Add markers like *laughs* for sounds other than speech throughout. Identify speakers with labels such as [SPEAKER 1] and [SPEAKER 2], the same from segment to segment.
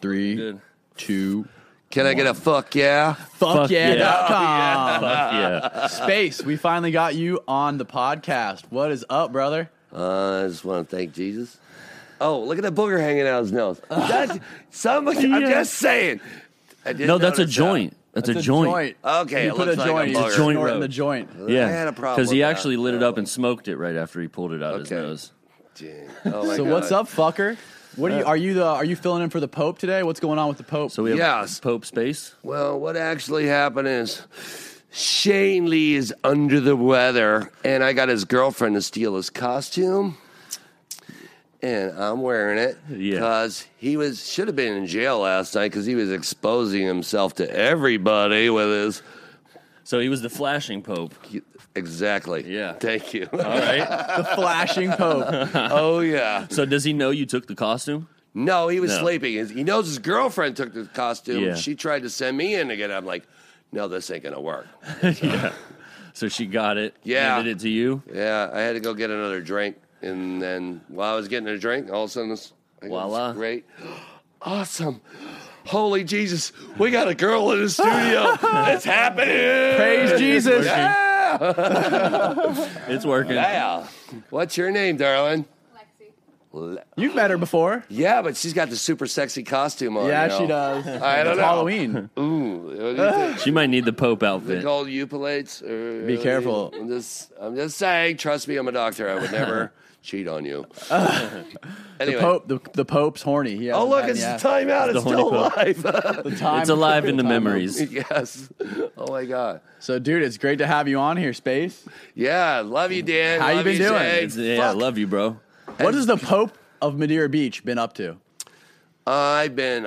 [SPEAKER 1] Three,
[SPEAKER 2] Good.
[SPEAKER 1] two,
[SPEAKER 3] Can I get a fuck yeah?
[SPEAKER 1] fuck yeah dot com.
[SPEAKER 3] *laughs*
[SPEAKER 4] Fuck
[SPEAKER 1] *laughs*
[SPEAKER 4] yeah.
[SPEAKER 1] Space, we finally got you on the podcast. What is up, brother?
[SPEAKER 3] Uh, I just want to thank Jesus. Oh, look at that booger hanging out his nose. That's somebody. I'm just saying. I didn't
[SPEAKER 4] No, that's a
[SPEAKER 3] notice that.
[SPEAKER 4] joint. That's, a, joint.
[SPEAKER 3] Okay,
[SPEAKER 1] you
[SPEAKER 3] it
[SPEAKER 1] put
[SPEAKER 3] looks
[SPEAKER 1] a
[SPEAKER 3] like
[SPEAKER 1] joint.
[SPEAKER 3] a bugger.
[SPEAKER 1] you're
[SPEAKER 4] It's a joint
[SPEAKER 1] snorting
[SPEAKER 4] road.
[SPEAKER 1] the joint.
[SPEAKER 4] Yeah.
[SPEAKER 3] I had a problem
[SPEAKER 4] he
[SPEAKER 3] with that.
[SPEAKER 4] actually lit it up and smoked it right after he pulled it out of his
[SPEAKER 3] Okay.
[SPEAKER 4] nose.
[SPEAKER 3] Dang. Oh my
[SPEAKER 1] So
[SPEAKER 3] God.
[SPEAKER 1] what's up, fucker? What are you? Are you the? Are you filling in for the Pope today? What's going on with the Pope?
[SPEAKER 4] So we have
[SPEAKER 3] Yes.
[SPEAKER 4] Pope Space.
[SPEAKER 3] Well, what actually happened is Shane Lee is under the weather, and I got his girlfriend to steal his costume, and I'm wearing it
[SPEAKER 4] Yeah.
[SPEAKER 3] because he was should have been in jail last night because he was exposing himself to everybody with his
[SPEAKER 4] So he was the flashing Pope.
[SPEAKER 3] exactly.
[SPEAKER 4] Yeah.
[SPEAKER 3] Thank you.
[SPEAKER 4] All
[SPEAKER 3] *laughs*
[SPEAKER 4] right. *laughs*
[SPEAKER 1] the flashing Pope.
[SPEAKER 3] oh yeah.
[SPEAKER 4] so does he know you took the costume?
[SPEAKER 3] No, he was
[SPEAKER 4] No.
[SPEAKER 3] sleeping. He knows his girlfriend took the costume.
[SPEAKER 4] Yeah.
[SPEAKER 3] She tried to send me in to get it. I'm like, no, this ain't gonna work.
[SPEAKER 4] So she got it.
[SPEAKER 3] Yeah.
[SPEAKER 4] Handed it to you.
[SPEAKER 3] Yeah, I had to go get another drink, and then while I was getting a drink, all of a sudden this I go,
[SPEAKER 4] Voila.
[SPEAKER 3] this is great, *gasps* awesome, holy Jesus, we got a girl in
[SPEAKER 1] *laughs*
[SPEAKER 3] the studio. it's happening.
[SPEAKER 1] Praise Jesus.
[SPEAKER 3] Yeah.
[SPEAKER 4] It's working.
[SPEAKER 3] yeah. What's your name, darling?
[SPEAKER 5] Lexi.
[SPEAKER 3] Le-
[SPEAKER 1] You've met her before.
[SPEAKER 3] Yeah, but she's got the super sexy costume on.
[SPEAKER 1] yeah,
[SPEAKER 3] you know.
[SPEAKER 1] she does.
[SPEAKER 3] *laughs* I don't
[SPEAKER 1] it's
[SPEAKER 3] know.
[SPEAKER 1] Halloween.
[SPEAKER 3] Ooh, what
[SPEAKER 1] *laughs*
[SPEAKER 3] do you think?
[SPEAKER 4] She might need the Pope outfit.
[SPEAKER 3] They called Upalates. Or,
[SPEAKER 1] Be careful.
[SPEAKER 3] I'm just, I'm just saying. Trust me, I'm a doctor. I
[SPEAKER 1] *laughs*
[SPEAKER 3] would never cheat on you. anyway,
[SPEAKER 1] Pope. The, the Pope's horny. He
[SPEAKER 3] Oh,
[SPEAKER 1] hasn't
[SPEAKER 3] look,
[SPEAKER 1] had
[SPEAKER 3] it's
[SPEAKER 1] any ass.
[SPEAKER 3] the timeout. It's
[SPEAKER 4] the
[SPEAKER 3] still
[SPEAKER 4] horny
[SPEAKER 3] alive.
[SPEAKER 1] The time.
[SPEAKER 4] It's alive
[SPEAKER 1] *laughs*
[SPEAKER 4] in the
[SPEAKER 1] Time out.
[SPEAKER 4] memories.
[SPEAKER 3] *laughs* yes. Oh, my God.
[SPEAKER 1] So, dude, it's great to have you on here, Space.
[SPEAKER 3] Yeah. Love you, Dan.
[SPEAKER 1] How you
[SPEAKER 3] love
[SPEAKER 1] been doing?
[SPEAKER 3] Jay.
[SPEAKER 4] It's- yeah, I
[SPEAKER 3] Fuck.
[SPEAKER 4] love you, bro.
[SPEAKER 1] What has the Pope of Madeira Beach been up to?
[SPEAKER 3] I've been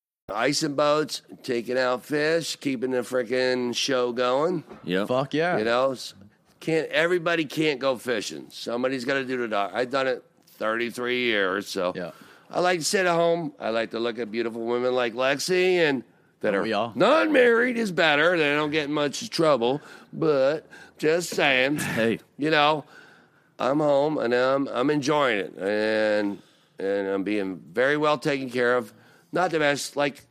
[SPEAKER 3] icing boats, taking out fish, keeping the freaking show going.
[SPEAKER 4] Yeah.
[SPEAKER 1] Fuck yeah.
[SPEAKER 3] You know, S- can't everybody can't go fishing. Somebody's got to do the doc. I've done it 33 years, so
[SPEAKER 1] Yeah.
[SPEAKER 3] I like to sit at home. I like to look at beautiful women like Lexi and that
[SPEAKER 1] Aren't we all?
[SPEAKER 3] are non-married is better. They don't get in much trouble, but just saying,
[SPEAKER 4] Hey.
[SPEAKER 3] you know, I'm home and I'm I'm enjoying it and and I'm being very well taken care of. Not the best, like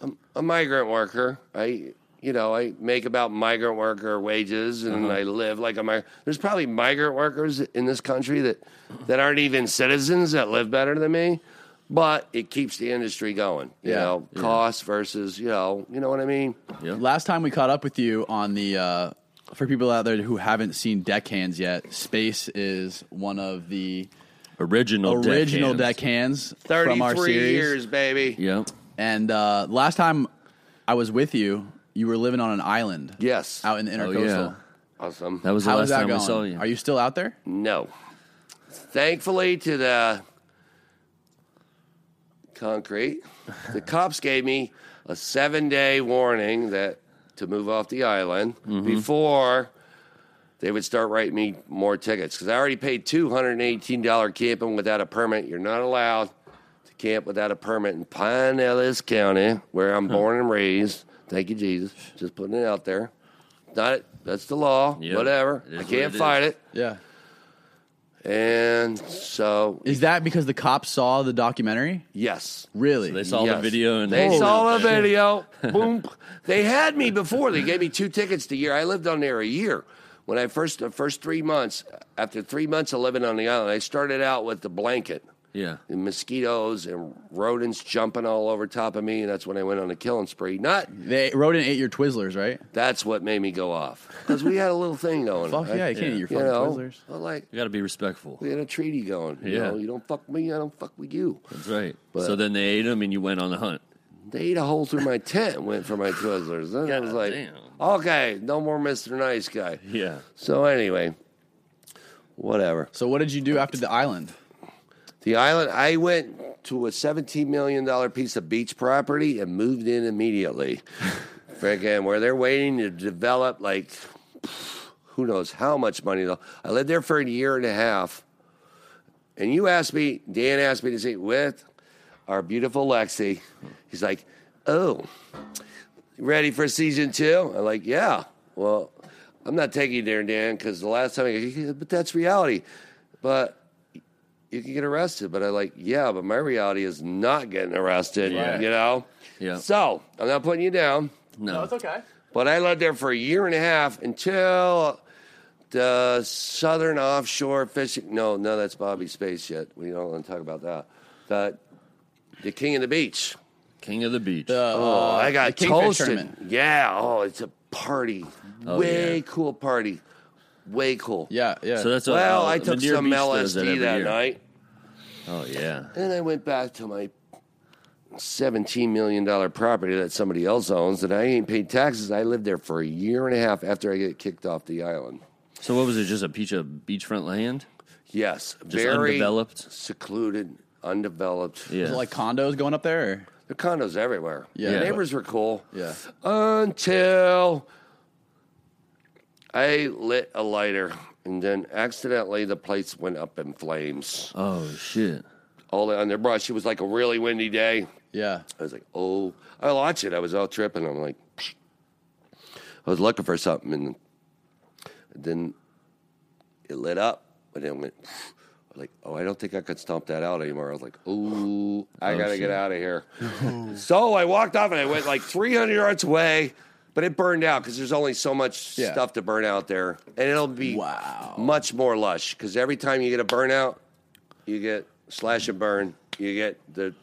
[SPEAKER 3] I'm a migrant worker. I you know I make about migrant worker wages and
[SPEAKER 1] Uh-huh.
[SPEAKER 3] I live like a migrant. There's probably migrant workers in this country that that aren't even citizens that live better than me. But it keeps the industry going, you
[SPEAKER 1] Yeah.
[SPEAKER 3] know. Cost versus, you know, you know what I mean.
[SPEAKER 1] Last time we caught up with you on the, uh, for people out there who haven't seen Deckhands yet, Space is one of the
[SPEAKER 4] Original deck
[SPEAKER 1] original
[SPEAKER 4] hands.
[SPEAKER 1] Deckhands from our
[SPEAKER 3] Thirty-three
[SPEAKER 1] series.
[SPEAKER 3] years, baby.
[SPEAKER 4] Yeah.
[SPEAKER 1] And uh, last time I was with you, you were living on an island.
[SPEAKER 3] Yes,
[SPEAKER 1] Out in the
[SPEAKER 4] Oh,
[SPEAKER 1] intercoastal.
[SPEAKER 4] yeah.
[SPEAKER 3] awesome.
[SPEAKER 4] That was the
[SPEAKER 1] How
[SPEAKER 4] last
[SPEAKER 1] is that
[SPEAKER 4] time
[SPEAKER 1] going?
[SPEAKER 4] I saw you. Mm.
[SPEAKER 1] Are you still out there?
[SPEAKER 3] No. Thankfully, to the concrete,
[SPEAKER 4] *laughs*
[SPEAKER 3] the cops gave me a seven day warning that to move off the island
[SPEAKER 4] Mm-hmm.
[SPEAKER 3] before they would start writing me more tickets because I already paid $218 camping without a permit. You're not allowed to camp without a permit in Pine Ellis County, where I'm born and raised. Thank you, Jesus. Just putting it out there. Not that's the law.
[SPEAKER 4] Yeah.
[SPEAKER 3] Whatever.
[SPEAKER 4] It is
[SPEAKER 3] I
[SPEAKER 4] what
[SPEAKER 3] can't
[SPEAKER 4] it
[SPEAKER 3] fight
[SPEAKER 4] is.
[SPEAKER 3] it.
[SPEAKER 1] Yeah.
[SPEAKER 3] And so,
[SPEAKER 1] Is that because the cops saw the documentary?
[SPEAKER 3] yes.
[SPEAKER 1] Really?
[SPEAKER 4] They saw
[SPEAKER 3] yes.
[SPEAKER 4] the video and
[SPEAKER 3] they
[SPEAKER 4] Holy
[SPEAKER 3] saw the
[SPEAKER 4] shit.
[SPEAKER 3] video. Boom. They had me before. They gave me two tickets the year. I lived on there a year. When I first the first three months, after three months of living on the island, I started out with the blanket
[SPEAKER 4] Yeah.
[SPEAKER 3] and mosquitoes and rodents jumping all over top of me. And that's when I went on a killing spree. Not
[SPEAKER 1] They wrote in eight year Twizzlers, right?
[SPEAKER 3] that's what made me go off because we had a little thing going.
[SPEAKER 1] Fuck
[SPEAKER 3] I-
[SPEAKER 1] yeah, you can't eat your
[SPEAKER 3] you
[SPEAKER 1] fucking
[SPEAKER 3] know,
[SPEAKER 1] Twizzlers.
[SPEAKER 3] I like
[SPEAKER 4] You got to be respectful.
[SPEAKER 3] we had a treaty going. You
[SPEAKER 4] Yeah.
[SPEAKER 3] know, you don't fuck me, I don't fuck with you.
[SPEAKER 4] That's right.
[SPEAKER 3] But-
[SPEAKER 4] so then they ate him and you went on the hunt.
[SPEAKER 3] They ate a hole through my tent and went for my Twizzlers. Then I was like,
[SPEAKER 4] Goddamn.
[SPEAKER 3] okay, no more Mr. Nice Guy.
[SPEAKER 4] Yeah.
[SPEAKER 3] So anyway, whatever.
[SPEAKER 1] So what did you do after the island?
[SPEAKER 3] The island, I went to a $17 million piece of beach property and moved in immediately. Freaking, where they're waiting to develop, like, who knows how much money. Though I lived there for a year and a half. And you asked me, Dan asked me to sit with our beautiful Lexi. He's like, oh, ready for season two? I'm like, yeah. Well, I'm not taking you there, Dan, because the last time I go, but that's reality. But you can get arrested. But I like, yeah, but my reality is not getting arrested,
[SPEAKER 4] Yeah.
[SPEAKER 3] you know?
[SPEAKER 4] Yeah.
[SPEAKER 3] So I'm not putting you down.
[SPEAKER 4] No,
[SPEAKER 1] okay.
[SPEAKER 3] But I lived there for a year and a half until the southern offshore fishing. No, no, that's Bobby's space yet. We don't want to talk about that. The, the King of the Beach.
[SPEAKER 4] King of the Beach.
[SPEAKER 3] Oh, I got
[SPEAKER 1] the Kingfish
[SPEAKER 3] toasted.
[SPEAKER 1] tournament.
[SPEAKER 3] Yeah. Oh, it's a party. Way
[SPEAKER 4] Oh, yeah.
[SPEAKER 3] cool party. Way cool.
[SPEAKER 1] Yeah, yeah.
[SPEAKER 4] so that's what,
[SPEAKER 3] Well,
[SPEAKER 4] uh,
[SPEAKER 3] I took
[SPEAKER 4] Madeira
[SPEAKER 3] some
[SPEAKER 4] Beach does
[SPEAKER 3] LSD
[SPEAKER 4] every
[SPEAKER 3] that
[SPEAKER 4] year.
[SPEAKER 3] night.
[SPEAKER 4] Oh yeah,
[SPEAKER 3] And I went back to my $17 million property that somebody else owns that I ain't paid taxes. I lived there for a year and a half after I get kicked off the island.
[SPEAKER 4] So what was it? Just a piece of beachfront land?
[SPEAKER 3] Yes.
[SPEAKER 4] Just
[SPEAKER 3] very
[SPEAKER 4] undeveloped?
[SPEAKER 3] secluded, undeveloped.
[SPEAKER 4] Yeah.
[SPEAKER 1] Is it like condos going up there? Or?
[SPEAKER 3] The condos everywhere.
[SPEAKER 1] Yeah.
[SPEAKER 3] The
[SPEAKER 4] Yeah.
[SPEAKER 3] neighbors were cool.
[SPEAKER 1] Yeah.
[SPEAKER 3] Until I lit a lighter and then accidentally the place went up in flames.
[SPEAKER 4] oh shit.
[SPEAKER 3] All the underbrush. It was like a really windy day.
[SPEAKER 1] Yeah.
[SPEAKER 3] I was like, oh, I watched it. I was out tripping. I'm like, *sniffs* I was looking for something, and then it lit up, and then went. *sniffs* I was like, oh, I don't think I could stomp that out anymore. I was like, ooh, I
[SPEAKER 1] Oh,
[SPEAKER 3] gotta
[SPEAKER 4] shit.
[SPEAKER 3] get out
[SPEAKER 1] *laughs*
[SPEAKER 3] of here. so I walked off, and I went like 300 yards away, but it burned out because there's only so much
[SPEAKER 1] Yeah.
[SPEAKER 3] stuff to burn out there, and it'll be
[SPEAKER 1] Wow.
[SPEAKER 3] much more lush because every time you get a burnout, you get slash and burn, you get the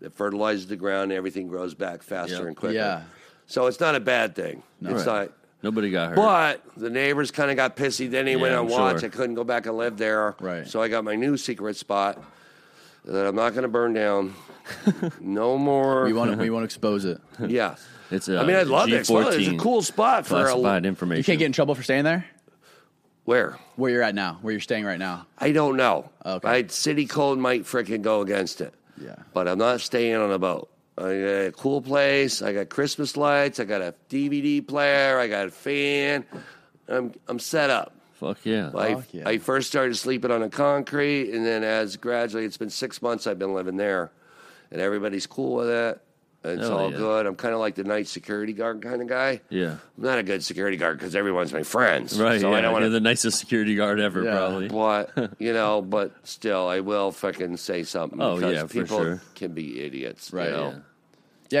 [SPEAKER 3] it fertilizes the ground, everything grows back faster
[SPEAKER 4] Yep.
[SPEAKER 3] and quicker.
[SPEAKER 4] *laughs*
[SPEAKER 1] Yeah.
[SPEAKER 3] So it's not a bad thing.
[SPEAKER 4] Right.
[SPEAKER 3] It's not.
[SPEAKER 4] Nobody got hurt.
[SPEAKER 3] But the neighbors kind of got pissy. Then he went
[SPEAKER 4] Yeah,
[SPEAKER 3] on
[SPEAKER 4] I'm
[SPEAKER 3] watch.
[SPEAKER 4] sure.
[SPEAKER 3] I couldn't go back and live there.
[SPEAKER 1] Right.
[SPEAKER 3] So I got my new secret spot that I'm not going to
[SPEAKER 4] *laughs*
[SPEAKER 3] burn down. no more.
[SPEAKER 1] We won't. we won't expose it.
[SPEAKER 3] yeah.
[SPEAKER 4] It's, uh,
[SPEAKER 3] I mean, I love it. It's fun. It's a
[SPEAKER 4] G14
[SPEAKER 3] cool spot for
[SPEAKER 4] classified
[SPEAKER 3] a.
[SPEAKER 4] information.
[SPEAKER 1] You can't get in trouble for staying there.
[SPEAKER 3] Where?
[SPEAKER 1] Where you're at now. Where you're staying right now.
[SPEAKER 3] I don't know.
[SPEAKER 1] Okay.
[SPEAKER 3] Right? City code might freaking go against it.
[SPEAKER 1] Yeah.
[SPEAKER 3] But I'm not staying on a boat. I got a cool place. I got Christmas lights. I got a DVD player. I got a fan. I'm I'm set up.
[SPEAKER 4] Fuck yeah.
[SPEAKER 3] I,
[SPEAKER 1] Fuck yeah.
[SPEAKER 3] I first started sleeping on the concrete, and then as gradually, it's been six months I've been living there, and everybody's cool with it. It's
[SPEAKER 4] Hell
[SPEAKER 3] all
[SPEAKER 4] yeah.
[SPEAKER 3] good. I'm kind of like the night security guard kind of guy.
[SPEAKER 4] yeah.
[SPEAKER 3] I'm not a good security guard because everyone's my friends.
[SPEAKER 4] Right.
[SPEAKER 3] So
[SPEAKER 4] yeah.
[SPEAKER 3] I don't want
[SPEAKER 4] You're
[SPEAKER 3] to *laughs*
[SPEAKER 4] the nicest security guard ever,
[SPEAKER 1] Yeah.
[SPEAKER 4] probably.
[SPEAKER 3] but you know, but still, I will fucking say something.
[SPEAKER 4] Oh,
[SPEAKER 3] because
[SPEAKER 4] yeah, for
[SPEAKER 3] people
[SPEAKER 4] sure.
[SPEAKER 3] can be idiots,
[SPEAKER 1] Right,
[SPEAKER 3] You know?
[SPEAKER 4] yeah.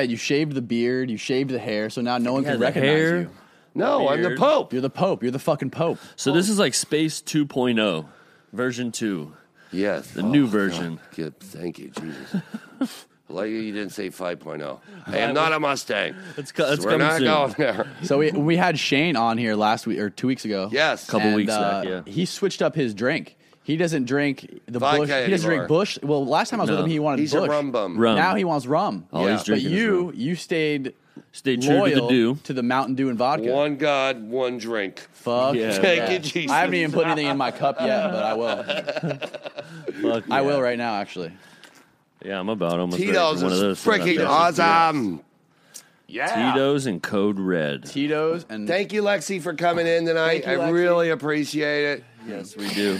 [SPEAKER 1] Yeah. You shaved the beard. You shaved the hair. So now no one
[SPEAKER 4] Yeah,
[SPEAKER 1] can
[SPEAKER 4] the
[SPEAKER 1] recognize
[SPEAKER 4] hair.
[SPEAKER 1] you.
[SPEAKER 3] No, I'm the
[SPEAKER 4] Beard.
[SPEAKER 3] Pope.
[SPEAKER 1] You're the Pope. You're the fucking Pope.
[SPEAKER 4] So this is like Space 2.0, version 2,
[SPEAKER 3] Yes,
[SPEAKER 4] the new version.
[SPEAKER 3] Good. Thank
[SPEAKER 4] *laughs*
[SPEAKER 3] you, Jesus. I like you, you didn't say 5.0. I am not a Mustang.
[SPEAKER 4] It's co- it's
[SPEAKER 3] We're not
[SPEAKER 4] coming
[SPEAKER 3] going
[SPEAKER 4] soon.
[SPEAKER 3] there.
[SPEAKER 1] So we we had Shane on here last week or two weeks ago.
[SPEAKER 3] Yes.
[SPEAKER 4] Couple
[SPEAKER 1] And,
[SPEAKER 4] weeks
[SPEAKER 1] uh,
[SPEAKER 4] back, yeah.
[SPEAKER 1] He switched up his drink. He doesn't drink the
[SPEAKER 3] Vodka
[SPEAKER 1] bush. He doesn't
[SPEAKER 3] anymore.
[SPEAKER 1] drink bush. Well, last time I was
[SPEAKER 4] No.
[SPEAKER 1] with him, he wanted
[SPEAKER 3] He's
[SPEAKER 1] bush.
[SPEAKER 3] a rum bum.
[SPEAKER 4] Rum.
[SPEAKER 1] Now he wants rum.
[SPEAKER 4] All
[SPEAKER 3] Yeah.
[SPEAKER 4] he's
[SPEAKER 1] But
[SPEAKER 4] drinking is
[SPEAKER 1] you
[SPEAKER 4] rum.
[SPEAKER 1] you stayed
[SPEAKER 4] Stay true
[SPEAKER 1] loyal
[SPEAKER 4] to the do.
[SPEAKER 1] Mountain Dew and vodka.
[SPEAKER 3] One God, one drink.
[SPEAKER 1] Fuck. yeah.
[SPEAKER 4] Yeah.
[SPEAKER 3] Thank you, Jesus.
[SPEAKER 1] I haven't even put anything in my cup
[SPEAKER 3] *laughs*
[SPEAKER 1] yet, but I will.
[SPEAKER 4] Fuck
[SPEAKER 1] I
[SPEAKER 4] yeah.
[SPEAKER 1] will right now, actually.
[SPEAKER 4] Yeah, I'm about almost ready for
[SPEAKER 3] Tito's
[SPEAKER 4] one of those.
[SPEAKER 3] is freaking awesome. Yeah.
[SPEAKER 4] Tito's and Code Red.
[SPEAKER 1] Tito's and
[SPEAKER 3] Thank you, Lexi, for coming in tonight.
[SPEAKER 1] Thank you,
[SPEAKER 3] I
[SPEAKER 1] Lexi.
[SPEAKER 3] really appreciate it.
[SPEAKER 4] Yes, we *laughs* do.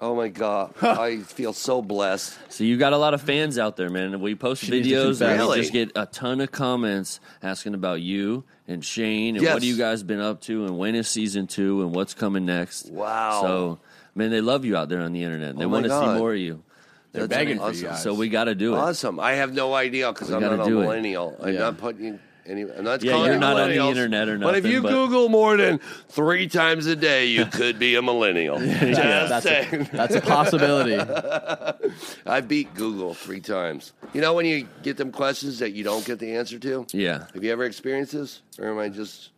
[SPEAKER 3] Oh
[SPEAKER 4] *laughs*
[SPEAKER 3] my God, I feel so blessed.
[SPEAKER 4] So you got a lot of fans out there, man. We post
[SPEAKER 1] needs to
[SPEAKER 4] videos and
[SPEAKER 3] confess.
[SPEAKER 4] we just get a ton of comments asking about you and Shane and
[SPEAKER 3] Yes.
[SPEAKER 4] what have you guys been up to and when is season two and what's coming next.
[SPEAKER 3] Wow.
[SPEAKER 4] So man, they love you out there on the internet. They
[SPEAKER 3] Oh my
[SPEAKER 4] want to
[SPEAKER 3] God.
[SPEAKER 4] see more of you.
[SPEAKER 1] They're
[SPEAKER 3] That's
[SPEAKER 1] begging for
[SPEAKER 3] awesome.
[SPEAKER 1] you guys.
[SPEAKER 4] So we got to do it.
[SPEAKER 3] Awesome. I have no idea because
[SPEAKER 4] We
[SPEAKER 3] I'm
[SPEAKER 4] gotta
[SPEAKER 3] not a
[SPEAKER 4] do it.
[SPEAKER 3] millennial. I'm
[SPEAKER 1] Yeah.
[SPEAKER 3] not putting you any. I'm not
[SPEAKER 4] Yeah,
[SPEAKER 3] calling
[SPEAKER 4] you're
[SPEAKER 3] you
[SPEAKER 4] not on the
[SPEAKER 3] millennials,
[SPEAKER 4] internet or
[SPEAKER 3] But if
[SPEAKER 4] nothing,
[SPEAKER 3] you
[SPEAKER 4] but-
[SPEAKER 3] Google more than three times a day, you could be
[SPEAKER 4] *laughs*
[SPEAKER 3] a millennial. Just
[SPEAKER 1] Yeah, that's, a,
[SPEAKER 3] saying.
[SPEAKER 1] that's a possibility.
[SPEAKER 3] I beat Google three times. You know when you get them questions that you don't get the answer to?
[SPEAKER 4] Yeah.
[SPEAKER 3] Have you ever experienced this? Or am I just.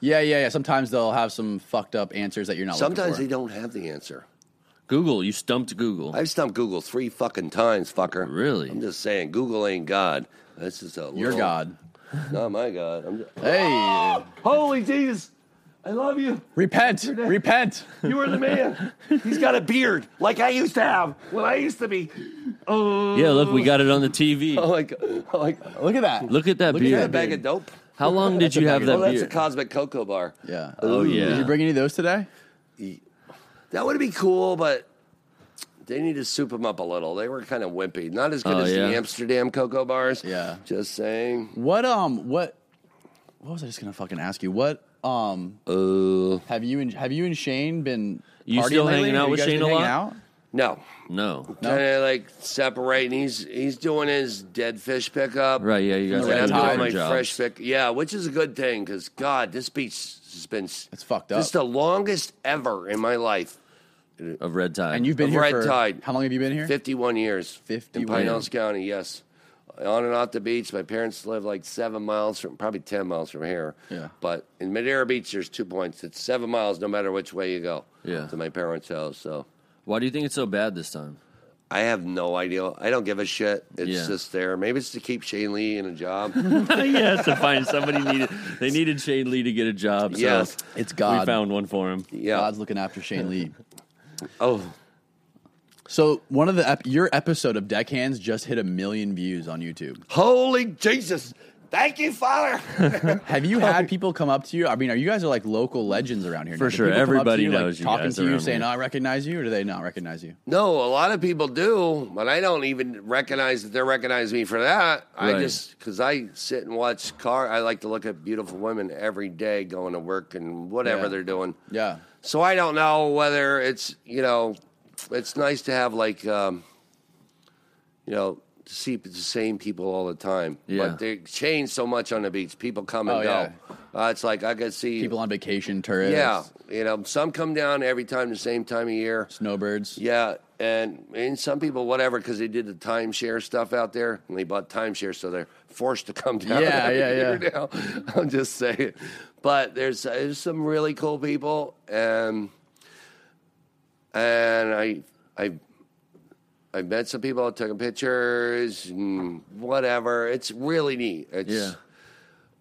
[SPEAKER 1] Yeah, yeah, yeah. Sometimes they'll have some fucked up answers that you're not
[SPEAKER 3] Sometimes they
[SPEAKER 1] looking for.
[SPEAKER 3] don't have the answer.
[SPEAKER 4] Google, you stumped Google.
[SPEAKER 3] I've stumped Google three fucking times, fucker.
[SPEAKER 4] Really?
[SPEAKER 3] I'm just saying, Google ain't God. This is a
[SPEAKER 1] Your
[SPEAKER 3] little-
[SPEAKER 1] God.
[SPEAKER 3] not my God. I'm just,
[SPEAKER 1] Hey.
[SPEAKER 3] Holy Jesus! I love you.
[SPEAKER 1] Repent, repent.
[SPEAKER 3] You are the man. He's got a beard like I used to have when I used to be. Oh,
[SPEAKER 4] Yeah, look, we got it on the TV.
[SPEAKER 3] like, like,
[SPEAKER 1] Look at that.
[SPEAKER 4] Look at that
[SPEAKER 1] Look at
[SPEAKER 4] beard.
[SPEAKER 3] Oh. that bag of dope.
[SPEAKER 4] How long did you have
[SPEAKER 3] Oh,
[SPEAKER 4] that
[SPEAKER 3] that's a
[SPEAKER 4] beard?
[SPEAKER 3] cosmic cocoa bar.
[SPEAKER 1] Yeah.
[SPEAKER 4] Oh, yeah.
[SPEAKER 1] Did you bring any of those today?
[SPEAKER 3] That would be cool, but they need to soup them up a little. They were kind of wimpy. Not as good
[SPEAKER 4] Oh,
[SPEAKER 3] as
[SPEAKER 4] yeah.
[SPEAKER 3] the Amsterdam cocoa bars.
[SPEAKER 1] Yeah.
[SPEAKER 3] Just saying.
[SPEAKER 1] What um what what was I just gonna fucking ask you? What um have you and have you and Shane been
[SPEAKER 4] Uh, You
[SPEAKER 1] partying
[SPEAKER 4] still hanging
[SPEAKER 1] lately?
[SPEAKER 4] out
[SPEAKER 1] Have you
[SPEAKER 4] with
[SPEAKER 1] guys
[SPEAKER 4] Shane
[SPEAKER 1] been
[SPEAKER 4] a
[SPEAKER 1] hanging
[SPEAKER 4] lot?
[SPEAKER 1] out?
[SPEAKER 3] No.
[SPEAKER 4] no.
[SPEAKER 1] No?
[SPEAKER 3] Kind of like separating. He's he's doing his dead fish pickup.
[SPEAKER 4] Right, yeah, you guys
[SPEAKER 1] Right,
[SPEAKER 3] And
[SPEAKER 4] got
[SPEAKER 3] I'm
[SPEAKER 1] Time.
[SPEAKER 3] doing my
[SPEAKER 4] different jobs.
[SPEAKER 3] fresh pick. Yeah, which is a good thing because God, this beach has been
[SPEAKER 1] It's fucked up.
[SPEAKER 3] It's the longest ever in my life.
[SPEAKER 4] of red tide.
[SPEAKER 1] And you've been
[SPEAKER 3] Of
[SPEAKER 1] here
[SPEAKER 3] red
[SPEAKER 1] for
[SPEAKER 3] tide.
[SPEAKER 1] how long have you been here?
[SPEAKER 3] Fifty-one years.
[SPEAKER 1] 51.
[SPEAKER 3] in Pine Hills County. Yes, on and off the beach. My parents live like seven miles from, probably ten miles from here.
[SPEAKER 1] Yeah.
[SPEAKER 3] But in Madeira Beach, there's two points. It's seven miles no matter which way you go.
[SPEAKER 4] Yeah.
[SPEAKER 3] To my parents' house. So
[SPEAKER 4] Why do you think it's so bad this
[SPEAKER 3] *laughs*
[SPEAKER 4] time? *laughs*
[SPEAKER 3] I have no idea. I don't give a shit. It's
[SPEAKER 4] Yeah.
[SPEAKER 3] just there. Maybe it's to keep Shane Lee in a job.
[SPEAKER 4] yes, to find somebody needed. They needed Shane Lee to get a job. So
[SPEAKER 3] Yes.
[SPEAKER 1] It's God.
[SPEAKER 4] We found one for him.
[SPEAKER 3] yeah.
[SPEAKER 1] God's looking after Shane Lee.
[SPEAKER 3] Oh.
[SPEAKER 1] So one of the ep- your episode of Deckhands just hit a million views on YouTube.
[SPEAKER 3] Holy Jesus. Thank you, Father.
[SPEAKER 1] Have you
[SPEAKER 4] *laughs*
[SPEAKER 1] had people come up to you? I mean, are you guys are like local legends around here?
[SPEAKER 4] For
[SPEAKER 1] now. Do
[SPEAKER 4] sure.
[SPEAKER 1] people come up to
[SPEAKER 4] Everybody
[SPEAKER 1] you, like,
[SPEAKER 4] knows you
[SPEAKER 1] Talking
[SPEAKER 4] guys
[SPEAKER 1] to you,
[SPEAKER 4] around
[SPEAKER 1] saying,
[SPEAKER 4] here.
[SPEAKER 1] "Oh, "I recognize you," or do they not recognize you?
[SPEAKER 3] No, a lot of people do, but I don't even recognize that they recognize me for that. I
[SPEAKER 4] Right.
[SPEAKER 3] just because I sit and watch car. I like to look at beautiful women every day going to work and whatever
[SPEAKER 1] Yeah.
[SPEAKER 3] they're doing.
[SPEAKER 1] Yeah.
[SPEAKER 3] So I don't know whether it's you know, it's nice to have like um, you know to see the same people all the time.
[SPEAKER 4] Yeah.
[SPEAKER 3] But they change so much on the beach. People come and
[SPEAKER 1] Oh,
[SPEAKER 3] go. Uh, it's like I could see
[SPEAKER 1] People on vacation, tourists,
[SPEAKER 3] Yeah, you know, some come down every time the same time of year.
[SPEAKER 1] snowbirds.
[SPEAKER 3] Yeah, and and some people whatever because they did the timeshare stuff out there and they bought timeshare, so they're forced to come down.
[SPEAKER 1] Yeah,
[SPEAKER 3] every
[SPEAKER 1] yeah,
[SPEAKER 3] *laughs* year
[SPEAKER 1] yeah.
[SPEAKER 3] Now. I'm just saying, but there's there's some really cool people, and and I I. I met some people, took them pictures, and whatever. It's really neat. It's
[SPEAKER 4] Yeah.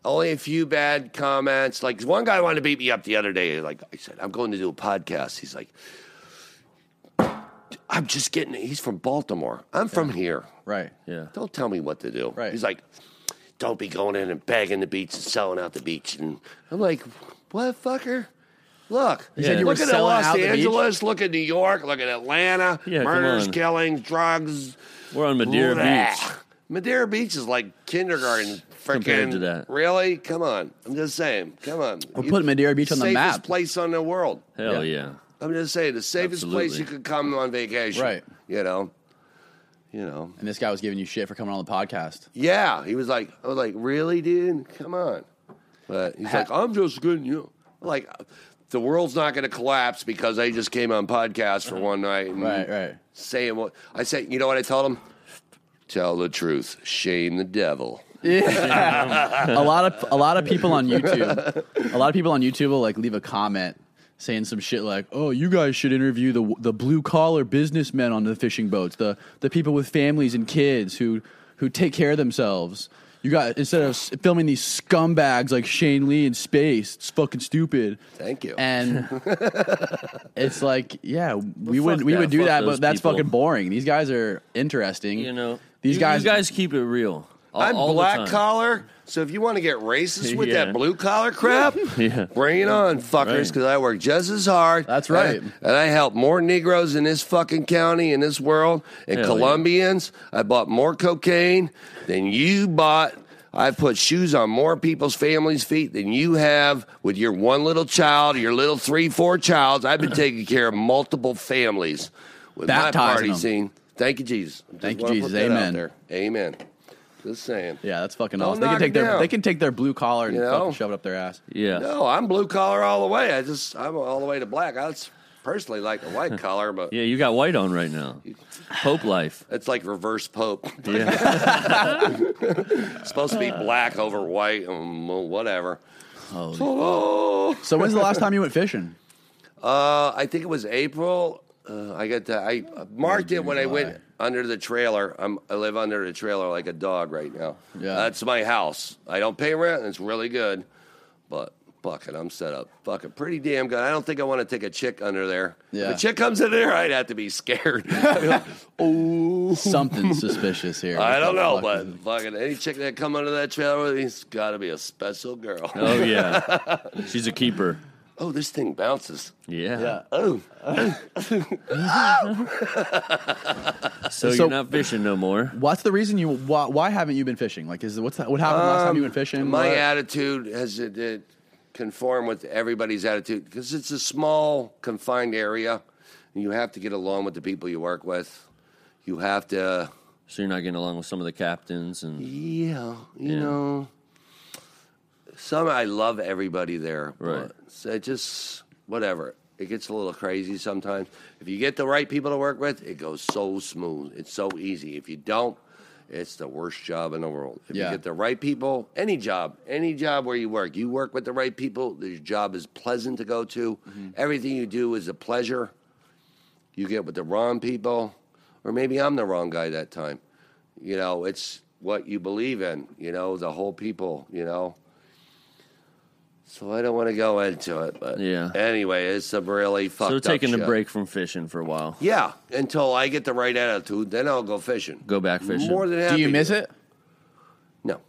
[SPEAKER 3] only a few bad comments. Like one guy wanted to beat me up the other day. Like I said, I'm going to do a podcast. He's like, I'm just getting. He's from Baltimore. I'm from here.
[SPEAKER 1] Right.
[SPEAKER 4] Yeah.
[SPEAKER 3] Don't tell me what to do.
[SPEAKER 1] Right.
[SPEAKER 3] He's like, don't be going in and bagging the beach and selling out the beach. And I'm like, what fucker? Look,
[SPEAKER 1] said you
[SPEAKER 3] look
[SPEAKER 1] were
[SPEAKER 3] at
[SPEAKER 1] selling
[SPEAKER 3] Los
[SPEAKER 1] out the beach?
[SPEAKER 3] Angeles. Look at New York. Look at Atlanta.
[SPEAKER 4] Yeah, come
[SPEAKER 3] murders,
[SPEAKER 4] on.
[SPEAKER 3] killings, drugs.
[SPEAKER 4] We're on Madeira
[SPEAKER 3] Blah.
[SPEAKER 4] Beach.
[SPEAKER 3] Madeira Beach is like kindergarten.
[SPEAKER 4] Compared
[SPEAKER 3] Freaking
[SPEAKER 4] to that.
[SPEAKER 3] really? Come on. I'm just saying. Come on.
[SPEAKER 1] We're putting Madeira Beach on the
[SPEAKER 3] safest
[SPEAKER 1] map.
[SPEAKER 3] place on the world.
[SPEAKER 4] Hell yeah.
[SPEAKER 3] I'm just saying the safest place
[SPEAKER 4] Absolutely.
[SPEAKER 3] you could come on vacation.
[SPEAKER 1] Right.
[SPEAKER 3] You know. You know.
[SPEAKER 1] And this guy was giving you shit for coming on the podcast.
[SPEAKER 3] Yeah. He was like, I was like, really, dude? Come on. But he's like, I'm just good. You know. like the world's not going to collapse because I just came on podcast for one night. And
[SPEAKER 1] Right, right.
[SPEAKER 3] saying what I say. You know what I told him? Tell the truth. Shame the devil.
[SPEAKER 1] a lot of a lot of people on YouTube, a lot of people on YouTube will like leave a comment saying some shit like, "Oh, you guys should interview the the blue collar businessmen on the fishing boats, the the people with families and kids who who take care of themselves." You got instead of s- filming these scumbags like Shane Lee in space, it's fucking stupid.
[SPEAKER 3] Thank you.
[SPEAKER 1] And it's like, yeah, we would
[SPEAKER 4] fuck
[SPEAKER 1] we
[SPEAKER 4] that.
[SPEAKER 1] would do
[SPEAKER 4] Fuck
[SPEAKER 1] that,
[SPEAKER 4] those
[SPEAKER 1] but that's
[SPEAKER 4] people.
[SPEAKER 1] fucking boring. These guys are interesting.
[SPEAKER 4] You know,
[SPEAKER 1] these
[SPEAKER 4] you,
[SPEAKER 1] guys,
[SPEAKER 4] You guys keep it real. All,
[SPEAKER 3] I'm
[SPEAKER 4] all the
[SPEAKER 3] black
[SPEAKER 4] time.
[SPEAKER 3] collar, so if you want to get racist with
[SPEAKER 4] Yeah.
[SPEAKER 3] that blue collar crap,
[SPEAKER 4] *laughs* Yeah.
[SPEAKER 3] bring it on, fuckers,
[SPEAKER 4] Right.
[SPEAKER 3] because I work just as hard.
[SPEAKER 1] That's right.
[SPEAKER 3] And, and I help more Negroes in this fucking county, in this world, and
[SPEAKER 4] Hell yeah.
[SPEAKER 3] Colombians. I bought more cocaine than you bought. I've put shoes on more people's families' feet than you have with your one little child, your little three, four childs. I've
[SPEAKER 4] *laughs*
[SPEAKER 3] been taking care of multiple families with my
[SPEAKER 1] Baptizing
[SPEAKER 3] party
[SPEAKER 1] them.
[SPEAKER 3] scene. Thank you, Jesus. Just
[SPEAKER 1] Thank you,
[SPEAKER 3] wanna put
[SPEAKER 1] Jesus.
[SPEAKER 3] that out
[SPEAKER 1] Amen.
[SPEAKER 3] there. Amen. Just saying.
[SPEAKER 1] Yeah, that's fucking
[SPEAKER 3] Don't
[SPEAKER 1] awesome. They
[SPEAKER 3] knock
[SPEAKER 1] can take
[SPEAKER 3] it
[SPEAKER 1] their
[SPEAKER 3] down.
[SPEAKER 1] they can take their blue collar and
[SPEAKER 3] You know?
[SPEAKER 1] fucking shove it up their ass.
[SPEAKER 4] Yeah.
[SPEAKER 3] No, I'm blue collar all the way. I just I'm all the way to black. I was personally like
[SPEAKER 4] *laughs*
[SPEAKER 3] a white collar, but
[SPEAKER 4] Yeah, you got white on right now. Pope life.
[SPEAKER 3] it's like reverse pope.
[SPEAKER 4] Yeah.
[SPEAKER 3] *laughs* It's supposed to be black over white and whatever.
[SPEAKER 1] So when's the last time you went
[SPEAKER 3] *laughs*
[SPEAKER 1] fishing?
[SPEAKER 3] Uh, I think it was April. Uh, I got that. I
[SPEAKER 1] Oh,
[SPEAKER 3] marked it when I went under the trailer. I'm, I live under the trailer like a dog right now.
[SPEAKER 1] Yeah.
[SPEAKER 3] That's my house. I don't pay rent. It's really good, but Fucking, I'm set up. Fucking, pretty damn good. I don't think I want to take a chick under there.
[SPEAKER 1] Yeah.
[SPEAKER 3] If a chick comes in there, I'd have to be
[SPEAKER 1] *laughs*
[SPEAKER 3] scared. *laughs* I'd be like, oh,
[SPEAKER 1] Something suspicious here.
[SPEAKER 3] I don't know,
[SPEAKER 1] What the fuck
[SPEAKER 3] but fucking any chick that come under that trailer with me's got to be a special girl.
[SPEAKER 4] Oh *laughs* yeah, she's a keeper.
[SPEAKER 3] Oh, this thing bounces.
[SPEAKER 4] Yeah. *laughs*
[SPEAKER 3] Oh,
[SPEAKER 4] So,
[SPEAKER 1] So-
[SPEAKER 4] you're not fishing no more.
[SPEAKER 1] What's the reason you? Why, why haven't you been fishing? Like, is what's that, what happened last time you went fishing?
[SPEAKER 3] Um, my
[SPEAKER 1] What-
[SPEAKER 3] attitude has it, it conform with everybody's attitude because it's a small confined area and you have to get along with the people you work with you have to
[SPEAKER 4] So you're not getting along with some of the captains and
[SPEAKER 3] yeah you
[SPEAKER 4] Yeah.
[SPEAKER 3] know some i love everybody there
[SPEAKER 4] Right.
[SPEAKER 3] but so it just whatever it gets a little crazy sometimes if you get the right people to work with it goes so smooth it's so easy if you don't it's the worst job in the world. If
[SPEAKER 1] Yeah.
[SPEAKER 3] you get the right people, any job, any job where you work, you work with the right people, your job is pleasant to go to.
[SPEAKER 4] Mm-hmm.
[SPEAKER 3] Everything you do is a pleasure. You get with the wrong people, or maybe I'm the wrong guy that time. You know, it's what you believe in, you know, the whole people, you know. So I don't want to go into it, but
[SPEAKER 4] Yeah.
[SPEAKER 3] anyway, it's a really fucked
[SPEAKER 4] so
[SPEAKER 3] up
[SPEAKER 4] taking a
[SPEAKER 3] shit.
[SPEAKER 4] break from fishing for a while.
[SPEAKER 3] Yeah, until I get the right attitude, then I'll go fishing.
[SPEAKER 4] Go back fishing.
[SPEAKER 3] More than
[SPEAKER 1] do
[SPEAKER 3] happy
[SPEAKER 1] you
[SPEAKER 3] to.
[SPEAKER 1] miss it?
[SPEAKER 3] No.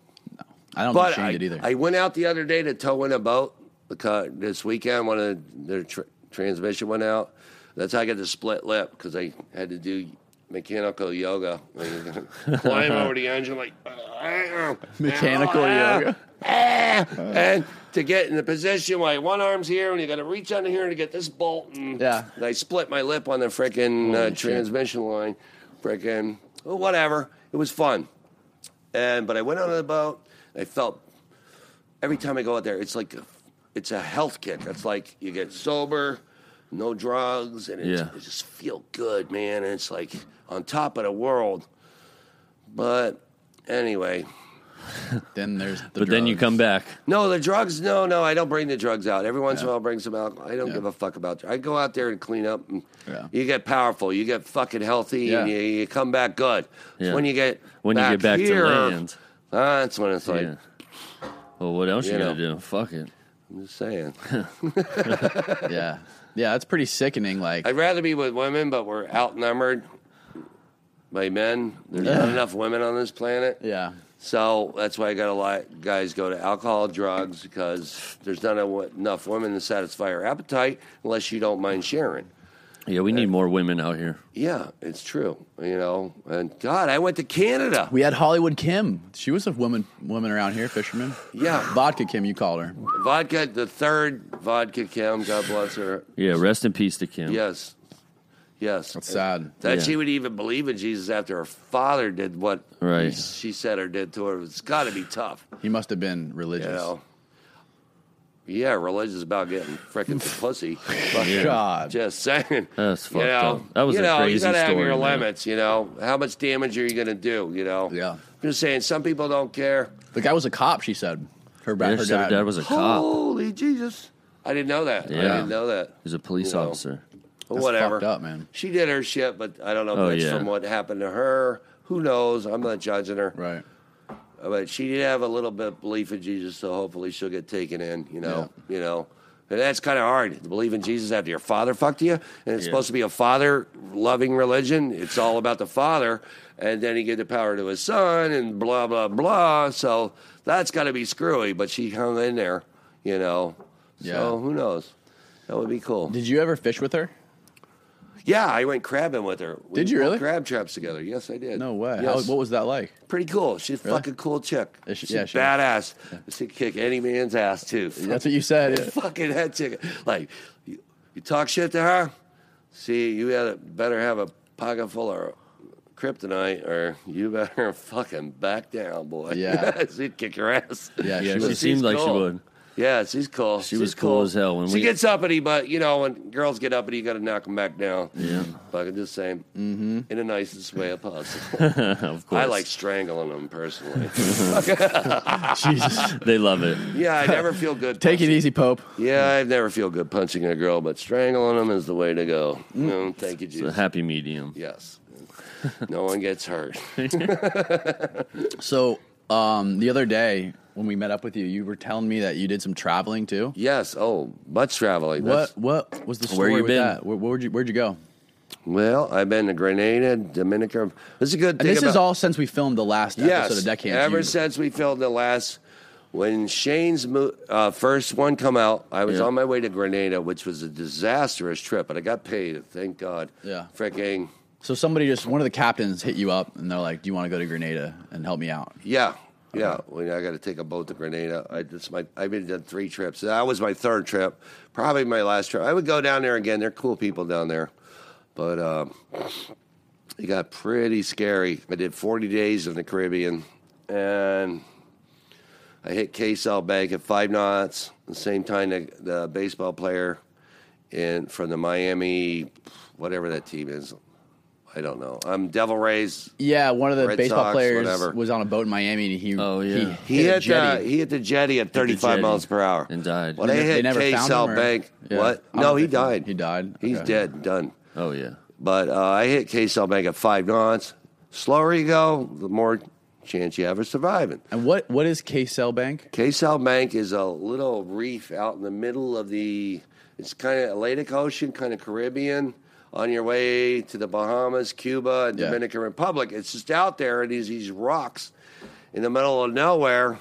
[SPEAKER 1] I don't
[SPEAKER 3] But
[SPEAKER 1] think
[SPEAKER 3] I,
[SPEAKER 1] Shane did either.
[SPEAKER 3] I went out the other day to tow in a boat because this weekend one of the tr- transmission went out. That's how I got the split lip because I had to do mechanical yoga. *laughs* Climb over the engine like *laughs*
[SPEAKER 1] Mechanical yoga.
[SPEAKER 3] and to get in the position where one arm's here and you got to reach under here to get this bolt. And,
[SPEAKER 1] Yeah.
[SPEAKER 3] and I split my lip on the frickin' uh, transmission line. Frickin' well, whatever. It was fun. And but I went out on the boat. I felt every time I go out there, it's like a, it's a health kick. It's like you get sober, no drugs, and it's,
[SPEAKER 4] Yeah.
[SPEAKER 3] it just feel good, man. And it's like on top of the world. But anyway,
[SPEAKER 1] then there's. The
[SPEAKER 4] but then you
[SPEAKER 1] drugs.
[SPEAKER 4] come back.
[SPEAKER 3] no, the drugs. No, no, I don't bring the drugs out. Every once in a
[SPEAKER 1] Yeah.
[SPEAKER 3] while, I bring some alcohol. I don't
[SPEAKER 1] Yeah.
[SPEAKER 3] give a fuck about. I go out there and clean up. And
[SPEAKER 1] Yeah.
[SPEAKER 3] You get powerful. You get fucking healthy, and
[SPEAKER 1] Yeah.
[SPEAKER 3] you, you come back good. It's
[SPEAKER 4] Yeah.
[SPEAKER 3] When you get
[SPEAKER 4] When you
[SPEAKER 3] back
[SPEAKER 4] get back
[SPEAKER 3] here,
[SPEAKER 4] to land.
[SPEAKER 3] that's when it's like.
[SPEAKER 4] yeah. Well, what else you,
[SPEAKER 3] You
[SPEAKER 4] gonna
[SPEAKER 3] know.
[SPEAKER 4] do? Fuck it.
[SPEAKER 3] I'm just saying.
[SPEAKER 1] Yeah, yeah, that's pretty sickening. Like,
[SPEAKER 3] I'd rather be with women, but we're outnumbered by men. There's not enough women on this planet.
[SPEAKER 1] yeah,
[SPEAKER 3] So that's why I got a lot guys go to alcohol, drugs, because there's not a- enough women to satisfy our appetite unless you don't mind sharing.
[SPEAKER 4] Yeah, we need more women out here.
[SPEAKER 3] Yeah, it's true. You know, and God, I went to Canada.
[SPEAKER 1] we had Hollywood Kim. She was a woman, woman around here, fisherman.
[SPEAKER 3] Yeah,
[SPEAKER 1] Vodka Kim, you called her.
[SPEAKER 3] vodka, the third vodka Kim. God bless her.
[SPEAKER 4] Yeah, rest in peace to Kim.
[SPEAKER 3] Yes, yes.
[SPEAKER 1] That's sad.
[SPEAKER 3] That
[SPEAKER 4] Yeah.
[SPEAKER 3] she would even believe in Jesus after her father did what
[SPEAKER 4] Right.
[SPEAKER 3] he- she said or did to her. It's got to be tough.
[SPEAKER 1] He must have been
[SPEAKER 3] You
[SPEAKER 1] religious.
[SPEAKER 3] know. Yeah, religion's about getting
[SPEAKER 4] *laughs*
[SPEAKER 3] frickin' pussy. Fucking
[SPEAKER 1] *laughs* God,
[SPEAKER 3] Just saying.
[SPEAKER 4] That's
[SPEAKER 3] you
[SPEAKER 4] fucked
[SPEAKER 3] know,
[SPEAKER 4] up. That was
[SPEAKER 3] you
[SPEAKER 4] a
[SPEAKER 3] know, you
[SPEAKER 4] crazy
[SPEAKER 3] gotta have
[SPEAKER 4] story,
[SPEAKER 3] your
[SPEAKER 4] man.
[SPEAKER 3] limits. You know, how much damage are you gonna do? You know.
[SPEAKER 1] Yeah.
[SPEAKER 3] I'm just saying, some people don't care.
[SPEAKER 1] the guy was a cop. She said. Her,
[SPEAKER 4] Yeah,
[SPEAKER 1] her,
[SPEAKER 4] she said her dad was a cop.
[SPEAKER 3] Holy Jesus! I didn't know that. I
[SPEAKER 4] Yeah.
[SPEAKER 3] didn't know that.
[SPEAKER 4] He's a police
[SPEAKER 3] You know.
[SPEAKER 4] officer.
[SPEAKER 3] But
[SPEAKER 1] That's
[SPEAKER 3] whatever.
[SPEAKER 1] fucked up, man.
[SPEAKER 3] She did her shit, but I don't know if
[SPEAKER 4] Oh,
[SPEAKER 3] that's
[SPEAKER 4] yeah.
[SPEAKER 3] from what happened to her. Who knows? I'm not judging her.
[SPEAKER 1] right.
[SPEAKER 3] But she did have a little bit of belief in Jesus, so hopefully she'll get taken in. You know, you know. And that's kind of hard to believe in Jesus after your father fucked you, and it's
[SPEAKER 4] Yeah.
[SPEAKER 3] supposed to be a father loving religion. It's all about the father, and then he gave the power to his son, and blah blah blah. So that's got to be screwy. But she hung in there, you know.
[SPEAKER 1] Yeah.
[SPEAKER 3] So who knows? That would be cool.
[SPEAKER 1] Did you ever fish with her?
[SPEAKER 3] yeah, I went crabbing with her. We
[SPEAKER 1] Did you
[SPEAKER 3] pulled
[SPEAKER 1] really?
[SPEAKER 3] crab traps together? Yes, I did.
[SPEAKER 1] No way.
[SPEAKER 3] Yes
[SPEAKER 1] How, what was that like?
[SPEAKER 3] pretty cool. She's a fucking cool chick.
[SPEAKER 1] Is she-
[SPEAKER 3] She's
[SPEAKER 1] yeah, she is.
[SPEAKER 3] badass. She could kick any man's ass
[SPEAKER 1] *laughs*
[SPEAKER 3] too.
[SPEAKER 1] That's what you said.
[SPEAKER 3] *laughs* fucking head chick. Like you, you talk shit to her. See, you had better have a pocket full of kryptonite, or you better *laughs* fucking back down, boy.
[SPEAKER 1] Yeah.
[SPEAKER 3] *laughs* she'd kick your ass.
[SPEAKER 1] Yeah, she
[SPEAKER 4] Yeah,
[SPEAKER 1] was-
[SPEAKER 4] she
[SPEAKER 3] She's
[SPEAKER 4] seemed like she
[SPEAKER 3] cool.
[SPEAKER 4] would.
[SPEAKER 3] Yeah, she's cool.
[SPEAKER 4] She was cool as hell when
[SPEAKER 3] she
[SPEAKER 4] we-
[SPEAKER 3] gets uppity, but you know when girls get uppity, you got to knock them back down.
[SPEAKER 4] Yeah. Mm-hmm.
[SPEAKER 3] fucking just saying in the nicest
[SPEAKER 4] *laughs*
[SPEAKER 3] way possible.
[SPEAKER 4] Of course.
[SPEAKER 3] I like strangling them personally.
[SPEAKER 1] *laughs* Jesus,
[SPEAKER 4] They love it.
[SPEAKER 3] Yeah, I never
[SPEAKER 4] *laughs*
[SPEAKER 3] feel good.
[SPEAKER 1] take it
[SPEAKER 3] punching.
[SPEAKER 1] easy, Pope.
[SPEAKER 3] Yeah, I never feel good punching a girl, but strangling them is the way to go.
[SPEAKER 4] Mm.
[SPEAKER 3] No, thank you,
[SPEAKER 4] It's a
[SPEAKER 3] Jesus.
[SPEAKER 4] happy medium.
[SPEAKER 3] yes,
[SPEAKER 4] *laughs*
[SPEAKER 3] no one gets hurt.
[SPEAKER 1] So um, the other day, when we met up with you, you were telling me that you did some traveling too.
[SPEAKER 3] Yes. Oh, much traveling. That's-
[SPEAKER 1] What what was the
[SPEAKER 4] Where
[SPEAKER 1] story
[SPEAKER 4] you
[SPEAKER 1] with
[SPEAKER 4] been?
[SPEAKER 1] that? Where, where'd you where'd you go?
[SPEAKER 3] Well, I've been to Grenada, Dominican. This is a good
[SPEAKER 1] And
[SPEAKER 3] thing.
[SPEAKER 1] this
[SPEAKER 3] about,
[SPEAKER 1] is all since we filmed the last
[SPEAKER 3] yes,
[SPEAKER 1] episode of Deckhand.
[SPEAKER 3] Ever
[SPEAKER 1] You-
[SPEAKER 3] since we filmed the last, when Shane's mo- uh, first one come out, I was
[SPEAKER 4] Yeah.
[SPEAKER 3] on my way to Grenada, which was a disastrous trip, but I got paid. Thank God.
[SPEAKER 1] Yeah.
[SPEAKER 3] Freaking
[SPEAKER 1] so somebody just one of the captains hit you up and they're like, "Do you want to go to Grenada and help me out?"
[SPEAKER 3] yeah. Yeah, when I got to take a boat to Grenada, I just my I've been done three trips. That was my third trip, probably my last trip. I would go down there again. They're cool people down there, but um, it got pretty scary. I did 40 days in the Caribbean, and I hit K-Cell Bank at five knots. The same time the, the baseball player in from the Miami, whatever that team is, I don't know. I'm Devil Rays.
[SPEAKER 1] Yeah, one of the
[SPEAKER 3] Red
[SPEAKER 1] baseball
[SPEAKER 3] Sox,
[SPEAKER 1] players
[SPEAKER 3] whatever.
[SPEAKER 1] was on a boat in Miami and he
[SPEAKER 4] Oh, yeah.
[SPEAKER 1] he, uh,
[SPEAKER 3] He
[SPEAKER 1] hit a
[SPEAKER 3] hit, the,
[SPEAKER 1] jetty.
[SPEAKER 3] he hit the jetty at 35
[SPEAKER 4] jetty
[SPEAKER 3] miles per hour
[SPEAKER 4] and died.
[SPEAKER 3] Well,
[SPEAKER 4] They
[SPEAKER 3] they,
[SPEAKER 1] ne- they
[SPEAKER 3] hit
[SPEAKER 1] never found
[SPEAKER 3] K-Cell
[SPEAKER 1] him or-
[SPEAKER 3] Bank.
[SPEAKER 1] Yeah.
[SPEAKER 3] What?
[SPEAKER 1] I don't
[SPEAKER 3] No, he
[SPEAKER 1] think he-
[SPEAKER 3] died.
[SPEAKER 1] he died?
[SPEAKER 3] He's
[SPEAKER 1] Okay.
[SPEAKER 3] dead. Done.
[SPEAKER 4] Oh yeah.
[SPEAKER 3] But uh, I hit K-Cell Bank at five knots. Slower you go, the more chance you have of surviving.
[SPEAKER 1] and what what is K Cell Bank?
[SPEAKER 3] K-Sal Bank is a little reef out in the middle of the. It's kind of Atlantic Ocean, kind of Caribbean. On your way to the Bahamas, Cuba, and
[SPEAKER 1] Yeah.
[SPEAKER 3] Dominican Republic, it's just out there, and these these rocks in the middle of nowhere.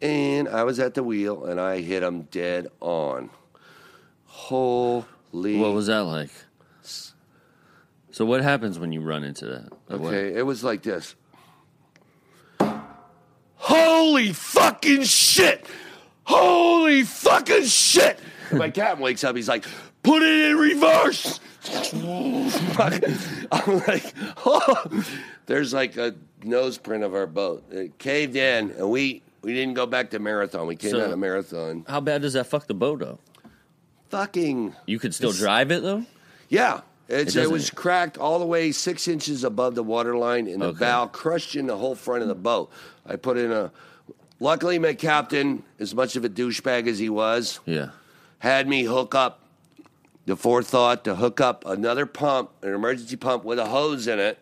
[SPEAKER 3] And I was at the wheel, and I hit them dead on. Holy!
[SPEAKER 4] What was that like? So what happens when you run into that? Like, what-
[SPEAKER 3] Okay, it was like this. Holy fucking shit! Holy fucking shit! And my cat wakes up. He's like, "Put it in reverse." *laughs* Fuck. I'm like, oh. There's like a nose print of our boat. It caved in, and we we didn't go back to marathon. We came
[SPEAKER 4] So-
[SPEAKER 3] out of marathon.
[SPEAKER 4] How bad does that fuck the boat up?
[SPEAKER 3] Fucking
[SPEAKER 4] You could still drive it though.
[SPEAKER 3] yeah. It's,
[SPEAKER 4] It
[SPEAKER 3] it,
[SPEAKER 4] doesn't-
[SPEAKER 3] was cracked all the way six inches above the waterline in the
[SPEAKER 4] Okay.
[SPEAKER 3] bow, crushed in the whole front of the boat. I put in a. Luckily, my captain, as much of a douchebag as he was,
[SPEAKER 4] Yeah.
[SPEAKER 3] had me hook up the forethought to hook up another pump, an emergency pump with a hose in it,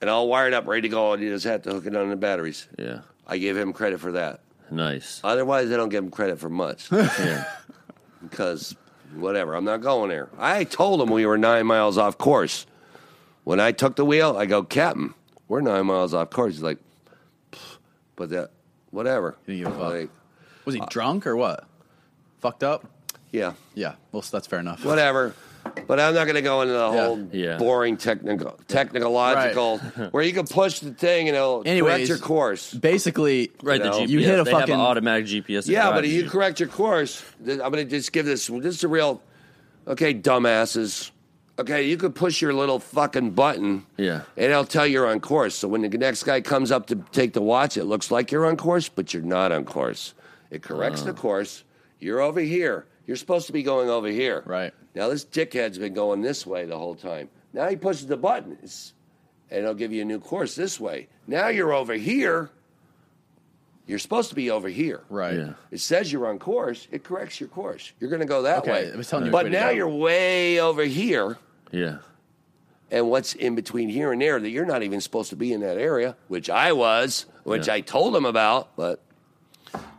[SPEAKER 3] and all wired up, ready to go. And you just had to hook it on the batteries.
[SPEAKER 4] Yeah.
[SPEAKER 3] I give him credit for that.
[SPEAKER 4] Nice.
[SPEAKER 3] Otherwise, I don't give him credit for much
[SPEAKER 4] yeah.
[SPEAKER 3] because whatever, I'm not going there. I told him we were nine miles off course. When I took the wheel, I go, Captain, we're nine miles off course. He's like, "Pff, but that, whatever.
[SPEAKER 1] didn't give a fuck.
[SPEAKER 3] Like,
[SPEAKER 1] Was he drunk or what? Fucked up?
[SPEAKER 3] yeah,
[SPEAKER 1] Yeah. Well, so that's fair enough.
[SPEAKER 3] whatever. But I'm not going to go into the
[SPEAKER 1] Yeah.
[SPEAKER 3] whole
[SPEAKER 4] Yeah.
[SPEAKER 3] boring technical, technological,
[SPEAKER 1] *laughs*
[SPEAKER 3] where you can push the thing and it'll correct
[SPEAKER 1] Anyways.
[SPEAKER 3] your course.
[SPEAKER 1] Basically,
[SPEAKER 4] Right.
[SPEAKER 3] You know?
[SPEAKER 4] the GPS.
[SPEAKER 1] You hit a
[SPEAKER 4] they
[SPEAKER 1] fucking-
[SPEAKER 4] have an automatic GPS. that
[SPEAKER 3] Yeah, but
[SPEAKER 4] drives
[SPEAKER 3] if you correct your course, th- I'm going to just give this. This is a real, okay, dumbasses. Okay, you could push your little fucking button.
[SPEAKER 4] Yeah.
[SPEAKER 3] And it'll tell you're on course. So when the next guy comes up to take the watch, it looks like you're on course, but you're not on course. It corrects
[SPEAKER 1] Uh.
[SPEAKER 3] the course. You're over here. You're supposed to be going over here.
[SPEAKER 1] Right.
[SPEAKER 3] Now this dickhead's been going this way the whole time. Now he pushes the button, it's- and it'll give you a new course this way. Now you're over here. You're supposed to be over here.
[SPEAKER 1] Right.
[SPEAKER 4] Yeah.
[SPEAKER 3] It says you're on course. It corrects your course. You're going to go that
[SPEAKER 1] Okay,
[SPEAKER 3] way.
[SPEAKER 1] it was telling you
[SPEAKER 3] but
[SPEAKER 1] which way to
[SPEAKER 3] now
[SPEAKER 1] go.
[SPEAKER 3] you're way over here,
[SPEAKER 4] Yeah.
[SPEAKER 3] and what's in between here and there that you're not even supposed to be in that area, which I was, which
[SPEAKER 4] Yeah.
[SPEAKER 3] I told them about. But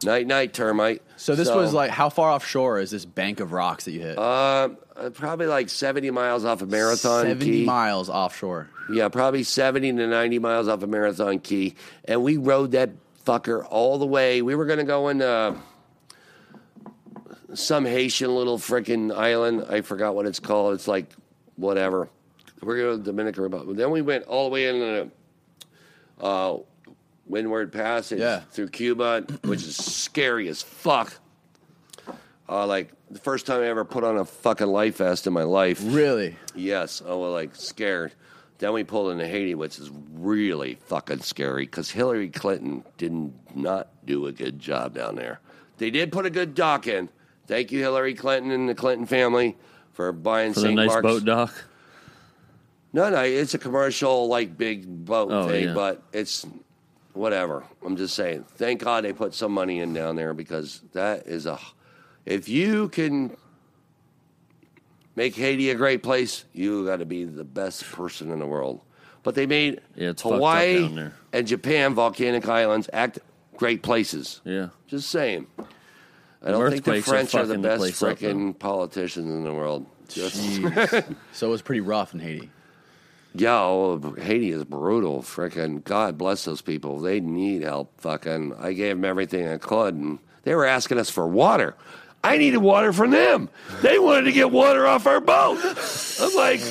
[SPEAKER 3] night, night, termite.
[SPEAKER 1] So this was like how far offshore is this bank of rocks that you hit?
[SPEAKER 3] um, uh, probably like 70 miles off of Marathon
[SPEAKER 1] Seventy
[SPEAKER 3] Key.
[SPEAKER 1] miles offshore.
[SPEAKER 3] Yeah, probably 70 to 90 miles off of Marathon Key. And we rode that fucker all the way. We were going to go into some Haitian little frickin' island. I forgot what it's called. It's like whatever. We're going to Dominican Republic. Then we went all the way into the uh, Windward Passage
[SPEAKER 1] Yeah.
[SPEAKER 3] through Cuba, which is scary as fuck. Uh, like the first time I ever put on a fucking life vest in my life.
[SPEAKER 1] Really?
[SPEAKER 3] Yes, I was like scared. Then we pulled into Haiti, which is really fucking scary because Hillary Clinton did not do a good job down there. They did put a good dock in. Thank you, Hillary Clinton and the Clinton family, for buying
[SPEAKER 4] For the
[SPEAKER 3] St.
[SPEAKER 4] nice
[SPEAKER 3] Mark's.
[SPEAKER 4] boat dock.
[SPEAKER 3] No, no, it's a commercial like big boat
[SPEAKER 4] Oh,
[SPEAKER 3] thing,
[SPEAKER 4] yeah.
[SPEAKER 3] but it's whatever. I'm just saying. Thank God they put some money in down there because that is a. If you can make Haiti a great place, you got to be the best person in the world. But they made
[SPEAKER 4] Yeah, it's fucked up
[SPEAKER 3] Hawaii
[SPEAKER 4] down there.
[SPEAKER 3] and Japan volcanic islands act great places. *laughs*
[SPEAKER 4] Yeah.
[SPEAKER 3] Just saying. I don't think the
[SPEAKER 4] Earthquakes are
[SPEAKER 3] French are the
[SPEAKER 4] fucking the
[SPEAKER 3] best
[SPEAKER 4] place up,
[SPEAKER 3] freaking politicians in the world. Just,
[SPEAKER 1] So it was pretty rough in Haiti.
[SPEAKER 3] yeah, oh, Haiti is brutal. Freaking God bless those people. They need help. Fucking, I gave them everything I could, and they were asking us for water. I needed water from them. They wanted to get water off our boat. I'm like,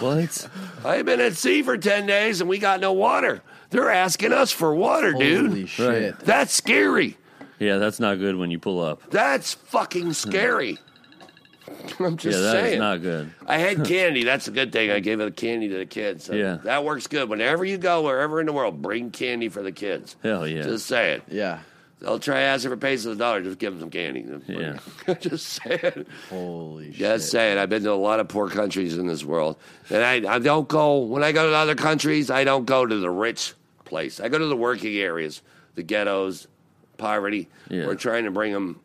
[SPEAKER 4] What?
[SPEAKER 3] I've been at sea for ten days and we got no water. They're asking us for water, dude.
[SPEAKER 1] Holy shit.
[SPEAKER 3] That's scary.
[SPEAKER 4] yeah, that's not good when you pull up.
[SPEAKER 3] That's fucking scary. *laughs* I'm just
[SPEAKER 4] yeah, that is
[SPEAKER 3] saying.
[SPEAKER 4] not good.
[SPEAKER 3] I
[SPEAKER 4] *laughs*
[SPEAKER 3] had candy. That's a good thing. I gave the candy to the kids. So
[SPEAKER 4] Yeah.
[SPEAKER 3] That works good. Whenever you go, wherever in the world, bring candy for the kids.
[SPEAKER 4] Hell yeah.
[SPEAKER 3] Just saying.
[SPEAKER 1] Yeah.
[SPEAKER 3] They'll try asking for pesos a dollar. Just give them some candy.
[SPEAKER 4] Yeah.
[SPEAKER 3] *laughs* just saying.
[SPEAKER 1] Holy shit.
[SPEAKER 3] Just saying. I've been to a lot of poor countries in this world. And I, I don't go, when I go to other countries, I don't go to the rich place. I go to the working areas, the ghettos, poverty.
[SPEAKER 4] Yeah.
[SPEAKER 3] We're trying to bring them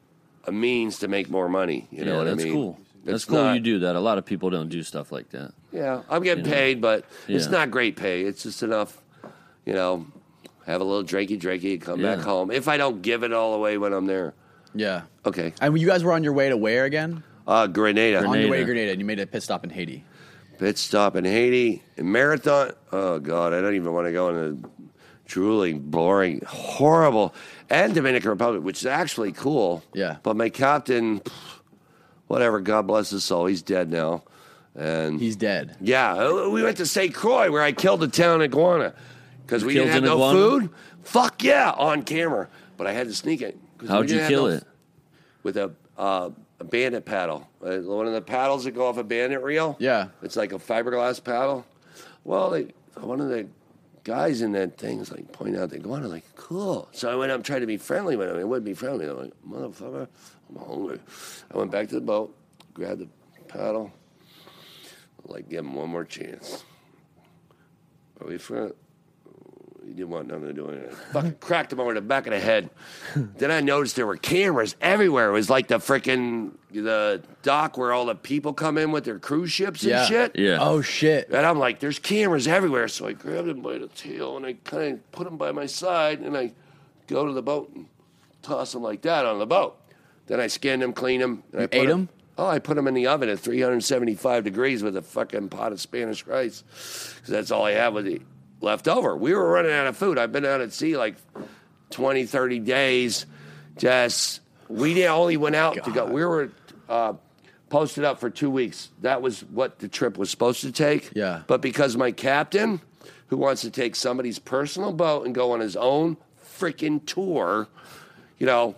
[SPEAKER 3] a means to make more money. You know
[SPEAKER 4] yeah,
[SPEAKER 3] what
[SPEAKER 4] that's
[SPEAKER 3] I mean?
[SPEAKER 4] cool. That's
[SPEAKER 3] It's
[SPEAKER 4] cool
[SPEAKER 3] not-
[SPEAKER 4] you do that. A lot of people don't do stuff like that.
[SPEAKER 3] Yeah, I'm getting paid, but it's
[SPEAKER 4] Yeah.
[SPEAKER 3] not great pay. It's just enough, you know, have a little drinky drinky and come back
[SPEAKER 4] Yeah.
[SPEAKER 3] home. If I don't give it all away when I'm there.
[SPEAKER 1] Yeah.
[SPEAKER 3] Okay.
[SPEAKER 1] And you guys were on your way to where again?
[SPEAKER 3] Uh, Grenada.
[SPEAKER 1] On your way to
[SPEAKER 4] Grenada.
[SPEAKER 1] Grenada, and you made a pit stop in Haiti.
[SPEAKER 3] Pit stop in Haiti. In marathon. Oh, God. I don't even want to go into drooling, boring, horrible. And Dominican Republic, which is actually cool.
[SPEAKER 1] Yeah.
[SPEAKER 3] But my captain, pff, whatever, God bless his soul. He's dead now. And
[SPEAKER 1] He's dead.
[SPEAKER 3] Yeah, uh, we went to St. Croix where I killed a town iguana because we
[SPEAKER 4] killed
[SPEAKER 3] didn't have
[SPEAKER 4] an
[SPEAKER 3] no
[SPEAKER 4] iguana?
[SPEAKER 3] food. Fuck yeah, on camera, but I had to sneak it. 'cause we
[SPEAKER 4] How'd
[SPEAKER 3] didn't
[SPEAKER 4] you
[SPEAKER 3] have
[SPEAKER 4] kill
[SPEAKER 3] no-
[SPEAKER 4] it?
[SPEAKER 3] With a, uh, a bandit paddle, uh, one of the paddles that go off a bandit reel.
[SPEAKER 1] Yeah.
[SPEAKER 3] it's like a fiberglass paddle. Well, they, one of the guys in that thing is like pointing out the iguana, like cool. So I went up trying to be friendly with him. It wouldn't be friendly. I'm like motherfucker, I'm hungry. I went back to the boat, grabbed the paddle, like give him one more chance. Are we friends? He didn't want nothing to do with it. Fucking *laughs* cracked him over the back of the head. then I noticed there were cameras everywhere. It was like the freaking the dock where all the people come in with their cruise ships and
[SPEAKER 1] Yeah.
[SPEAKER 3] shit.
[SPEAKER 4] Yeah.
[SPEAKER 1] Oh shit.
[SPEAKER 3] And I'm like, there's cameras everywhere. So I grabbed him by the tail and I kind of put him by my side and I go to the boat and toss him like that on the boat. Then I skinned him, cleaned him. And I put
[SPEAKER 1] ate him?
[SPEAKER 3] Oh, I put him in the oven at 375 degrees with a fucking pot of Spanish rice. 'Cause that's all I had was the left over. We were running out of food. I've been out at sea like 20, 30 days. Just, we didn't- only went out to go. We were uh, posted up for two weeks. That was what the trip was supposed to take.
[SPEAKER 1] Yeah.
[SPEAKER 3] But because my captain, who wants to take somebody's personal boat and go on his own freaking tour, you know,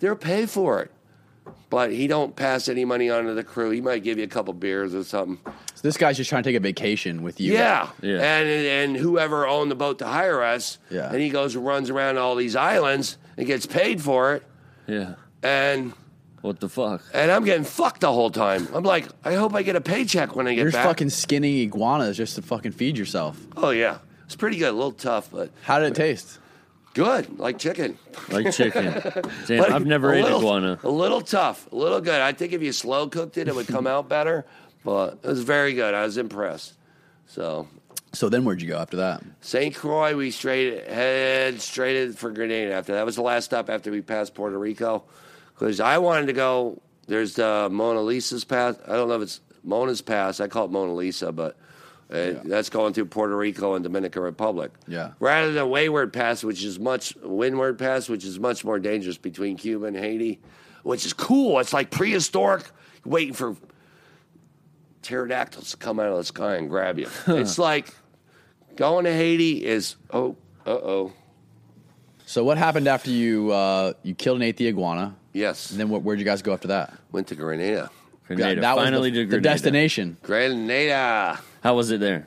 [SPEAKER 3] they're paid for it. But he don't pass any money on to the crew. He might give you a couple beers or something.
[SPEAKER 1] So this guy's just trying to take a vacation with you.
[SPEAKER 3] Yeah.
[SPEAKER 4] Yeah.
[SPEAKER 3] And and whoever owned the boat to hire us.
[SPEAKER 1] Yeah.
[SPEAKER 3] And he goes and runs around all these islands and gets paid for it.
[SPEAKER 4] Yeah.
[SPEAKER 3] And
[SPEAKER 4] What the fuck?
[SPEAKER 3] and I'm getting fucked the whole time. I'm like, I hope I get a paycheck when I get
[SPEAKER 1] You're
[SPEAKER 3] back.
[SPEAKER 1] fucking skinny iguanas just to fucking feed yourself.
[SPEAKER 3] oh yeah. It's pretty good, a little tough, but
[SPEAKER 1] How did it taste?
[SPEAKER 3] good, like chicken.
[SPEAKER 4] Like
[SPEAKER 3] *laughs*
[SPEAKER 4] chicken. Damn,
[SPEAKER 3] Like,
[SPEAKER 4] I've never
[SPEAKER 3] a
[SPEAKER 4] ate
[SPEAKER 3] little- *laughs*
[SPEAKER 4] iguana.
[SPEAKER 3] A little tough, a little good. I think if you slow cooked it, it would
[SPEAKER 1] *laughs*
[SPEAKER 3] come out better. But it was very good. I was impressed. So
[SPEAKER 1] So then where'd you go after that?
[SPEAKER 3] St. Croix, we straight head straight for Grenada. After that was the last stop after we passed Puerto Rico, because I wanted to go. There's the Mona Lisa's pass. I don't know if it's Mona's pass. I call it Mona Lisa, but uh, that's going through Puerto Rico and Dominican Republic.
[SPEAKER 1] Yeah.
[SPEAKER 3] Rather than Wayward Pass, which is much Windward Pass, which is much more dangerous between Cuba and Haiti, which is cool. It's like prehistoric, waiting for pterodactyls to come out of the sky and grab you. it's like going to Haiti is oh uh oh
[SPEAKER 1] So what happened after you uh, you killed an eighth iguana?
[SPEAKER 3] yes.
[SPEAKER 1] And then wh- where'd you guys go after that?
[SPEAKER 3] Went to Grenada.
[SPEAKER 4] Grenada.
[SPEAKER 1] That was the-
[SPEAKER 4] Finally
[SPEAKER 1] the,
[SPEAKER 4] did Grenada.
[SPEAKER 1] destination.
[SPEAKER 3] Grenada.
[SPEAKER 4] How was it there?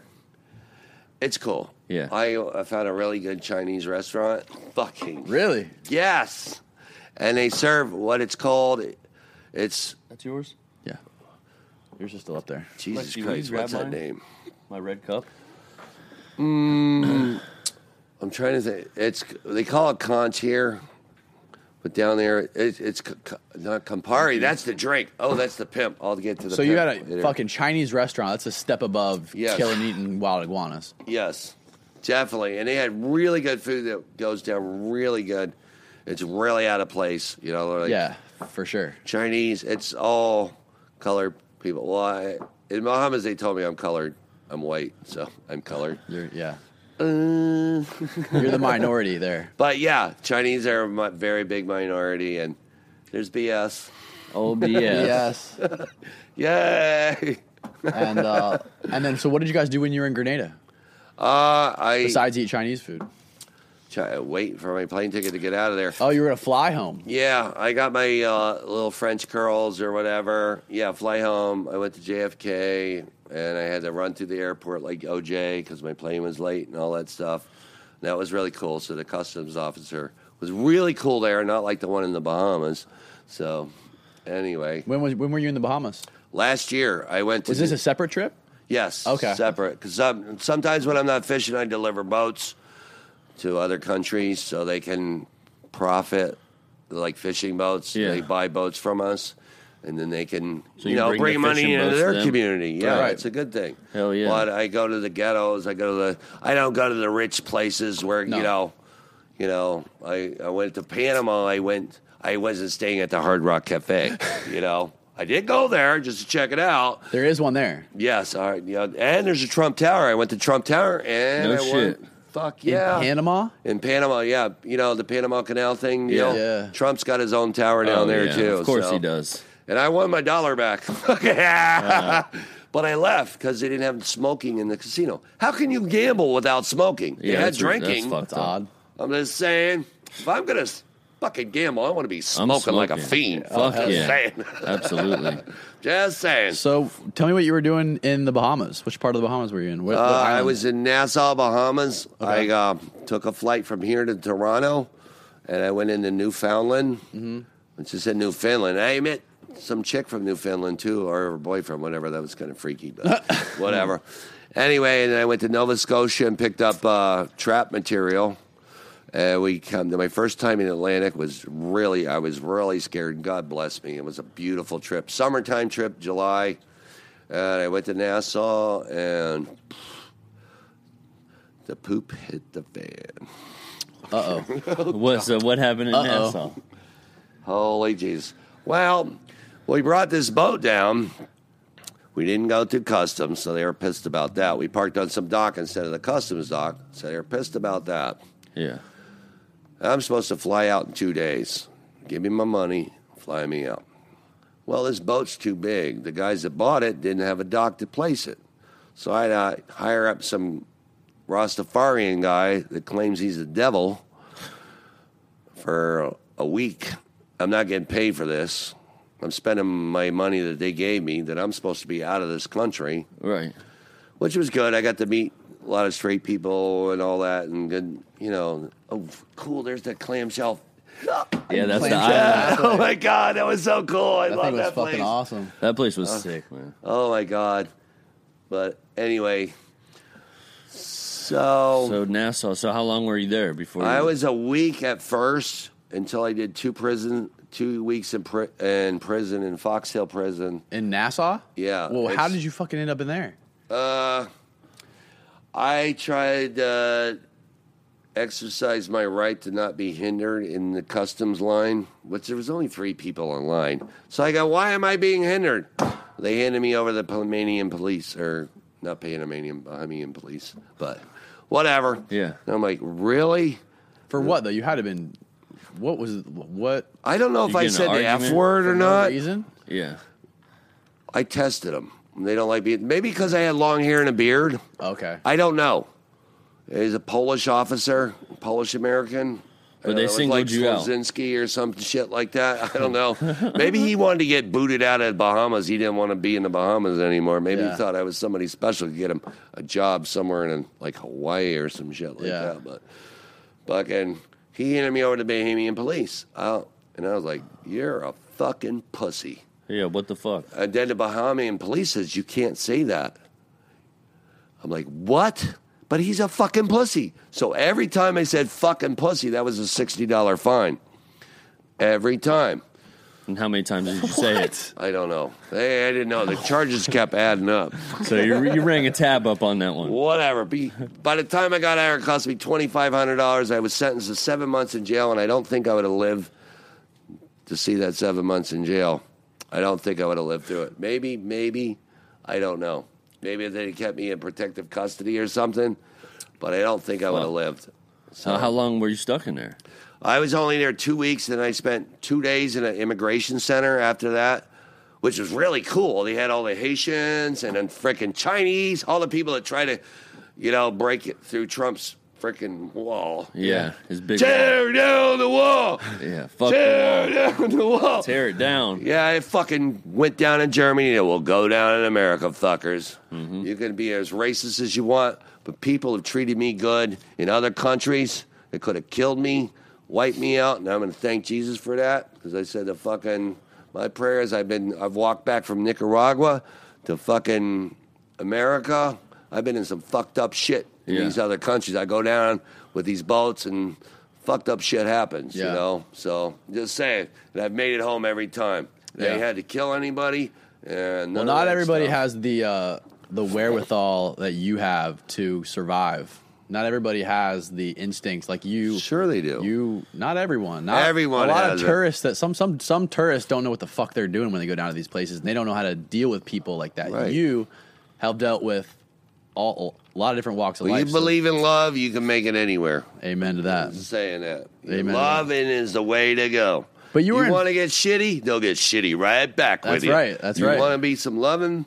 [SPEAKER 3] It's cool.
[SPEAKER 4] Yeah.
[SPEAKER 3] I, I found a really good Chinese restaurant. Fucking
[SPEAKER 1] Really?
[SPEAKER 3] yes, and they serve what it's called. It's
[SPEAKER 4] That's yours?
[SPEAKER 1] Yeah. Yours is still up there.
[SPEAKER 3] Jesus
[SPEAKER 4] do you
[SPEAKER 3] Christ.
[SPEAKER 4] grab
[SPEAKER 3] What's that
[SPEAKER 4] mine?
[SPEAKER 3] name?
[SPEAKER 4] My red cup?
[SPEAKER 3] I'm trying to think. It's they call it conch here, but down there it, it's c- c- not Campari. That's the drink. Oh, that's the pimp. I'll get to the.
[SPEAKER 1] So you had
[SPEAKER 3] pimp
[SPEAKER 1] a
[SPEAKER 3] later.
[SPEAKER 1] fucking Chinese restaurant. That's a step above
[SPEAKER 3] Yes.
[SPEAKER 1] killing eating wild iguanas.
[SPEAKER 3] yes. Definitely. And they had really good food that goes down really good. It's really out of place, you know. Like
[SPEAKER 1] yeah, for sure.
[SPEAKER 3] Chinese, it's all colored people. Well, I, in Bahamas, they told me I'm colored. I'm white, so *laughs* I'm colored.
[SPEAKER 1] You're, yeah,
[SPEAKER 3] Uh, *laughs*
[SPEAKER 1] you're the minority there.
[SPEAKER 3] but yeah, Chinese are a mi- very big minority, and there's BS.
[SPEAKER 4] OBS.
[SPEAKER 3] *laughs*
[SPEAKER 1] Yes.
[SPEAKER 3] Yay! *laughs*
[SPEAKER 1] And uh, and then, so what did you guys do when you were in Grenada
[SPEAKER 3] Uh, I
[SPEAKER 1] besides eat Chinese food?
[SPEAKER 3] try, waiting for my plane ticket to get out of there.
[SPEAKER 1] Oh, you were gonna fly home.
[SPEAKER 3] Yeah, I got my uh, little French curls or whatever. Yeah, fly home. I went to JFK and I had to run through the airport like OJ because my plane was late and all that stuff. And that was really cool. So the customs officer was really cool there, not like the one in the Bahamas. So anyway,
[SPEAKER 1] When was when were you in the Bahamas?
[SPEAKER 3] last year I went to
[SPEAKER 1] Was this a separate trip?
[SPEAKER 3] yes,
[SPEAKER 1] Okay.
[SPEAKER 3] separate because some, sometimes when I'm not fishing, I deliver boats to other countries so they can profit like fishing boats.
[SPEAKER 4] Yeah.
[SPEAKER 3] They buy boats from us, and then they can
[SPEAKER 4] So
[SPEAKER 3] you
[SPEAKER 4] you
[SPEAKER 3] know
[SPEAKER 4] bring
[SPEAKER 3] bring,
[SPEAKER 4] the
[SPEAKER 3] money
[SPEAKER 4] fishing
[SPEAKER 3] into
[SPEAKER 4] boats to
[SPEAKER 3] their
[SPEAKER 4] them?
[SPEAKER 3] community. Yeah,
[SPEAKER 1] Right.
[SPEAKER 3] it's a good thing.
[SPEAKER 4] Hell yeah.
[SPEAKER 3] But I go to the ghettos. I go to the. I don't go to the rich places where
[SPEAKER 1] No.
[SPEAKER 3] you know. You know, I, I went to Panama. I went. I wasn't staying at the Hard Rock Cafe. you know, I did go there just to check it out.
[SPEAKER 1] There is one there.
[SPEAKER 3] Yes, all right. Yeah, and there's a Trump Tower. I went to Trump Tower and
[SPEAKER 4] No
[SPEAKER 3] I
[SPEAKER 4] shit.
[SPEAKER 3] Went, fuck yeah.
[SPEAKER 1] In Panama?
[SPEAKER 3] In Panama, yeah. You know, the Panama Canal thing, you
[SPEAKER 4] Yeah.
[SPEAKER 3] know?
[SPEAKER 1] Yeah.
[SPEAKER 3] Trump's got his own tower
[SPEAKER 4] Oh,
[SPEAKER 3] down there
[SPEAKER 4] yeah,
[SPEAKER 3] too.
[SPEAKER 4] Of course
[SPEAKER 3] so-
[SPEAKER 4] he does.
[SPEAKER 3] And I won my dollar back. *laughs*
[SPEAKER 4] Uh.
[SPEAKER 3] But I left because they didn't have smoking in the casino. How can you gamble without smoking? They had
[SPEAKER 4] that's- that's
[SPEAKER 3] drinking.
[SPEAKER 4] fucked
[SPEAKER 1] That's
[SPEAKER 4] up.
[SPEAKER 1] odd.
[SPEAKER 3] I'm just saying, if I'm gonna s- fucking gamble, I want to be smoking, like a
[SPEAKER 4] smoking.
[SPEAKER 3] fiend.
[SPEAKER 4] Fuck
[SPEAKER 3] just
[SPEAKER 4] yeah.
[SPEAKER 3] saying. *laughs*
[SPEAKER 4] Absolutely.
[SPEAKER 3] just saying.
[SPEAKER 1] So tell me what you were doing in the Bahamas. Which part of the Bahamas were you in? What, what
[SPEAKER 3] Uh, I
[SPEAKER 1] island?
[SPEAKER 3] was in Nassau, Bahamas.
[SPEAKER 1] Okay.
[SPEAKER 3] I uh, took a flight from here to Toronto, and I went into Newfoundland,
[SPEAKER 1] Mm-hmm.
[SPEAKER 3] which is in Newfoundland. I met some chick from Newfoundland too, or her boyfriend, whatever. That was kind of
[SPEAKER 1] *laughs*
[SPEAKER 3] freaky, but whatever. Anyway, and then I went to Nova Scotia and picked up uh, trap material. And we come to my first time in Atlantic was really I was really scared. God bless me. It was a beautiful trip, summertime trip, July. And I went to Nassau, and the poop hit the fan.
[SPEAKER 4] What, so what happened in Nassau?
[SPEAKER 3] Holy jeez. Well, we brought this boat down. We didn't go through customs, so they were pissed about that. We parked on some dock instead of the customs dock, so they were pissed about that.
[SPEAKER 4] Yeah.
[SPEAKER 3] I'm supposed to fly out in two days. Give me my money, fly me out. Well, this boat's too big. The guys that bought it didn't have a dock to place it. So I uh, hire up some Rastafarian guy that claims he's the devil for a week. I'm not getting paid for this. I'm spending my money that they gave me that I'm supposed to be out of this country
[SPEAKER 4] Right.
[SPEAKER 3] which was good. I got to meet a lot of straight people and all that, and good, you know. Oh, cool! There's that clamshell.
[SPEAKER 4] Yeah, that's the
[SPEAKER 1] Clam
[SPEAKER 4] island.
[SPEAKER 1] chowder.
[SPEAKER 3] *laughs* Oh my god, that was so cool! I
[SPEAKER 1] That
[SPEAKER 3] love
[SPEAKER 1] thing was
[SPEAKER 3] that
[SPEAKER 1] fucking
[SPEAKER 3] place.
[SPEAKER 1] awesome.
[SPEAKER 4] That place was sick, man.
[SPEAKER 3] Oh my god! But anyway, so,
[SPEAKER 4] So Nassau. So how long were you there before?
[SPEAKER 3] I
[SPEAKER 4] you-
[SPEAKER 3] was a week at first until I did two prison, two weeks in, pri- in prison in Fox Hill Prison.
[SPEAKER 1] In Nassau?
[SPEAKER 3] Yeah,
[SPEAKER 1] Well, how
[SPEAKER 3] it's-
[SPEAKER 1] did you fucking end up in there?
[SPEAKER 3] I tried to exercise my right to not be hindered in the customs line, which there was only three people on line. So I go, why am I being hindered? They handed me over to the Panamanian police, or not Panamanian, Bahamian police, but whatever.
[SPEAKER 4] Yeah.
[SPEAKER 3] And I'm like, really?
[SPEAKER 1] For what though? You had to been. What was what
[SPEAKER 3] I don't know
[SPEAKER 4] You
[SPEAKER 3] if I
[SPEAKER 4] get in an
[SPEAKER 3] said the F
[SPEAKER 4] argument
[SPEAKER 3] word or not.
[SPEAKER 1] reason?
[SPEAKER 4] Yeah.
[SPEAKER 3] I tested them. They don't like me. Maybe because I had long hair and a beard.
[SPEAKER 1] Okay.
[SPEAKER 3] I don't know. He's a Polish officer, Polish American.
[SPEAKER 4] But they
[SPEAKER 3] sing like
[SPEAKER 4] singled you out.
[SPEAKER 3] Swazinski or some shit like that.
[SPEAKER 4] *laughs*
[SPEAKER 3] I don't know. Maybe he wanted to get booted out of Bahamas. He didn't want to be in the Bahamas anymore. Maybe
[SPEAKER 1] Yeah.
[SPEAKER 3] he thought I was somebody special to get him a job somewhere in like Hawaii or some shit like
[SPEAKER 1] Yeah.
[SPEAKER 3] that. But fucking, he handed me over to Bahamian police. Uh, and I was like, "You're a fucking pussy."
[SPEAKER 4] Yeah. What the fuck?
[SPEAKER 3] And then the Bahamian police says, You can't say that. I'm like, What? But he's a fucking pussy. So every time I said fucking pussy, that was a $60 fine. Every time.
[SPEAKER 4] And how many times did you say
[SPEAKER 3] *laughs*
[SPEAKER 4] it?
[SPEAKER 3] I don't know. Hey, I didn't know. The charges kept adding up.
[SPEAKER 4] So you you rang a tab up on that one.
[SPEAKER 3] Whatever. Be, by the time I got out, it cost me twenty five hundred dollars. I was sentenced to seven months in jail, and I don't think I would have lived to see that seven months in jail. I don't think I would have lived through it. Maybe, maybe, I don't know. Maybe if they kept me in protective custody or something, but I don't think I would have
[SPEAKER 4] Well.
[SPEAKER 3] lived.
[SPEAKER 4] So how long were you stuck in there?
[SPEAKER 3] I was only there two weeks, and I spent two days in an immigration center after that, which was really cool. They had all the Haitians and then freaking Chinese, all the people that try to, you know, break it through Trump's freaking wall.
[SPEAKER 4] Yeah, his big. wall.
[SPEAKER 3] Tear down the wall!
[SPEAKER 4] Yeah, fuck
[SPEAKER 3] Tear
[SPEAKER 4] the wall.
[SPEAKER 3] down the wall!
[SPEAKER 4] Tear it down.
[SPEAKER 3] Yeah, I fucking went down in Germany. It will go down in America, fuckers. You can be as racist as you want, but people have treated me good in other countries. They could have killed me, wiped me out, and I'm going to thank Jesus for that because I said the fucking my prayers. I've been I've walked back from Nicaragua to fucking America. I've been in some fucked up shit in
[SPEAKER 4] Yeah.
[SPEAKER 3] these other countries. I go down with these boats and fucked up shit happens. You
[SPEAKER 1] Yeah.
[SPEAKER 3] know. So just saying that I've made it home every time. They
[SPEAKER 1] Yeah.
[SPEAKER 3] had to kill anybody, and
[SPEAKER 1] Well,
[SPEAKER 3] none of
[SPEAKER 1] not
[SPEAKER 3] that
[SPEAKER 1] everybody
[SPEAKER 3] stuff.
[SPEAKER 1] has the uh, the wherewithal that you have to survive. Not everybody has the instincts like you.
[SPEAKER 3] Sure, they do.
[SPEAKER 1] You, not everyone. Not
[SPEAKER 3] Everyone
[SPEAKER 1] A lot
[SPEAKER 3] has it.
[SPEAKER 1] of tourists that some some some tourists don't know what the fuck they're doing when they go down to these places. and They don't know how to deal with people like that.
[SPEAKER 3] Right.
[SPEAKER 1] You have dealt with all a lot of different walks of
[SPEAKER 3] When you
[SPEAKER 1] life. so
[SPEAKER 3] believe in love, you can make it anywhere.
[SPEAKER 1] amen to that.
[SPEAKER 3] Just saying that.
[SPEAKER 1] Amen.
[SPEAKER 3] Loving is the way to go.
[SPEAKER 1] But you were in-
[SPEAKER 3] want to get shitty? They'll get shitty right back with
[SPEAKER 1] That's
[SPEAKER 3] you.
[SPEAKER 1] right, that's right.
[SPEAKER 3] You want to be some loving?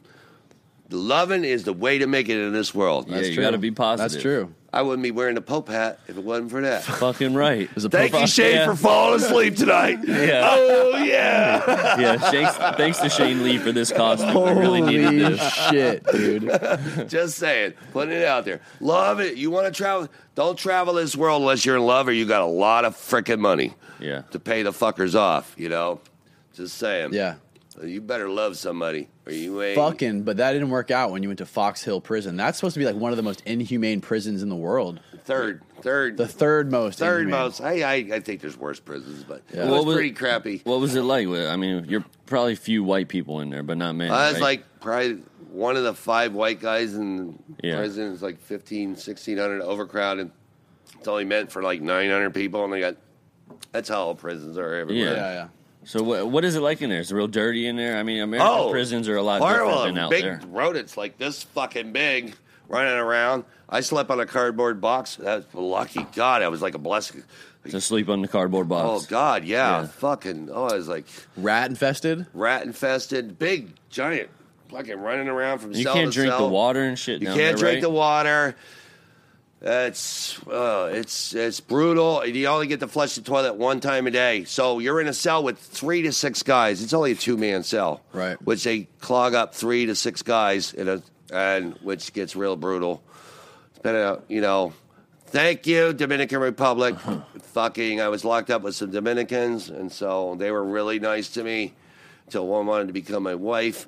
[SPEAKER 3] Loving is the way to make it in this world.
[SPEAKER 4] Yeah, you got to be positive.
[SPEAKER 1] That's true.
[SPEAKER 3] I wouldn't be wearing a pope hat if it wasn't for that.
[SPEAKER 1] *laughs*
[SPEAKER 4] Fucking right.
[SPEAKER 1] There's a
[SPEAKER 3] Thank you,
[SPEAKER 1] profile-
[SPEAKER 3] Shane,
[SPEAKER 4] Yeah.
[SPEAKER 3] for falling
[SPEAKER 1] *laughs*
[SPEAKER 3] asleep tonight.
[SPEAKER 4] *laughs* Yeah.
[SPEAKER 3] Oh yeah.
[SPEAKER 4] yeah, thanks, thanks to Shane Lee for this costume. I really needed
[SPEAKER 1] Holy
[SPEAKER 4] this.
[SPEAKER 1] shit, dude!
[SPEAKER 3] Just saying, putting it out there. Love it. You want to travel? Don't travel this world unless you're in love or you got a lot of freaking money
[SPEAKER 4] Yeah.
[SPEAKER 3] to pay the fuckers off. You know. Just saying. *laughs*
[SPEAKER 1] Yeah,
[SPEAKER 3] You better love somebody or you ain't.
[SPEAKER 1] fucking. But that didn't work out when you went to Fox Hill Prison. That's supposed to be like one of the most inhumane prisons in the world.
[SPEAKER 3] Third, third,
[SPEAKER 1] The third most.
[SPEAKER 3] third
[SPEAKER 1] inhumane.
[SPEAKER 3] most. I, I, I think there's worse prisons, but it
[SPEAKER 4] What
[SPEAKER 3] was,
[SPEAKER 4] was-
[SPEAKER 3] pretty crappy.
[SPEAKER 4] What was it like? I mean, you're probably few white people in there, but not many.
[SPEAKER 3] I was
[SPEAKER 4] right?
[SPEAKER 3] like probably one of the five white guys in
[SPEAKER 4] Yeah.
[SPEAKER 3] prison. It's like 15, 1600 overcrowded. It's only meant for like 900 people, and they got that's how all prisons are everywhere.
[SPEAKER 1] Yeah, yeah.
[SPEAKER 4] So what, what is it like in there? Is it real dirty in there? I mean, American prisons are a lot
[SPEAKER 3] horrible.
[SPEAKER 4] different than out
[SPEAKER 3] Oh, big
[SPEAKER 4] there.
[SPEAKER 3] rodents like this fucking big running around. I slept on a cardboard box. That was lucky. God, I was like a blessing.
[SPEAKER 4] To sleep on the cardboard
[SPEAKER 3] Oh
[SPEAKER 4] box.
[SPEAKER 3] God, yeah,
[SPEAKER 4] Yeah.
[SPEAKER 3] fucking. Oh, I was like
[SPEAKER 1] Rat infested.
[SPEAKER 3] rat infested, big giant, fucking running around from
[SPEAKER 4] you
[SPEAKER 3] cell
[SPEAKER 4] can't
[SPEAKER 3] to
[SPEAKER 4] drink the
[SPEAKER 3] cell.
[SPEAKER 4] water and shit.
[SPEAKER 3] You
[SPEAKER 4] down
[SPEAKER 3] can't
[SPEAKER 4] there,
[SPEAKER 3] drink
[SPEAKER 4] right?
[SPEAKER 3] the water. Uh, It's uh, it's it's brutal. You only get to flush the toilet one time a day, so you're in a cell with three to six guys. It's only a two man cell,
[SPEAKER 1] Right.
[SPEAKER 3] Which they clog up three to six guys in a, and which gets real brutal. Depending on you know, thank you Dominican Republic.
[SPEAKER 4] Uh-huh.
[SPEAKER 3] Fucking, I was locked up with some Dominicans, and so they were really nice to me until one wanted to become my wife.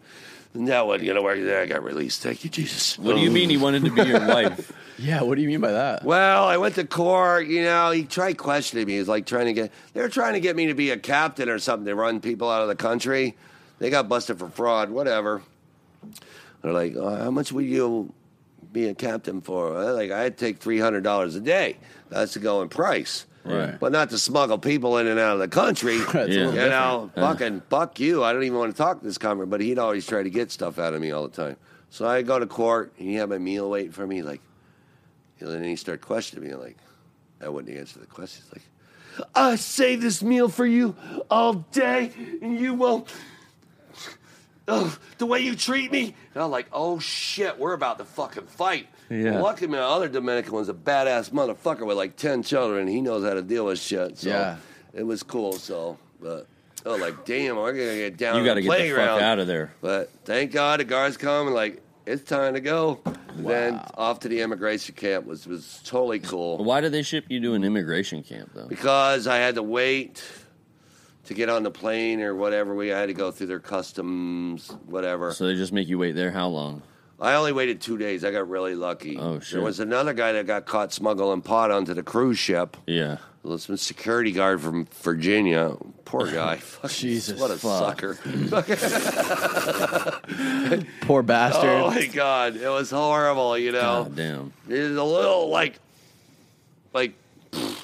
[SPEAKER 3] And that wasn't gonna work. Then I got released. Thank you, Jesus.
[SPEAKER 4] What do you mean he wanted to be
[SPEAKER 3] *laughs*
[SPEAKER 4] your wife?
[SPEAKER 1] Yeah, what do you mean by that?
[SPEAKER 3] Well, I went to court. You know, he tried questioning me. He was like trying to get. They were trying to get me to be a captain or something to run people out of the country. They got busted for fraud. Whatever. They're like, oh, how much would you be a captain for? Uh, Like, I'd take three hundred dollars a day. That's the going price.
[SPEAKER 4] Right.
[SPEAKER 3] But not to smuggle people in and out of the
[SPEAKER 1] *laughs*
[SPEAKER 3] country.
[SPEAKER 1] That's a
[SPEAKER 4] Yeah.
[SPEAKER 1] little
[SPEAKER 3] You
[SPEAKER 1] different.
[SPEAKER 3] know, fucking fuck you. I don't even want to talk to this convert, but he'd always try to get stuff out of me all the time. So I go to court, and he had my meal waiting for me. Like, and then he started questioning me. Like, I wouldn't answer the questions. Like, I saved this meal for you all day, and you won't. Ugh, the way you treat me. And I'm like, oh shit, we're about to fucking fight.
[SPEAKER 4] Yeah.
[SPEAKER 3] Luckily, my other Dominican was a badass motherfucker with like 10 children. He knows how to deal with shit. So
[SPEAKER 1] Yeah.
[SPEAKER 3] it was cool. So, but, oh, like, damn, we're going to get down
[SPEAKER 4] You got
[SPEAKER 3] got to
[SPEAKER 4] to get
[SPEAKER 3] the
[SPEAKER 4] the
[SPEAKER 3] playground.
[SPEAKER 4] fuck out of there.
[SPEAKER 3] But thank God the guards come and like, it's time to go. Then off to the immigration camp was, was totally cool
[SPEAKER 4] Why did they ship you to an immigration camp though?
[SPEAKER 3] because I had to wait to get on the plane or whatever. We I had to go through their customs, whatever.
[SPEAKER 4] So they just make you wait there how long?
[SPEAKER 3] I only waited two days. I got really lucky.
[SPEAKER 4] Oh,
[SPEAKER 3] There
[SPEAKER 4] shit.
[SPEAKER 3] was another guy that got caught smuggling pot onto the cruise ship.
[SPEAKER 4] Yeah.
[SPEAKER 3] This security guard from Virginia. Poor
[SPEAKER 4] *laughs*
[SPEAKER 3] guy. Fucking-
[SPEAKER 1] Jesus
[SPEAKER 3] What a
[SPEAKER 1] fuck.
[SPEAKER 3] sucker.
[SPEAKER 1] Poor bastard.
[SPEAKER 3] Oh my god, it was horrible. You know,
[SPEAKER 4] God damn.
[SPEAKER 3] it was a little like, like, pfft,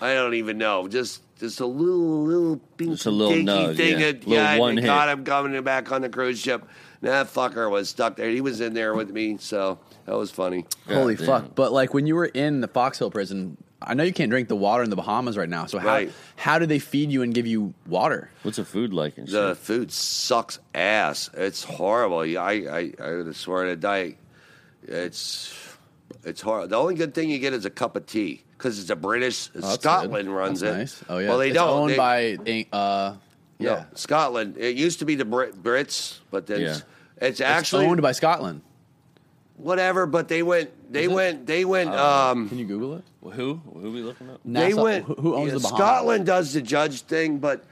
[SPEAKER 3] I don't even know. Just, just a little, little, pinky,
[SPEAKER 4] Just a little
[SPEAKER 3] dinky
[SPEAKER 4] nudge,
[SPEAKER 3] thing.
[SPEAKER 4] yeah.
[SPEAKER 3] That,
[SPEAKER 4] Little
[SPEAKER 3] yeah,
[SPEAKER 4] one
[SPEAKER 3] I
[SPEAKER 4] hit.
[SPEAKER 3] got him coming back on the cruise ship. And that fucker was stuck there. He was in there with me, so that was funny.
[SPEAKER 1] Holy
[SPEAKER 4] God
[SPEAKER 1] fuck!
[SPEAKER 4] damn.
[SPEAKER 1] But like when you were in the Foxhill prison, I know you can't drink the water in the Bahamas right now. So how
[SPEAKER 3] Right.
[SPEAKER 1] how do they feed you and give you water?
[SPEAKER 4] What's the food like and
[SPEAKER 3] The
[SPEAKER 4] shit?
[SPEAKER 3] food sucks ass. It's horrible. Yeah, I, I, I would have sworn to die. It's, it's horrible. The only good thing you get is a cup of tea because it's a British.
[SPEAKER 1] Oh, that's
[SPEAKER 3] Scotland
[SPEAKER 1] good.
[SPEAKER 3] runs
[SPEAKER 1] That's
[SPEAKER 3] it.
[SPEAKER 1] Nice. Oh yeah.
[SPEAKER 3] Well, they
[SPEAKER 1] It's
[SPEAKER 3] don't.
[SPEAKER 1] Owned
[SPEAKER 3] They-
[SPEAKER 1] by uh,
[SPEAKER 3] no,
[SPEAKER 1] yeah.
[SPEAKER 3] Scotland. It used to be the Brit- Brits, but then it's, it's actually
[SPEAKER 1] it's owned by Scotland.
[SPEAKER 3] whatever. But they went. They went. They went. um,
[SPEAKER 1] Can you Google it?
[SPEAKER 4] Who? Who we looking up?
[SPEAKER 3] they
[SPEAKER 1] NASA-
[SPEAKER 3] went.
[SPEAKER 1] Who, who owns
[SPEAKER 3] yeah,
[SPEAKER 1] the Bahamas?
[SPEAKER 3] Scotland does the judge thing, but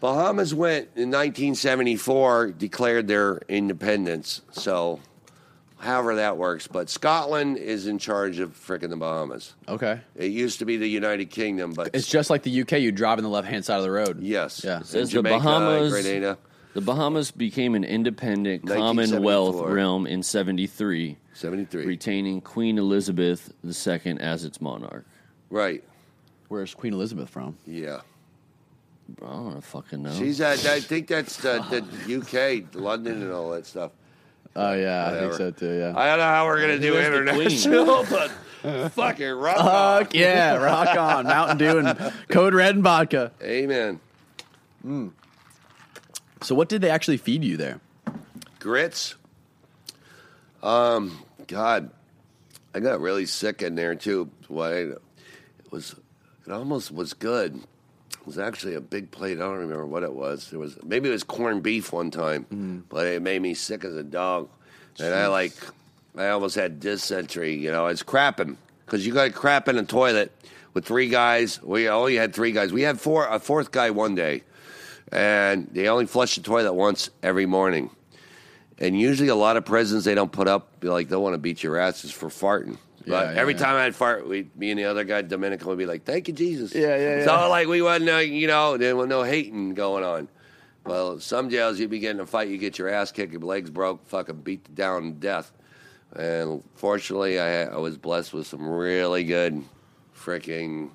[SPEAKER 3] Bahamas went in 1974, declared their independence. So, however that works, but Scotland is in charge of frickin' the Bahamas.
[SPEAKER 1] Okay.
[SPEAKER 3] It used to be the United Kingdom, but
[SPEAKER 1] It's just like the UK. You drive on the left hand side of the road.
[SPEAKER 3] yes,
[SPEAKER 1] Yeah.
[SPEAKER 3] It's in
[SPEAKER 4] Is the
[SPEAKER 3] Jamaica,
[SPEAKER 4] Bahamas-
[SPEAKER 3] Grenada,
[SPEAKER 4] The Bahamas became an independent Commonwealth
[SPEAKER 3] 1974.
[SPEAKER 4] realm in 73,
[SPEAKER 3] 73,
[SPEAKER 4] retaining Queen Elizabeth II as its monarch.
[SPEAKER 3] right?
[SPEAKER 1] Where's Queen Elizabeth from?
[SPEAKER 3] Yeah.
[SPEAKER 4] Bro, I don't fucking know.
[SPEAKER 3] She's at, I think that's the, the UK, London, and all that stuff.
[SPEAKER 1] Oh yeah, I think
[SPEAKER 3] Whatever.
[SPEAKER 1] so too. Yeah.
[SPEAKER 3] I don't know how we're gonna do
[SPEAKER 4] Who is the
[SPEAKER 3] international, but fucking rock on.
[SPEAKER 4] *laughs*
[SPEAKER 1] Fuck yeah! Rock on, Mountain Dew and Code Red and vodka.
[SPEAKER 3] Amen.
[SPEAKER 1] So what did they actually feed you there?
[SPEAKER 3] Grits. Um, God, I got really sick in there too. Why it was it almost was good. It was actually a big plate. I don't remember what it was. There was maybe it was corned beef one time,
[SPEAKER 1] Mm.
[SPEAKER 3] but it made me sick as a dog. And I like, I almost had dysentery. You know, it's crapping because you got to crap in a toilet with three guys. We only had three guys. We had four, a fourth guy one day, and they only flush the toilet once every morning. And usually, a lot of prisons they don't put up. Like they'll want to beat your asses for
[SPEAKER 1] Yeah,
[SPEAKER 3] farting. But
[SPEAKER 1] yeah,
[SPEAKER 3] every
[SPEAKER 1] yeah.
[SPEAKER 3] time I'd fart, we, me and the other guy Dominican would be like, "Thank you, Jesus."
[SPEAKER 1] Yeah, yeah,
[SPEAKER 3] So
[SPEAKER 1] yeah.
[SPEAKER 3] like we wasn't, uh, you know, there was no hating going on. Well, some jails you begin to fight, you get your ass kicked, your legs broke, fucking beat down to death. And fortunately, I I was blessed with some really good, freaking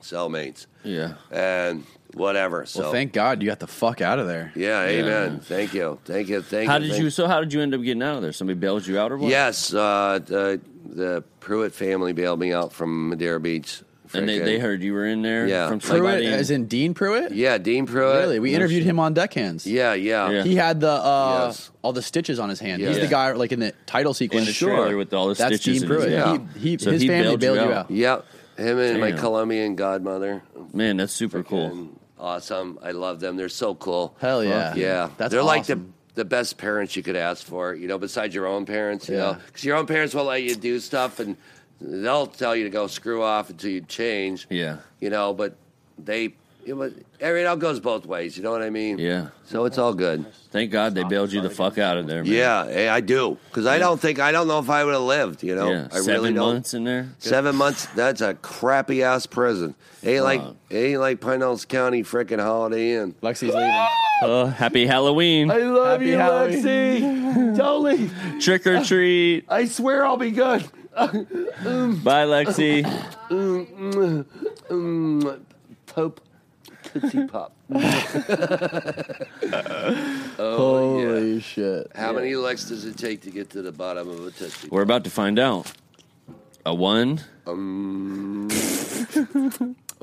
[SPEAKER 3] cellmates
[SPEAKER 4] yeah.
[SPEAKER 3] and whatever. So
[SPEAKER 1] Well, thank God you got the fuck out of there.
[SPEAKER 3] yeah, amen. Thank you, thank you, thank
[SPEAKER 4] How
[SPEAKER 3] you.
[SPEAKER 4] did
[SPEAKER 3] thank
[SPEAKER 4] you? So how did you end up getting out of there? Somebody bailed you out or what?
[SPEAKER 3] Yes, uh, the the Pruitt family bailed me out from Madeira Beach.
[SPEAKER 4] And they,
[SPEAKER 3] Frickin-
[SPEAKER 4] they heard you were in there.
[SPEAKER 3] Yeah.
[SPEAKER 4] From
[SPEAKER 1] Pruitt,
[SPEAKER 4] somebody.
[SPEAKER 1] as in Dean Pruitt.
[SPEAKER 3] Yeah, Dean Pruitt.
[SPEAKER 1] Really, we interviewed him on Deckhands.
[SPEAKER 3] Yeah, yeah,
[SPEAKER 4] Yeah.
[SPEAKER 1] He had the uh,
[SPEAKER 3] Yes.
[SPEAKER 1] all the stitches on his hand.
[SPEAKER 3] Yeah.
[SPEAKER 1] He's the
[SPEAKER 3] Yeah.
[SPEAKER 1] guy like in the title
[SPEAKER 4] in
[SPEAKER 1] sequence.
[SPEAKER 4] the
[SPEAKER 3] Sure.
[SPEAKER 4] trailer with all the
[SPEAKER 1] That's
[SPEAKER 4] stitches.
[SPEAKER 1] Dean
[SPEAKER 4] in his
[SPEAKER 1] Pruitt.
[SPEAKER 3] Yeah.
[SPEAKER 4] hand.
[SPEAKER 1] He, he,
[SPEAKER 4] So
[SPEAKER 1] his
[SPEAKER 4] he
[SPEAKER 1] family
[SPEAKER 4] bailed
[SPEAKER 1] bailed
[SPEAKER 4] you
[SPEAKER 1] you
[SPEAKER 4] out.
[SPEAKER 1] out.
[SPEAKER 3] Yep. Him and my
[SPEAKER 4] Damn.
[SPEAKER 3] Colombian godmother.
[SPEAKER 4] Man, that's super cool.
[SPEAKER 3] Freaking Awesome. I love them. They're so cool.
[SPEAKER 1] Hell yeah.
[SPEAKER 3] Fuck yeah.
[SPEAKER 1] That's
[SPEAKER 3] They're like the
[SPEAKER 1] awesome.
[SPEAKER 3] the best parents you could ask for, you know, besides your own parents, you
[SPEAKER 1] Yeah.
[SPEAKER 3] know, because your own parents will let you do stuff and they'll tell you to go screw off until you change.
[SPEAKER 4] Yeah.
[SPEAKER 3] You know, but they, it was, it all goes both ways. You know what I mean?
[SPEAKER 4] Yeah.
[SPEAKER 3] So it's all good.
[SPEAKER 4] Thank God they bailed you the fuck out of there. Man.
[SPEAKER 3] Yeah, eh, I do because I don't think I don't know if I would have lived. You know,
[SPEAKER 4] Yeah.
[SPEAKER 3] I
[SPEAKER 4] Seven
[SPEAKER 3] really don't.
[SPEAKER 4] months in there.
[SPEAKER 3] Seven months. That's a crappy ass prison. Ain't like
[SPEAKER 4] Fuck.
[SPEAKER 3] ain't like Pinellas County freaking Holiday Inn.
[SPEAKER 1] Lexi's leaving.
[SPEAKER 4] Uh, happy Halloween.
[SPEAKER 3] love
[SPEAKER 1] Happy you, Halloween.
[SPEAKER 3] Lexi. Don't leave.
[SPEAKER 4] Trick or treat.
[SPEAKER 3] I swear I'll be good.
[SPEAKER 4] Bye, Lexi.
[SPEAKER 3] Pope, tootsie *laughs* pop.
[SPEAKER 1] Holy shit!
[SPEAKER 3] How many Lex does it take to get to the bottom of a tootsie?
[SPEAKER 4] We're about to find out. A one.
[SPEAKER 3] A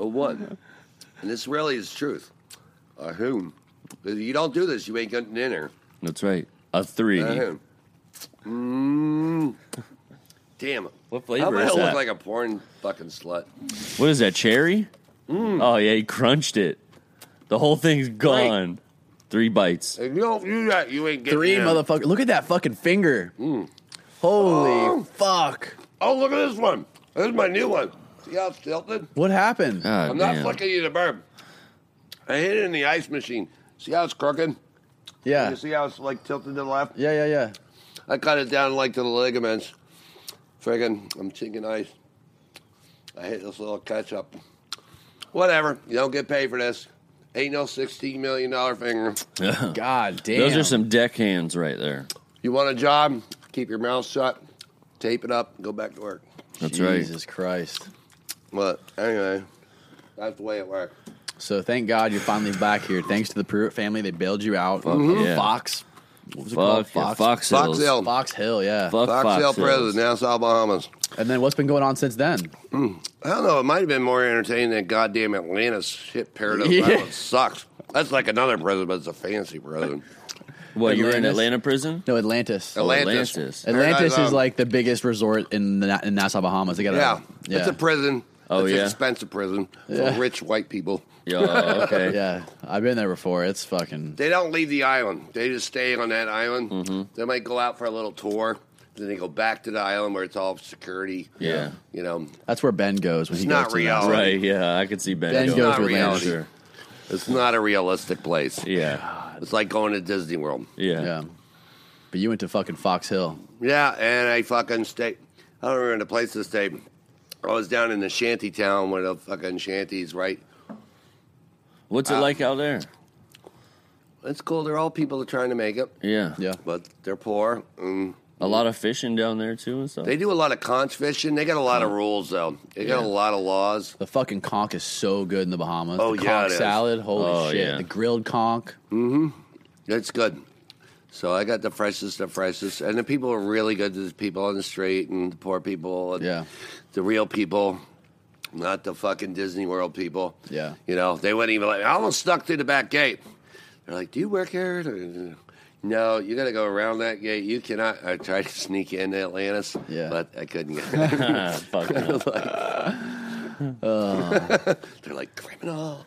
[SPEAKER 3] one. And this really is truth. A whom? If you don't do this, you ain't getting dinner.
[SPEAKER 4] That's right. A three.
[SPEAKER 3] A whom? Mm. Damn it.
[SPEAKER 4] What
[SPEAKER 3] How
[SPEAKER 4] flavor
[SPEAKER 3] about I
[SPEAKER 4] is
[SPEAKER 3] look
[SPEAKER 4] that?
[SPEAKER 3] like a porn fucking slut?
[SPEAKER 4] what is that? Cherry.
[SPEAKER 3] Mm.
[SPEAKER 4] Oh yeah, he crunched it. The whole thing's gone. Three bites.
[SPEAKER 3] If you don't do that, you ain't getting
[SPEAKER 1] Three
[SPEAKER 3] in.
[SPEAKER 1] motherfucker. Look at that fucking finger.
[SPEAKER 3] Mm.
[SPEAKER 1] Holy fuck!
[SPEAKER 3] Oh, look at this one. This is my new one. See how it's tilted?
[SPEAKER 1] What happened?
[SPEAKER 4] God
[SPEAKER 3] I'm not
[SPEAKER 4] damn.
[SPEAKER 3] fucking you the burb. I hit it in the ice machine. See how it's crooked?
[SPEAKER 1] yeah,
[SPEAKER 3] You see how it's like tilted to the left?
[SPEAKER 1] yeah, yeah, yeah.
[SPEAKER 3] I cut it down like to the ligaments. Friggin', I'm chinking ice. I hate this little catch up. Whatever. You don't get paid for this. Ain't no sixteen million dollar finger.
[SPEAKER 1] God damn.
[SPEAKER 4] *laughs* Those are some deckhands right there.
[SPEAKER 3] You want a job? Keep your mouth shut. Tape it up. Go back to work.
[SPEAKER 4] That's right.
[SPEAKER 1] Jesus Christ.
[SPEAKER 3] But anyway, that's the way it works.
[SPEAKER 1] So thank God you're finally back here. Thanks to the Pruitt family, they bailed you out. Mm-hmm.
[SPEAKER 4] yeah.
[SPEAKER 1] Fox. What was it
[SPEAKER 4] Fuck
[SPEAKER 1] called?
[SPEAKER 4] Fox,
[SPEAKER 1] Fox.
[SPEAKER 4] Fox,
[SPEAKER 3] Fox
[SPEAKER 4] Hills.
[SPEAKER 3] Hill.
[SPEAKER 1] Fox Hill, yeah.
[SPEAKER 4] Fuck
[SPEAKER 3] Fox Hill
[SPEAKER 4] Hills.
[SPEAKER 3] prison, Nassau, Bahamas.
[SPEAKER 1] And then what's been going on since then?
[SPEAKER 3] I don't know. It might have been more entertaining than goddamn Atlantis shit paradise.
[SPEAKER 1] Yeah.
[SPEAKER 3] That one sucks. That's like another prison, but it's a fancy prison.
[SPEAKER 4] What, you were in
[SPEAKER 1] Atlantis. *laughs*
[SPEAKER 4] Atlanta prison?
[SPEAKER 1] No, Atlantis.
[SPEAKER 4] Oh,
[SPEAKER 3] Atlantis. um,
[SPEAKER 4] Atlantis.
[SPEAKER 1] Atlantis
[SPEAKER 3] Paradise
[SPEAKER 1] is
[SPEAKER 3] Island.
[SPEAKER 1] like the biggest resort in, the, in Nassau, Bahamas. They got
[SPEAKER 3] yeah,
[SPEAKER 1] yeah,
[SPEAKER 3] it's a prison.
[SPEAKER 4] Oh,
[SPEAKER 3] it's
[SPEAKER 4] yeah?
[SPEAKER 3] an expensive prison
[SPEAKER 1] Yeah.
[SPEAKER 3] for rich white people.
[SPEAKER 4] Yo, okay.
[SPEAKER 1] yeah. I've been there before. It's fucking
[SPEAKER 3] They don't leave the island. They just stay on that island. They might go out for a little tour. Then they go back to the island where it's all security.
[SPEAKER 4] Yeah.
[SPEAKER 3] You know,
[SPEAKER 1] That's where Ben goes when
[SPEAKER 3] It's
[SPEAKER 1] he
[SPEAKER 3] not
[SPEAKER 1] goes to
[SPEAKER 3] reality.
[SPEAKER 1] Nassau.
[SPEAKER 4] Right, yeah. I could see Ben,
[SPEAKER 1] Ben
[SPEAKER 4] going
[SPEAKER 1] goes
[SPEAKER 4] for
[SPEAKER 1] to
[SPEAKER 4] that,
[SPEAKER 1] reality.
[SPEAKER 4] sure.
[SPEAKER 3] it's not a realistic place.
[SPEAKER 4] Yeah.
[SPEAKER 3] It's like going to Disney World.
[SPEAKER 4] Yeah.
[SPEAKER 1] Yeah. But you went to fucking Fox Hill.
[SPEAKER 3] Yeah, and I fucking stayed. I don't remember the place to stay. I was down in the shanty town where the fucking shanties, right?
[SPEAKER 4] What's it
[SPEAKER 3] Uh,
[SPEAKER 4] like out there?
[SPEAKER 3] It's cool. They're all people that are trying to make it,
[SPEAKER 4] Yeah.
[SPEAKER 1] Yeah.
[SPEAKER 3] but they're poor. Mm.
[SPEAKER 4] A lot of fishing down there, too, and stuff.
[SPEAKER 3] They do a lot of conch fishing. They got a lot of rules, though. They got
[SPEAKER 4] Yeah.
[SPEAKER 3] a lot of laws.
[SPEAKER 1] The fucking conch is so good in the Bahamas.
[SPEAKER 3] Oh,
[SPEAKER 1] the
[SPEAKER 3] yeah,
[SPEAKER 1] conch
[SPEAKER 3] it is.
[SPEAKER 1] salad, holy
[SPEAKER 4] Oh,
[SPEAKER 1] shit.
[SPEAKER 4] yeah.
[SPEAKER 1] The grilled conch.
[SPEAKER 3] It's good. So I got the freshest, the freshest, and the people are really good. to The people on the street and the poor people, and
[SPEAKER 1] Yeah.
[SPEAKER 3] the real people, not the fucking Disney World people.
[SPEAKER 1] Yeah.
[SPEAKER 3] you know they wouldn't even like. I almost stuck through the back gate. They're like, "Do you work here?" No, you got to go around that gate. You cannot. I tried to sneak into Atlantis,
[SPEAKER 1] Yeah.
[SPEAKER 3] but I couldn't.
[SPEAKER 1] *laughs*
[SPEAKER 3] get
[SPEAKER 4] *laughs*
[SPEAKER 3] in. *laughs*
[SPEAKER 4] Fuck no.
[SPEAKER 3] They're like criminal.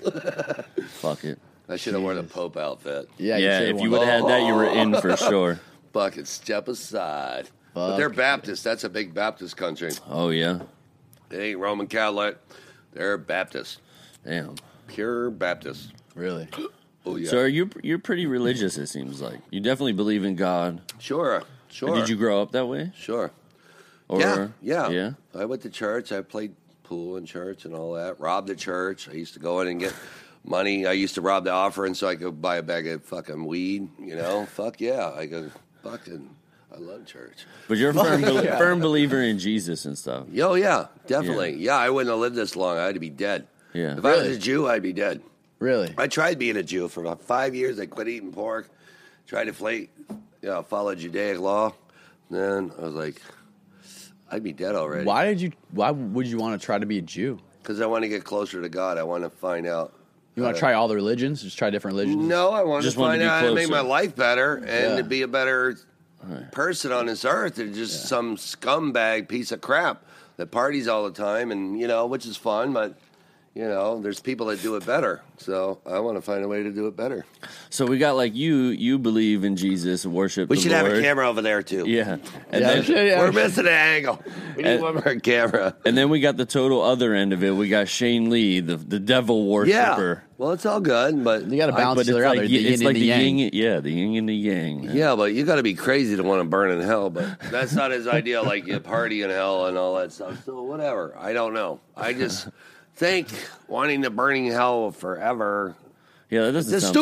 [SPEAKER 4] Fuck it.
[SPEAKER 3] I should have worn a Pope outfit.
[SPEAKER 1] Yeah,
[SPEAKER 4] Yeah,
[SPEAKER 1] should've
[SPEAKER 4] if you
[SPEAKER 1] won.
[SPEAKER 4] would have had that, you were in
[SPEAKER 3] Oh. *laughs*
[SPEAKER 4] for sure.
[SPEAKER 3] Fucking step aside. But
[SPEAKER 1] Fuck.
[SPEAKER 3] they're Baptist. That's a big Baptist country.
[SPEAKER 4] Oh, yeah.
[SPEAKER 3] They ain't Roman Catholic. They're Baptist.
[SPEAKER 4] Damn.
[SPEAKER 3] Pure Baptist.
[SPEAKER 1] Really?
[SPEAKER 3] Oh, yeah.
[SPEAKER 4] So are you you're pretty religious it seems like. You definitely believe in God.
[SPEAKER 3] Sure. Sure.
[SPEAKER 4] Did you grow up that way?
[SPEAKER 3] Sure.
[SPEAKER 4] Or
[SPEAKER 3] yeah. Yeah.
[SPEAKER 4] Yeah.
[SPEAKER 3] I went to church. I played pool in church and all that. Robbed the church. I used to go in and get money. I used to rob the offering so I could buy a bag of fucking weed.
[SPEAKER 4] *laughs*
[SPEAKER 3] You know? Fuck yeah. I go, fucking, I love church.
[SPEAKER 4] But you're a firm, bel firm believer in Jesus and stuff.
[SPEAKER 3] Yo, yeah. Definitely. Yeah. I wouldn't have lived this long. I'd be dead.
[SPEAKER 4] Yeah.
[SPEAKER 3] If I was a Jew, I'd be dead.
[SPEAKER 1] Really?
[SPEAKER 3] I tried being a Jew for about five years. I quit eating pork, tried to flay, you know, follow Judaic law. Then I was like, I'd be dead already.
[SPEAKER 1] Why did you why would you want to try to be a Jew?
[SPEAKER 3] Because I want to get closer to God. I want to find out.
[SPEAKER 1] You want to try all the religions? Just try different religions?
[SPEAKER 3] *laughs* No, I want
[SPEAKER 4] Just
[SPEAKER 3] to
[SPEAKER 4] wanted
[SPEAKER 3] find
[SPEAKER 4] to be
[SPEAKER 3] out how to make my
[SPEAKER 4] closer.
[SPEAKER 3] life better and
[SPEAKER 1] Yeah.
[SPEAKER 3] to be a better person on this earth than just some scumbag piece of crap that parties all the time and you know, which is fun, but you know, there's people that do it better. So I want to find a way to do it better.
[SPEAKER 4] So we got like you you believe in Jesus and worship
[SPEAKER 3] We
[SPEAKER 4] the
[SPEAKER 3] should have a
[SPEAKER 4] Lord.
[SPEAKER 3] camera over there
[SPEAKER 4] *laughs*
[SPEAKER 3] too.
[SPEAKER 4] Yeah. And
[SPEAKER 1] Yeah,
[SPEAKER 4] then
[SPEAKER 1] shit, yeah.
[SPEAKER 3] We're missing an angle. We need
[SPEAKER 4] And-
[SPEAKER 3] one more camera.
[SPEAKER 4] and then we got the total other end of it. We got Shane Lee, the the devil
[SPEAKER 3] Yeah.
[SPEAKER 4] worshipper.
[SPEAKER 3] Well, it's all good, but
[SPEAKER 1] You got to
[SPEAKER 4] I-
[SPEAKER 1] balance
[SPEAKER 4] but
[SPEAKER 1] each
[SPEAKER 4] it's
[SPEAKER 1] other out. There's
[SPEAKER 4] like, y-
[SPEAKER 1] the yin
[SPEAKER 4] it's
[SPEAKER 1] and
[SPEAKER 4] like
[SPEAKER 1] the
[SPEAKER 4] the
[SPEAKER 1] yang.
[SPEAKER 4] yin, yeah, the yin and the yang.
[SPEAKER 3] yeah, but you got to be crazy to want to burn in hell. But that's not his idea. Like you party in hell and all that stuff. So whatever. I don't know. I just think wanting to burn in hell forever.
[SPEAKER 4] yeah that doesn't
[SPEAKER 3] That's
[SPEAKER 4] sound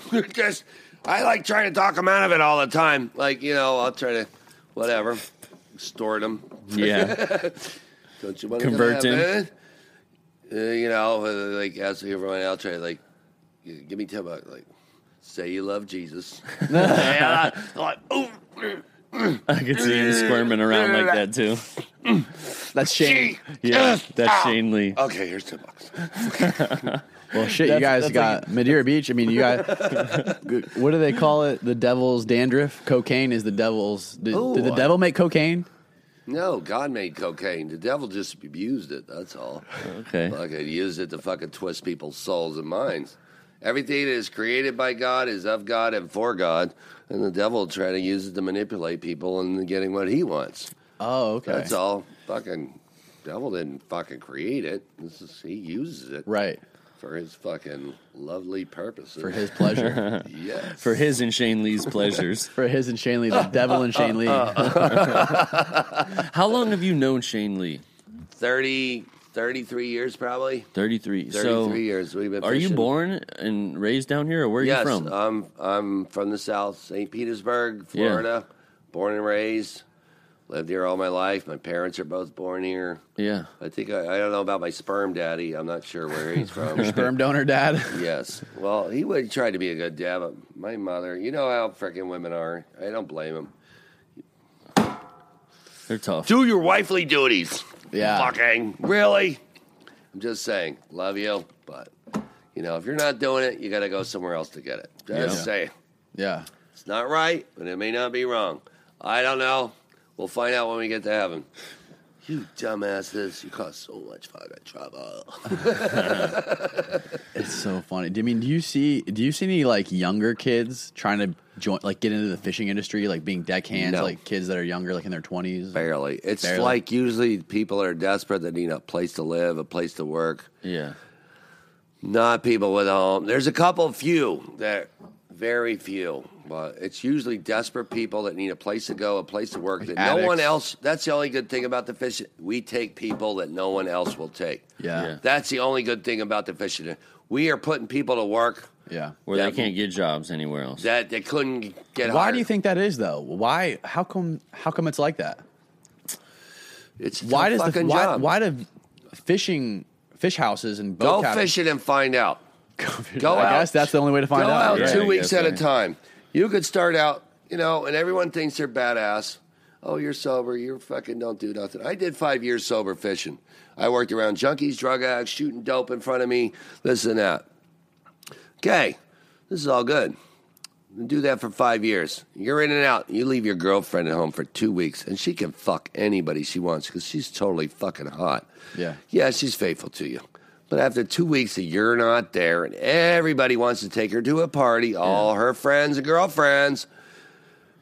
[SPEAKER 3] stupid.
[SPEAKER 4] Too
[SPEAKER 3] *laughs*
[SPEAKER 4] fun.
[SPEAKER 3] just I like trying to talk him out of it all the time. Like you know, I'll try to whatever extort him. *laughs*
[SPEAKER 4] Yeah,
[SPEAKER 3] Don't you want
[SPEAKER 4] Convert
[SPEAKER 3] to
[SPEAKER 4] him.
[SPEAKER 3] Uh, you know, uh, like ask everyone out, try to, like, you- give me ten bucks. Like, say you love
[SPEAKER 4] *laughs*
[SPEAKER 3] Jesus. And I- I'm like, "Ooh, mm,
[SPEAKER 4] I could see him squirming around like that too.
[SPEAKER 1] That's shame.
[SPEAKER 3] gee,
[SPEAKER 4] Yeah,
[SPEAKER 3] yes,
[SPEAKER 4] that's
[SPEAKER 3] ah."
[SPEAKER 4] Shane Lee.
[SPEAKER 3] Okay, here's ten bucks.
[SPEAKER 1] Well, shit, you guys got Madeira Beach. I mean, you *laughs* got what do they call it? The devil's dandruff. Cocaine is the devil's. Did, did the
[SPEAKER 3] Ooh.
[SPEAKER 1] devil make cocaine?
[SPEAKER 3] No, God made cocaine. The devil just abused it. That's all.
[SPEAKER 4] Okay,
[SPEAKER 3] Fucking used it to fucking twist people's souls and minds. Everything that is created by God is of God and for God, and the devil trying to use it to manipulate people and getting what he wants.
[SPEAKER 1] Oh, okay.
[SPEAKER 3] That's all. Fucking devil didn't fucking create it. This is he uses it
[SPEAKER 1] Right.
[SPEAKER 3] for his fucking lovely purposes.
[SPEAKER 1] For his *laughs* pleasure.
[SPEAKER 3] *laughs* yes.
[SPEAKER 4] for his and Shane Lee's *laughs* pleasures.
[SPEAKER 1] For his and Shane Lee, the devil and Shane
[SPEAKER 3] *laughs* Uh,
[SPEAKER 1] Lee.
[SPEAKER 4] How long have you known Shane Lee?
[SPEAKER 3] thirty 33 years probably.
[SPEAKER 4] 33.
[SPEAKER 3] 33
[SPEAKER 4] so
[SPEAKER 3] years we've been
[SPEAKER 4] Are you
[SPEAKER 3] fishing.
[SPEAKER 4] born and raised down here, or where are
[SPEAKER 3] yes, uh,
[SPEAKER 4] you from?
[SPEAKER 3] I'm I'm from the South, St. Petersburg,
[SPEAKER 4] Yeah.
[SPEAKER 3] Florida. Born and raised. Lived here all my life. My parents are both born here.
[SPEAKER 4] yeah.
[SPEAKER 3] I think I, I don't know about my sperm daddy. I'm not sure where
[SPEAKER 4] *laughs*
[SPEAKER 3] he's from.
[SPEAKER 1] Sperm donor dad.
[SPEAKER 3] yes. Well, he would try to be a good dad, but my mother, you know how freaking women are. I don't blame him.
[SPEAKER 4] They're tough.
[SPEAKER 3] Do your wifely duties.
[SPEAKER 1] Yeah.
[SPEAKER 3] Fucking. Really? I'm just saying, love you, but you know, if you're not doing it, you got to go somewhere else to get it. Just
[SPEAKER 4] Yeah.
[SPEAKER 3] saying.
[SPEAKER 1] yeah.
[SPEAKER 3] It's not right, but it may not be wrong. I don't know. We'll find out when we get to heaven. You dumbasses, you cause so much fucking trouble.
[SPEAKER 1] It's so funny. Do- I mean, do you see do you see any like younger kids trying to join like get into the fishing industry, like being deckhands,
[SPEAKER 3] No.
[SPEAKER 1] like kids that are younger, like in their twenties?
[SPEAKER 3] Barely. It's
[SPEAKER 1] Barely.
[SPEAKER 3] like usually people are desperate that need a place to live, a place to work.
[SPEAKER 4] Yeah.
[SPEAKER 3] Not people with a home. There's a couple few that very few, but it's usually desperate people that need a place to go, a place to work. that no
[SPEAKER 1] addicts.
[SPEAKER 3] one else. That's the only good thing about the fishing. We take people that no one else will take.
[SPEAKER 1] Yeah.
[SPEAKER 3] That's the only good thing about the fishing. We are putting people to work
[SPEAKER 1] Yeah.
[SPEAKER 4] Where
[SPEAKER 3] Yeah.
[SPEAKER 4] they can't get jobs anywhere else.
[SPEAKER 3] that they couldn't get.
[SPEAKER 1] Why
[SPEAKER 3] hired.
[SPEAKER 1] do you think that is though? Why how come how come it's like that?
[SPEAKER 3] It's a
[SPEAKER 1] Why
[SPEAKER 3] tough
[SPEAKER 1] does the
[SPEAKER 3] fucking
[SPEAKER 1] why,
[SPEAKER 3] job.
[SPEAKER 1] why do fishing fish houses and boat
[SPEAKER 3] go
[SPEAKER 1] cabins-
[SPEAKER 3] fishing and find out?
[SPEAKER 1] Go, fish-
[SPEAKER 3] Go
[SPEAKER 1] I
[SPEAKER 3] out.
[SPEAKER 1] guess that's the only way to find
[SPEAKER 3] go out,
[SPEAKER 1] out.
[SPEAKER 4] yeah.
[SPEAKER 3] two
[SPEAKER 4] I
[SPEAKER 3] weeks
[SPEAKER 4] guess,
[SPEAKER 3] at a
[SPEAKER 4] yeah.
[SPEAKER 3] time. You could start out, you know, and everyone thinks they're badass. Oh, you're sober. You're fucking don't do nothing. I did five years sober fishing. I worked around junkies, drug addicts, shooting dope in front of me, this and that. Okay, this is all good. Do that for five years. You're in and out. You leave your girlfriend at home for two weeks, and she can fuck anybody she wants because she's totally fucking hot.
[SPEAKER 1] Yeah.
[SPEAKER 3] Yeah, she's faithful to you. But after two weeks that you're not there and everybody wants to take her to a party, all her friends and girlfriends,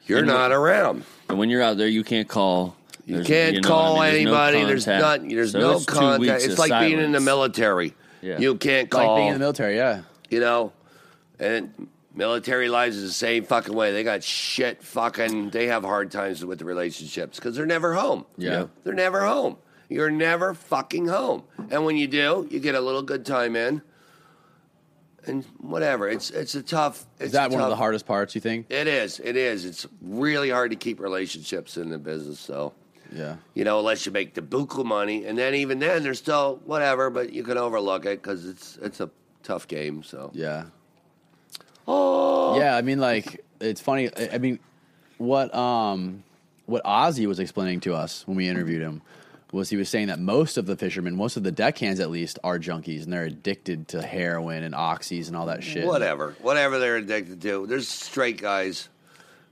[SPEAKER 3] you're
[SPEAKER 4] And
[SPEAKER 3] not around.
[SPEAKER 4] And when you're out there, you can't call.
[SPEAKER 3] You
[SPEAKER 4] There's-
[SPEAKER 3] can't
[SPEAKER 4] you know what
[SPEAKER 3] call
[SPEAKER 4] I mean?
[SPEAKER 3] anybody. there's
[SPEAKER 4] contact.
[SPEAKER 3] not there's
[SPEAKER 4] So
[SPEAKER 3] no
[SPEAKER 4] it's two
[SPEAKER 3] contact.
[SPEAKER 4] weeks
[SPEAKER 3] It's
[SPEAKER 4] of
[SPEAKER 3] like being in the
[SPEAKER 4] silence.
[SPEAKER 3] military.
[SPEAKER 4] Yeah.
[SPEAKER 3] You can't
[SPEAKER 1] Like
[SPEAKER 3] call
[SPEAKER 1] being in the military, yeah.
[SPEAKER 3] you know, and military lives is the same fucking way. They got shit fucking. They have hard times with the relationships because they're never home.
[SPEAKER 4] Yeah.
[SPEAKER 3] they're never home. You're never fucking home. And when you do, you get a little good time in, and whatever. It's it's a tough. It's
[SPEAKER 1] Is that
[SPEAKER 3] a
[SPEAKER 1] one of the
[SPEAKER 3] tough-
[SPEAKER 1] hardest parts, you think?
[SPEAKER 3] It is. It is. It's really hard to keep relationships in the business. So.
[SPEAKER 1] Yeah.
[SPEAKER 3] You know, unless you make the buku money, and then even then, there's still whatever, but you can overlook it because it's it's a tough game. So
[SPEAKER 1] Yeah.
[SPEAKER 3] Oh,
[SPEAKER 1] Yeah, I mean, like it's funny. I I mean, what um, what Ozzy was explaining to us when we interviewed him was he was saying that most of the fishermen, most of the deckhands at least, are junkies and they're addicted to heroin and oxys and all that shit.
[SPEAKER 3] whatever, whatever they're addicted to. There's straight guys,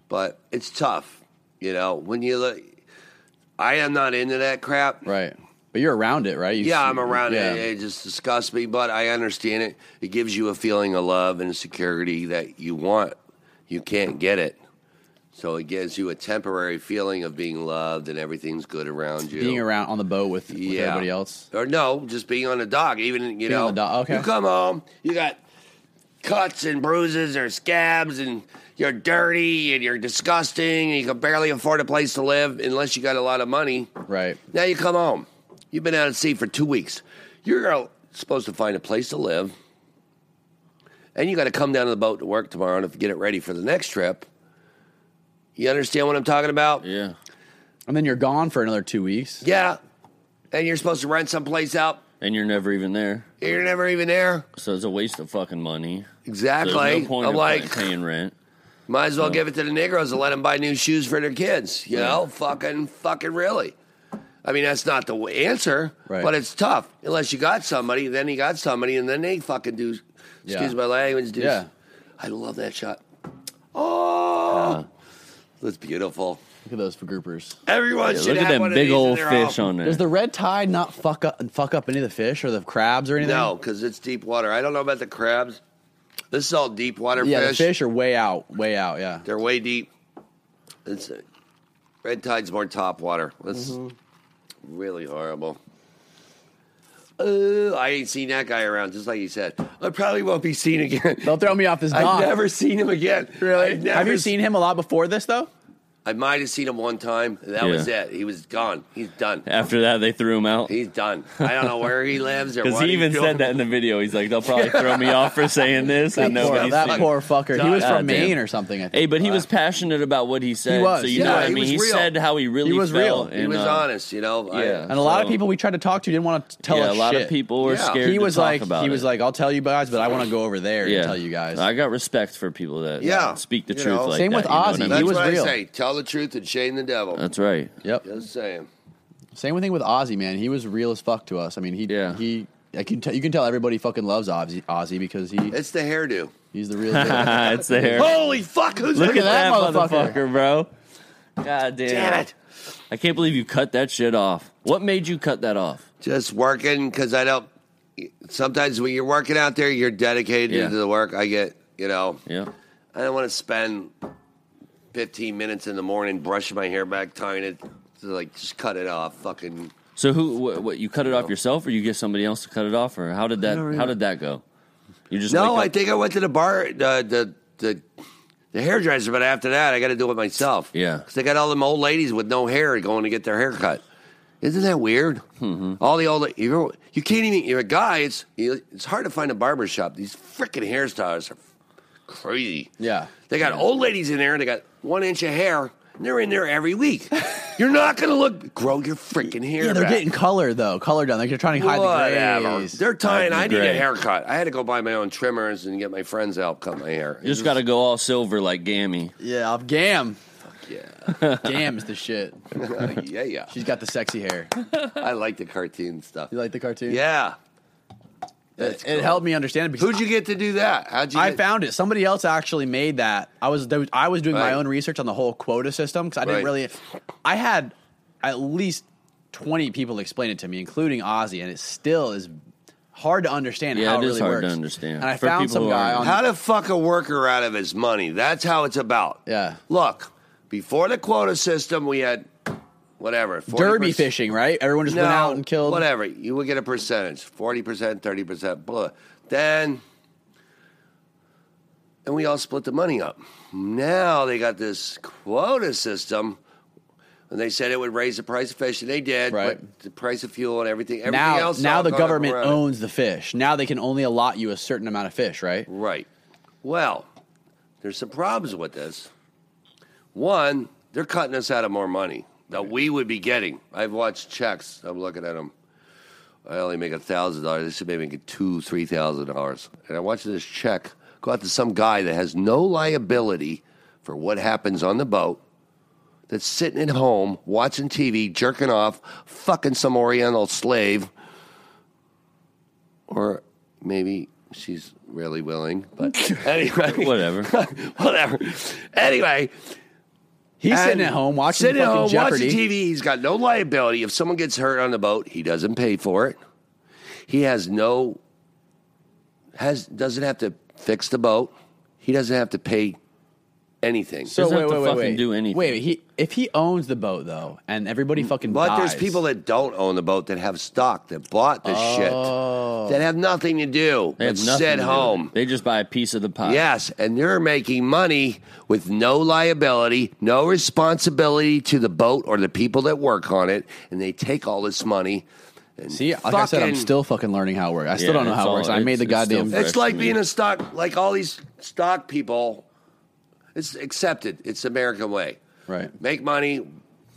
[SPEAKER 3] but it's tough, you know. When you look, I am not into that crap.
[SPEAKER 1] Right. But you're around it, right? You
[SPEAKER 3] Yeah,
[SPEAKER 1] see-
[SPEAKER 3] I'm around
[SPEAKER 1] yeah.
[SPEAKER 3] it. It just disgusts me, but I understand it. It gives you a feeling of love and security that you want. You can't get it. So it gives you a temporary feeling of being loved and everything's good around you.
[SPEAKER 1] Being around on the boat with, with
[SPEAKER 3] Yeah.
[SPEAKER 1] everybody else.
[SPEAKER 3] Or no, just being on the dock. Even you
[SPEAKER 1] Being
[SPEAKER 3] know,
[SPEAKER 1] on the dock, okay.
[SPEAKER 3] you come home, you got cuts and bruises or scabs, and you're dirty and you're disgusting, and you can barely afford a place to live unless you got a lot of money.
[SPEAKER 1] Right.
[SPEAKER 3] Now you come home. You've been out at sea for two weeks. You're out- supposed to find a place to live, and you got to come down to the boat to work tomorrow and get it ready for the next trip. You understand what I'm talking about?
[SPEAKER 4] Yeah.
[SPEAKER 1] And then you're gone for another two weeks.
[SPEAKER 3] Yeah. And you're supposed to rent someplace out.
[SPEAKER 4] And you're never even there.
[SPEAKER 3] You're never even there.
[SPEAKER 4] So it's a waste of fucking money. So
[SPEAKER 3] Exactly.
[SPEAKER 4] there's no point
[SPEAKER 3] I'm
[SPEAKER 4] of
[SPEAKER 3] like,
[SPEAKER 4] paying rent.
[SPEAKER 3] might as well give it to the Negroes and let them buy new shoes for their kids. You know, fucking, fucking really. I mean, that's not the w- answer,
[SPEAKER 1] Right.
[SPEAKER 3] but it's tough unless you got somebody. Then you got somebody, and then they fucking do.
[SPEAKER 1] Yeah.
[SPEAKER 3] Excuse my language, dude.
[SPEAKER 1] Yeah.
[SPEAKER 3] I love that shot. Oh, that's beautiful.
[SPEAKER 1] Look at those for groupers.
[SPEAKER 3] Everyone should
[SPEAKER 4] Look at
[SPEAKER 3] have
[SPEAKER 4] that
[SPEAKER 3] one
[SPEAKER 4] big
[SPEAKER 3] of these
[SPEAKER 4] old
[SPEAKER 3] in their
[SPEAKER 4] fish
[SPEAKER 3] home.
[SPEAKER 4] on there.
[SPEAKER 1] Does the red tide not fuck up fuck up any of the fish or the crabs or anything?
[SPEAKER 3] No, because it's deep water. I don't know about the crabs. This is all deep water
[SPEAKER 1] Yeah,
[SPEAKER 3] fish.
[SPEAKER 1] the fish are way out, way out. Yeah.
[SPEAKER 3] They're way deep. It's red tide's more top water. That's really horrible. Uh, I ain't seen that guy around, just like you said. I probably won't be seen again.
[SPEAKER 1] *laughs* Don't throw me off this dock.
[SPEAKER 3] I've never seen him again. I've never
[SPEAKER 1] Have you
[SPEAKER 3] s-
[SPEAKER 1] seen him a lot before this though?
[SPEAKER 3] I might have seen him one time. That
[SPEAKER 4] Yeah.
[SPEAKER 3] was it. He was gone. He's done.
[SPEAKER 4] After that, they threw him out.
[SPEAKER 3] He's done. I don't know where he
[SPEAKER 4] *laughs*
[SPEAKER 3] lives or
[SPEAKER 4] Because
[SPEAKER 3] what
[SPEAKER 4] he
[SPEAKER 3] he's
[SPEAKER 4] even
[SPEAKER 3] doing.
[SPEAKER 4] said that in the video. He's like, they'll probably throw me off for saying this,
[SPEAKER 1] That,
[SPEAKER 4] and
[SPEAKER 1] poor,
[SPEAKER 4] nobody's
[SPEAKER 1] that
[SPEAKER 4] seen it.
[SPEAKER 1] poor fucker. He was
[SPEAKER 4] God
[SPEAKER 1] from
[SPEAKER 4] damn.
[SPEAKER 1] Maine or something. I think.
[SPEAKER 4] Hey, but he was passionate about what he said.
[SPEAKER 1] He was,
[SPEAKER 4] so you
[SPEAKER 1] yeah.
[SPEAKER 4] know what
[SPEAKER 1] Yeah,
[SPEAKER 4] I
[SPEAKER 1] he
[SPEAKER 4] mean.
[SPEAKER 3] was
[SPEAKER 4] He
[SPEAKER 3] real.
[SPEAKER 4] said how he really
[SPEAKER 1] He was
[SPEAKER 4] felt.
[SPEAKER 1] real.
[SPEAKER 4] And,
[SPEAKER 3] He was
[SPEAKER 4] uh,
[SPEAKER 3] honest, you know. I-
[SPEAKER 4] yeah.
[SPEAKER 1] and a lot of
[SPEAKER 4] so-
[SPEAKER 1] people we tried to talk to didn't want to tell
[SPEAKER 4] yeah,
[SPEAKER 1] us.
[SPEAKER 4] a lot
[SPEAKER 1] shit.
[SPEAKER 4] of people were
[SPEAKER 3] Yeah.
[SPEAKER 4] scared.
[SPEAKER 1] He
[SPEAKER 4] to
[SPEAKER 1] was
[SPEAKER 4] talk
[SPEAKER 1] like,
[SPEAKER 4] about
[SPEAKER 1] he was
[SPEAKER 4] it.
[SPEAKER 1] like, I'll tell you guys, but I want to go over there
[SPEAKER 4] yeah.
[SPEAKER 1] and tell you guys.
[SPEAKER 4] I got respect for people that
[SPEAKER 3] Yeah.
[SPEAKER 4] uh, speak the
[SPEAKER 3] You
[SPEAKER 4] truth.
[SPEAKER 3] know.
[SPEAKER 4] Like
[SPEAKER 1] Same
[SPEAKER 4] that,
[SPEAKER 1] with
[SPEAKER 4] you know what I
[SPEAKER 1] Ozzy.
[SPEAKER 4] mean?
[SPEAKER 3] That's
[SPEAKER 1] He was
[SPEAKER 3] what
[SPEAKER 1] real.
[SPEAKER 3] I say. Tell the truth and shame the devil.
[SPEAKER 4] That's right.
[SPEAKER 1] yep.
[SPEAKER 3] Just saying.
[SPEAKER 1] Same thing with Ozzy, man. He was real as fuck to us. I mean, he
[SPEAKER 4] Yeah.
[SPEAKER 1] he. I can tell you can tell everybody fucking loves Ozzy, Ozzy because he
[SPEAKER 3] It's the hairdo.
[SPEAKER 1] he's the
[SPEAKER 4] *laughs*
[SPEAKER 1] real deal.
[SPEAKER 4] it's the hair.
[SPEAKER 3] Holy fuck! Who's
[SPEAKER 4] Look, at that,
[SPEAKER 1] motherfucker.
[SPEAKER 4] motherfucker. bro. God damn.
[SPEAKER 3] Damn it!
[SPEAKER 4] I can't believe you cut that shit off. What made you cut that off?
[SPEAKER 3] Just working because I don't. Sometimes when you're working out there, you're dedicated
[SPEAKER 4] Yeah.
[SPEAKER 3] to the work. I get, you know,
[SPEAKER 4] Yeah.
[SPEAKER 3] I don't want to spend 15 minutes in the morning brushing my hair back, tying it. So like, just cut it off. Fucking.
[SPEAKER 4] So who? What, what you cut it off yourself, or you get somebody else to cut it off, or how did that? How did that go? You just
[SPEAKER 3] No,
[SPEAKER 4] wake
[SPEAKER 3] I
[SPEAKER 4] up-
[SPEAKER 3] think I went to the bar, the the the, the hairdresser, but after that, I got to do it myself.
[SPEAKER 4] Yeah.
[SPEAKER 3] because they got all them old ladies with no hair going to get their hair cut. Isn't that weird?
[SPEAKER 1] Mm-hmm.
[SPEAKER 3] All the old you you can't even you're a guy. It's you- it's hard to find a barber shop. These freaking hairstyles are crazy.
[SPEAKER 1] Yeah.
[SPEAKER 3] they got old ladies in there and they got one inch of hair. And they're in there every week. you're not gonna look grow your freaking hair.
[SPEAKER 1] yeah, they're
[SPEAKER 3] back.
[SPEAKER 1] getting color though, color done. They're trying to hide the
[SPEAKER 3] Whatever.
[SPEAKER 1] grays.
[SPEAKER 3] They're tying.
[SPEAKER 4] Hide
[SPEAKER 3] I
[SPEAKER 4] the
[SPEAKER 3] need a
[SPEAKER 4] gray.
[SPEAKER 3] haircut. I had to go buy my own trimmers and get my friends out cut my hair.
[SPEAKER 4] You just got to go all silver like Gammy.
[SPEAKER 1] Yeah, I'm gam. *laughs*
[SPEAKER 3] yeah, *laughs*
[SPEAKER 1] Gam is the shit.
[SPEAKER 3] yeah, yeah.
[SPEAKER 1] She's got the sexy hair.
[SPEAKER 3] I like the cartoon stuff.
[SPEAKER 1] You like the cartoon?
[SPEAKER 3] Yeah.
[SPEAKER 1] it, it helped me understand it because
[SPEAKER 3] Who'd you get to do that? How'd you?
[SPEAKER 1] I
[SPEAKER 3] get-
[SPEAKER 1] found it. Somebody else actually made that. I was there was- I was doing
[SPEAKER 3] Right.
[SPEAKER 1] my own research on the whole quota system because I didn't
[SPEAKER 3] Right.
[SPEAKER 1] really. I had at least twenty people explain it to me, including Ozzy, and it still is hard to understand.
[SPEAKER 4] Yeah,
[SPEAKER 1] how
[SPEAKER 4] it
[SPEAKER 1] it
[SPEAKER 4] is
[SPEAKER 1] really
[SPEAKER 4] hard to
[SPEAKER 1] works.
[SPEAKER 4] understand
[SPEAKER 1] And I
[SPEAKER 4] for
[SPEAKER 1] found
[SPEAKER 4] people
[SPEAKER 1] some
[SPEAKER 4] who
[SPEAKER 1] guy
[SPEAKER 4] aren't.
[SPEAKER 1] on.
[SPEAKER 3] How to fuck a worker out of his money. That's how it's about.
[SPEAKER 1] Yeah.
[SPEAKER 3] Look, before the quota system, we had whatever 40%.
[SPEAKER 1] Derby fishing, right? Everyone just
[SPEAKER 3] No,
[SPEAKER 1] went out and killed.
[SPEAKER 3] whatever. You would get a percentage, forty percent, thirty percent, blah. Then, and we all split the money up. Now they got this quota system, and they said it would raise the price of fish, and they did.
[SPEAKER 1] Right.
[SPEAKER 3] But the price of fuel and everything. Everything
[SPEAKER 1] Now,
[SPEAKER 3] else.
[SPEAKER 1] now
[SPEAKER 3] all
[SPEAKER 1] the
[SPEAKER 3] gone up
[SPEAKER 1] government
[SPEAKER 3] around it.
[SPEAKER 1] owns the fish. Now they can only allot you a certain amount of fish, right?
[SPEAKER 3] Right. Well, there's some problems with this. One, they're cutting us out of more money that we would be getting. I've watched checks. I'm looking at them. I only make a thousand dollars. They should maybe make two, three thousand dollars. And I watch this check go out to some guy that has no liability for what happens on the boat. That's sitting at home watching TV, jerking off, fucking some Oriental slave, or maybe she's really willing. But anyway, *laughs*
[SPEAKER 4] Whatever.
[SPEAKER 3] whatever. Anyway,
[SPEAKER 1] He's
[SPEAKER 3] and-
[SPEAKER 1] sitting at home watching
[SPEAKER 3] sitting at
[SPEAKER 1] fucking
[SPEAKER 3] home
[SPEAKER 1] Jeopardy.
[SPEAKER 3] watching TV. He's got no liability. If someone gets hurt on the boat, he doesn't pay for it. He has no has doesn't have to fix the boat. He doesn't have to pay anything.
[SPEAKER 1] So
[SPEAKER 4] Doesn't
[SPEAKER 1] wait,
[SPEAKER 4] have to
[SPEAKER 1] wait, wait,
[SPEAKER 4] fucking
[SPEAKER 1] wait.
[SPEAKER 4] do anything. Mm.
[SPEAKER 1] Wait, he if he owns the boat though, and everybody fucking
[SPEAKER 3] but
[SPEAKER 1] dies.
[SPEAKER 3] there's people that don't own the boat that have stock that bought the
[SPEAKER 1] Oh.
[SPEAKER 3] shit that have nothing to do
[SPEAKER 4] They
[SPEAKER 3] but
[SPEAKER 4] have nothing
[SPEAKER 3] sit
[SPEAKER 4] to do.
[SPEAKER 3] home.
[SPEAKER 4] They just buy a piece of the
[SPEAKER 1] Uh,
[SPEAKER 4] pie.
[SPEAKER 3] Yes, and they're making money with no liability, no responsibility to the boat or the people that work on it, and they take all this money. And
[SPEAKER 1] See, like I said, I'm
[SPEAKER 3] fucking-
[SPEAKER 1] still fucking learning how it works. I still
[SPEAKER 4] Yeah,
[SPEAKER 1] don't know how
[SPEAKER 4] it's
[SPEAKER 1] it works.
[SPEAKER 4] all-
[SPEAKER 1] I made the
[SPEAKER 4] it's- it's still
[SPEAKER 1] goddamn.
[SPEAKER 4] fresh.
[SPEAKER 3] It's like
[SPEAKER 4] to
[SPEAKER 3] being
[SPEAKER 4] me.
[SPEAKER 3] a stock, like all these stock people. It's accepted. It's the American way.
[SPEAKER 1] Right.
[SPEAKER 3] Make money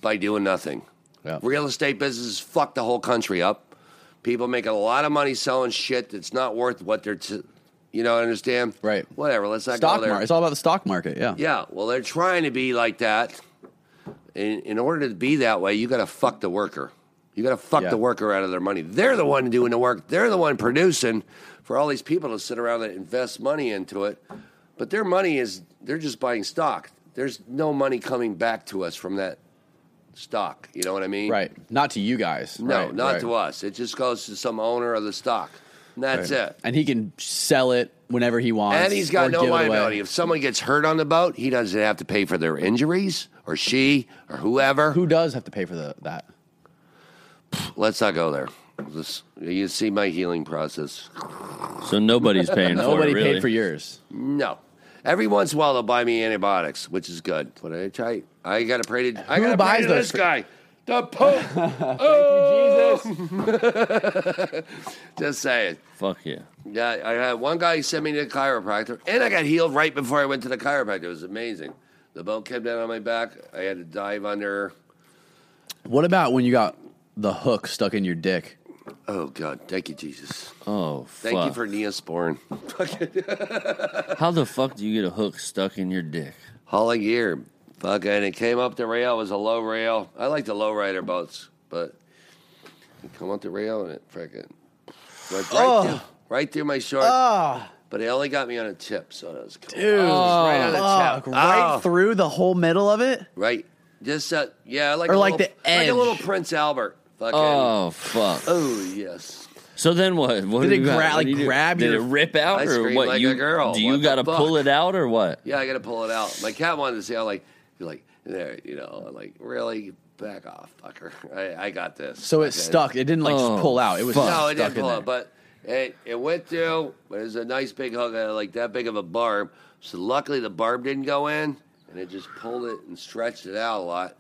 [SPEAKER 3] by doing nothing.
[SPEAKER 1] Yeah.
[SPEAKER 3] Real estate businesses fuck the whole country up. People make a lot of money selling shit that's not worth what they're, t- you know, understand?
[SPEAKER 1] Right.
[SPEAKER 3] Whatever. Let's not
[SPEAKER 1] Stock
[SPEAKER 3] go there.
[SPEAKER 1] market. It's all about the stock market. Yeah.
[SPEAKER 3] Yeah, well, they're trying to be like that. In, in order to be that way, you got to fuck the worker. You got to fuck
[SPEAKER 1] Yeah.
[SPEAKER 3] the worker out of their money. They're the one doing the work. They're the one producing for all these people to sit around and invest money into it. But their money is they're just buying stock. There's no money coming back to us from that stock. You know what I mean?
[SPEAKER 1] Right. Not to you guys.
[SPEAKER 3] No,
[SPEAKER 1] Right,
[SPEAKER 3] not
[SPEAKER 1] right.
[SPEAKER 3] to us. It just goes to some owner of the stock. And that's it.
[SPEAKER 1] And he can sell it whenever he wants.
[SPEAKER 3] And he's got
[SPEAKER 1] or
[SPEAKER 3] no
[SPEAKER 1] give it away.
[SPEAKER 3] liability. If someone gets hurt on the boat, he doesn't have to pay for their injuries, or she, or whoever.
[SPEAKER 1] Who does have to pay for the, that?
[SPEAKER 3] Let's not go there. This- you see my healing process. *laughs*
[SPEAKER 4] So nobody's paying for it.
[SPEAKER 1] Nobody
[SPEAKER 4] really.
[SPEAKER 1] paid for yours.
[SPEAKER 3] No. Every once in a while, they'll buy me antibiotics, which is good. But I try. I got to pray to. I
[SPEAKER 1] Who
[SPEAKER 3] got to pray
[SPEAKER 1] buys
[SPEAKER 3] to
[SPEAKER 1] those
[SPEAKER 3] this guy.
[SPEAKER 1] *laughs*
[SPEAKER 3] The Pope. oh, Jesus. *laughs* Just saying.
[SPEAKER 4] Fuck yeah.
[SPEAKER 3] Yeah, I had one guy sent me to the chiropractor, and I got healed right before I went to the chiropractor. It was amazing. The bone came down on my back. I had to dive under.
[SPEAKER 1] What about when you got the hook stuck in your dick?
[SPEAKER 3] Oh God, thank you, Jesus.
[SPEAKER 4] Oh, fuck.
[SPEAKER 3] Thank you for Neosporin.
[SPEAKER 4] How the fuck do you get a hook stuck in your dick?
[SPEAKER 3] Hauling gear, fucking. It came up the rail. It was a low rail. I like the low rider boats, but it come up the rail and it freaking went right,
[SPEAKER 1] Oh.
[SPEAKER 3] through, right through my shorts. But it only got me on a tip, so that was cool. It was Ah. Oh, right on the
[SPEAKER 1] Fuck,
[SPEAKER 3] tip.
[SPEAKER 1] right
[SPEAKER 3] Oh.
[SPEAKER 1] through the whole middle of it?
[SPEAKER 3] Right. Just uh, yeah, like
[SPEAKER 1] Or
[SPEAKER 3] a
[SPEAKER 1] like
[SPEAKER 3] little,
[SPEAKER 1] the
[SPEAKER 3] like a little
[SPEAKER 1] edge.
[SPEAKER 3] Prince Albert. Fucking. Oh,
[SPEAKER 4] Oh, fuck.
[SPEAKER 3] yes.
[SPEAKER 4] So then what? What
[SPEAKER 1] Did
[SPEAKER 4] do
[SPEAKER 1] it
[SPEAKER 4] you got?
[SPEAKER 1] gra-
[SPEAKER 4] What
[SPEAKER 1] like,
[SPEAKER 4] do you do?
[SPEAKER 1] grab
[SPEAKER 4] Did
[SPEAKER 1] your-
[SPEAKER 4] it rip out
[SPEAKER 3] I
[SPEAKER 4] or
[SPEAKER 3] screamed
[SPEAKER 4] what?
[SPEAKER 3] like
[SPEAKER 4] you
[SPEAKER 3] a girl.
[SPEAKER 4] do
[SPEAKER 3] What
[SPEAKER 4] you
[SPEAKER 3] the
[SPEAKER 4] gotta
[SPEAKER 3] fuck?
[SPEAKER 4] pull it out or
[SPEAKER 3] *laughs*
[SPEAKER 4] what?
[SPEAKER 3] Yeah, I gotta pull it out. My cat wanted to see how like you're like there, you know, I'm like really back off, fucker. *laughs* I, I got this.
[SPEAKER 1] So it
[SPEAKER 3] Okay.
[SPEAKER 1] stuck. It didn't like
[SPEAKER 4] Oh,
[SPEAKER 1] just pull out. It was
[SPEAKER 4] fuck.
[SPEAKER 3] No,
[SPEAKER 1] stuck
[SPEAKER 3] it didn't
[SPEAKER 1] in
[SPEAKER 3] pull
[SPEAKER 1] there.
[SPEAKER 3] out, but it it went through. But it was a nice big hook, uh, like that big of a barb. So luckily the barb didn't go in, and it just pulled it and stretched it out a lot.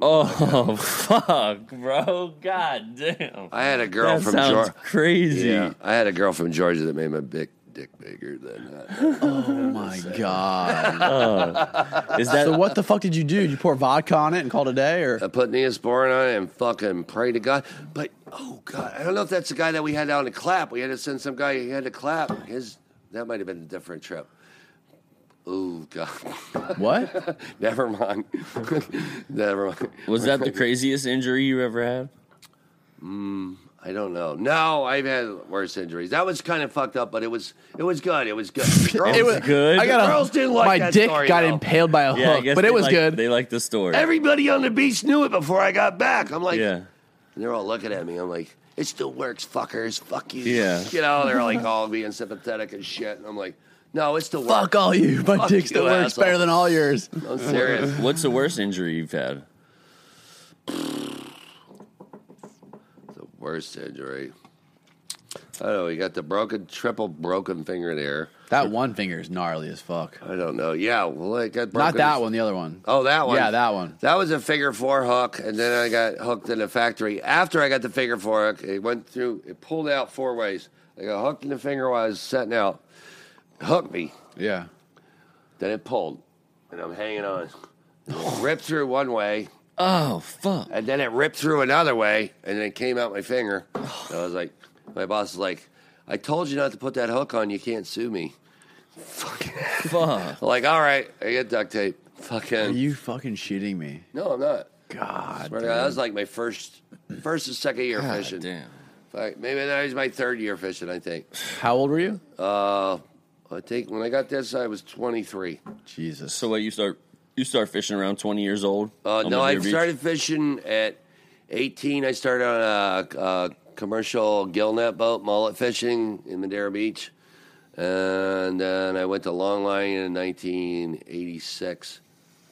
[SPEAKER 4] Oh *laughs* fuck, bro! God damn.
[SPEAKER 3] I had a girl
[SPEAKER 4] That
[SPEAKER 3] from
[SPEAKER 4] sounds
[SPEAKER 3] Georgia.
[SPEAKER 4] crazy.
[SPEAKER 3] Yeah, I had a girl from Georgia that made my big dick bigger than that.
[SPEAKER 1] oh my
[SPEAKER 4] *laughs*
[SPEAKER 1] god!
[SPEAKER 4] Is that
[SPEAKER 1] so what the fuck did you do? Did you pour vodka on it and call it a day, or
[SPEAKER 3] Uh, I put Neosporin on it and fucking pray to God. But oh God, I don't know if that's the guy that we had down to clap. We had to send some guy. He had to clap. His that might have been a different trip. Oh God, *laughs*
[SPEAKER 1] what?
[SPEAKER 3] never mind, *laughs* never mind.
[SPEAKER 4] was that *laughs* the craziest injury you ever had?
[SPEAKER 3] I don't know. No, I've had worse injuries. That was kind of fucked up, but it was it was good. It
[SPEAKER 4] *laughs*
[SPEAKER 3] was good. Girls-
[SPEAKER 4] It was good.
[SPEAKER 1] I got a,
[SPEAKER 3] Girls didn't like
[SPEAKER 1] my
[SPEAKER 3] that
[SPEAKER 1] dick
[SPEAKER 3] story,
[SPEAKER 1] got
[SPEAKER 3] though.
[SPEAKER 1] impaled by a
[SPEAKER 4] Yeah, I
[SPEAKER 1] hook,
[SPEAKER 4] guess
[SPEAKER 1] but
[SPEAKER 4] they
[SPEAKER 1] it was
[SPEAKER 4] like-
[SPEAKER 1] good.
[SPEAKER 4] They like the story.
[SPEAKER 3] Everybody on the beach knew it before I got back. I'm like,
[SPEAKER 4] yeah.
[SPEAKER 3] And they're all looking at me. I'm like, it still works, fuckers. Fuck you.
[SPEAKER 4] Yeah.
[SPEAKER 3] You know, they're like all being sympathetic and shit. And I'm like, no, it still works.
[SPEAKER 1] fuck all you. *laughs* My
[SPEAKER 3] Fuck
[SPEAKER 1] dick
[SPEAKER 3] you,
[SPEAKER 1] still works
[SPEAKER 3] asshole.
[SPEAKER 1] better than all yours.
[SPEAKER 3] I'm serious.
[SPEAKER 4] What's the worst injury you've had?
[SPEAKER 3] the worst injury. I don't know. You got the broken, triple broken finger there.
[SPEAKER 1] That one finger is gnarly as fuck.
[SPEAKER 3] I don't know. Yeah. Well, I got broken.
[SPEAKER 1] Not that one, the other one.
[SPEAKER 3] Oh, that one.
[SPEAKER 1] Yeah, that one.
[SPEAKER 3] That was a figure four hook, and then I got hooked in the factory. After I got the figure four hook, it went through. It pulled out four ways. I got hooked in the finger while I was setting out. Hooked me.
[SPEAKER 1] Yeah.
[SPEAKER 3] Then it pulled, and I'm hanging on. ripped through one way,
[SPEAKER 4] Oh fuck.
[SPEAKER 3] and then it ripped through another way, and then it came out my finger. And I was like, my boss is like, I told you not to put that hook on. You can't sue me. Fucking.
[SPEAKER 4] Fuck.
[SPEAKER 3] *laughs* like, all right, I get duct tape. Fucking.
[SPEAKER 1] Are you fucking shitting me?
[SPEAKER 3] no, I'm not.
[SPEAKER 1] God.
[SPEAKER 3] Swear to God, that was like my first, first and second year fishing.
[SPEAKER 4] Damn.
[SPEAKER 3] Fuck, Maybe that was my third year fishing. I think.
[SPEAKER 1] How old were you?
[SPEAKER 3] Uh, I think when I got this, I was 23.
[SPEAKER 1] Jesus.
[SPEAKER 4] So what you start you start fishing around twenty years old?
[SPEAKER 3] Uh,
[SPEAKER 4] on
[SPEAKER 3] no, I
[SPEAKER 4] Madeira Beach?
[SPEAKER 3] started fishing at 18. I started on a, a commercial gillnet boat, mullet fishing in Madeira Beach. And then I went to Longline in 1986.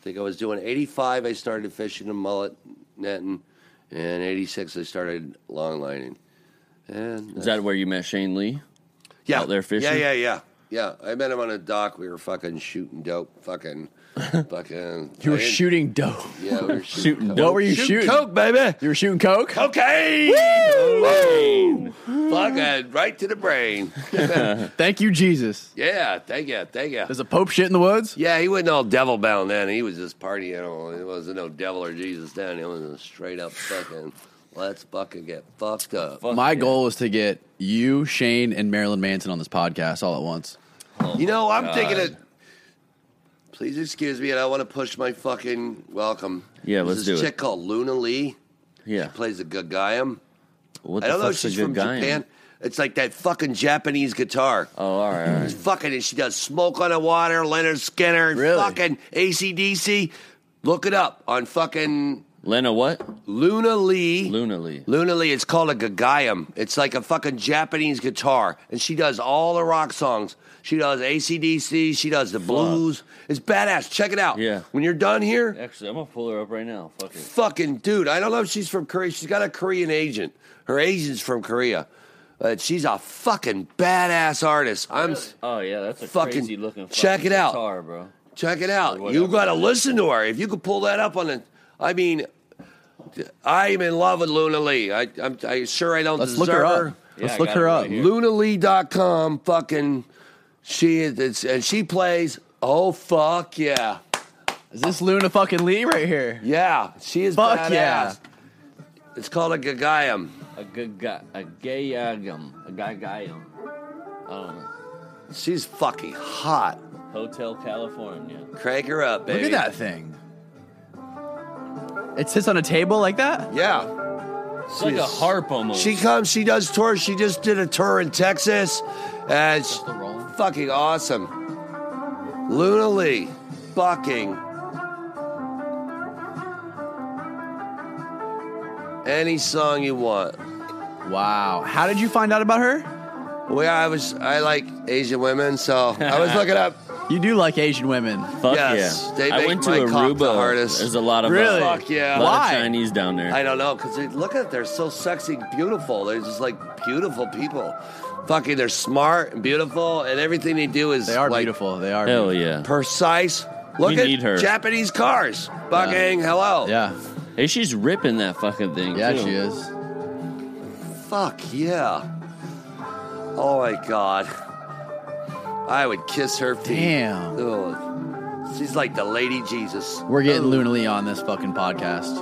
[SPEAKER 3] I think I was doing 85. I started fishing and mullet netting. And 86, I started longlining. And uh,
[SPEAKER 4] Is that where you met Shane Lee?
[SPEAKER 3] yeah.
[SPEAKER 4] out there fishing?
[SPEAKER 3] Yeah, yeah, yeah. Yeah, I met him on a dock. We were fucking shooting dope. Fucking, *laughs* fucking.
[SPEAKER 1] you were
[SPEAKER 3] I didn't-
[SPEAKER 1] shooting dope.
[SPEAKER 3] Yeah, we were shooting.
[SPEAKER 4] Shooting
[SPEAKER 1] What
[SPEAKER 4] dope.
[SPEAKER 1] were you
[SPEAKER 3] Shoot
[SPEAKER 1] shooting?
[SPEAKER 3] coke, baby.
[SPEAKER 1] You were shooting coke?
[SPEAKER 3] Okay. Woo! Fucking right to the brain.
[SPEAKER 1] Thank you, Jesus.
[SPEAKER 3] Yeah, thank you, thank you.
[SPEAKER 1] There's a Pope shit in the woods?
[SPEAKER 3] Yeah, he wasn't all devil bound then. He was just party animal. He wasn't no devil or Jesus then. He was a straight up fucking. Let's fucking get fucked up.
[SPEAKER 4] Fuck
[SPEAKER 1] My
[SPEAKER 4] yeah.
[SPEAKER 1] goal is to get you, Shane, and Marilyn Manson on this podcast all at once.
[SPEAKER 3] You know, I'm thinking
[SPEAKER 4] God.
[SPEAKER 3] of. Please excuse me, and I want to push my fucking welcome.
[SPEAKER 4] Yeah,
[SPEAKER 3] There's
[SPEAKER 4] let's
[SPEAKER 3] this
[SPEAKER 4] do it.
[SPEAKER 3] chick called Luna Lee.
[SPEAKER 4] Yeah.
[SPEAKER 3] Plays a good guy.
[SPEAKER 4] What the
[SPEAKER 3] I don't know if
[SPEAKER 4] fuck's a
[SPEAKER 3] she's
[SPEAKER 4] good
[SPEAKER 3] from
[SPEAKER 4] guy in?
[SPEAKER 3] Japan. It's like that fucking Japanese guitar.
[SPEAKER 4] Oh, all right. All
[SPEAKER 3] *laughs*
[SPEAKER 4] right.
[SPEAKER 3] fucking and she does smoke on the water, Leonard Skinner,
[SPEAKER 1] Really?
[SPEAKER 3] fucking ACDC. Look it up on fucking
[SPEAKER 4] Lena, what?
[SPEAKER 3] Luna Lee.
[SPEAKER 4] Luna Lee.
[SPEAKER 3] Luna Lee, it's called a gagayam. It's like a fucking Japanese guitar. And she does all the rock songs. She does ACDC, she does the blues. It's badass. Check it out.
[SPEAKER 4] Yeah.
[SPEAKER 3] When you're done here,
[SPEAKER 4] Actually, I'm gonna pull her up right now. Fuck it.
[SPEAKER 3] fucking dude, I don't know if she's from Korea. She's got a Korean agent. Her agent's from Korea. But she's a fucking badass artist. I'm s-
[SPEAKER 4] Oh yeah, that's a
[SPEAKER 3] Fucking
[SPEAKER 4] crazy looking. Fucking
[SPEAKER 3] check it out.
[SPEAKER 4] guitar, bro.
[SPEAKER 3] check it out. You
[SPEAKER 4] whatever.
[SPEAKER 3] got to listen to her. If you could pull that up on the, I mean, I'm in love with Luna Lee. I, I'm, I sure I don't
[SPEAKER 1] Let's
[SPEAKER 3] deserve
[SPEAKER 1] look her up.
[SPEAKER 4] Yeah, I
[SPEAKER 1] Let's look
[SPEAKER 4] got
[SPEAKER 1] her
[SPEAKER 4] it
[SPEAKER 1] up.
[SPEAKER 4] right here.
[SPEAKER 3] LunaLee.com fucking she is it's, and she plays oh fuck yeah.
[SPEAKER 1] Is this Luna fucking Lee right here?
[SPEAKER 3] Yeah, she is
[SPEAKER 1] Fuck
[SPEAKER 3] badass.
[SPEAKER 1] yeah.
[SPEAKER 3] It's called a gagayam.
[SPEAKER 4] A good guy, a gay gum, a guy guyum. I don't know.
[SPEAKER 3] She's fucking hot.
[SPEAKER 4] Hotel California.
[SPEAKER 3] Crank her up,
[SPEAKER 1] Look
[SPEAKER 3] baby.
[SPEAKER 1] at that thing. It sits on a table like that?
[SPEAKER 3] Yeah.
[SPEAKER 4] It's like a
[SPEAKER 3] She's-
[SPEAKER 4] harp almost.
[SPEAKER 3] She comes, she does tours. She just did a tour in Texas. And she's fucking awesome. Luna Lee. Fucking. Any song you want.
[SPEAKER 1] Wow. How did you find out about her?
[SPEAKER 3] Well, I was I like Asian women, so I was
[SPEAKER 1] *laughs*
[SPEAKER 3] looking up.
[SPEAKER 1] You do like Asian women.
[SPEAKER 4] Fuck
[SPEAKER 3] Yes,
[SPEAKER 4] yeah.
[SPEAKER 3] they
[SPEAKER 4] I
[SPEAKER 3] make
[SPEAKER 4] went to
[SPEAKER 3] my cock the
[SPEAKER 4] Aruba.
[SPEAKER 3] hardest.
[SPEAKER 4] There's a lot of uh,
[SPEAKER 1] Really?
[SPEAKER 3] Fuck
[SPEAKER 4] a
[SPEAKER 3] yeah!
[SPEAKER 4] lot
[SPEAKER 1] Why?
[SPEAKER 4] of Chinese down there.
[SPEAKER 3] I don't know because look at it, they're so sexy, beautiful. They're just like beautiful people. Fucking, they're smart and beautiful, and everything they do is
[SPEAKER 1] They are
[SPEAKER 3] like,
[SPEAKER 1] beautiful. They are.
[SPEAKER 4] Hell
[SPEAKER 1] beautiful.
[SPEAKER 4] yeah.
[SPEAKER 3] precise. Look
[SPEAKER 4] We
[SPEAKER 3] at
[SPEAKER 4] need her.
[SPEAKER 3] Japanese cars. Fucking hello.
[SPEAKER 1] Yeah.
[SPEAKER 4] Hey, she's ripping that fucking thing.
[SPEAKER 1] Yeah,
[SPEAKER 4] too.
[SPEAKER 1] she is.
[SPEAKER 3] Fuck yeah. Oh my god. I would kiss her feet.
[SPEAKER 1] Damn.
[SPEAKER 3] Ugh. She's like the Lady Jesus.
[SPEAKER 1] We're getting Luna Lee on this fucking podcast.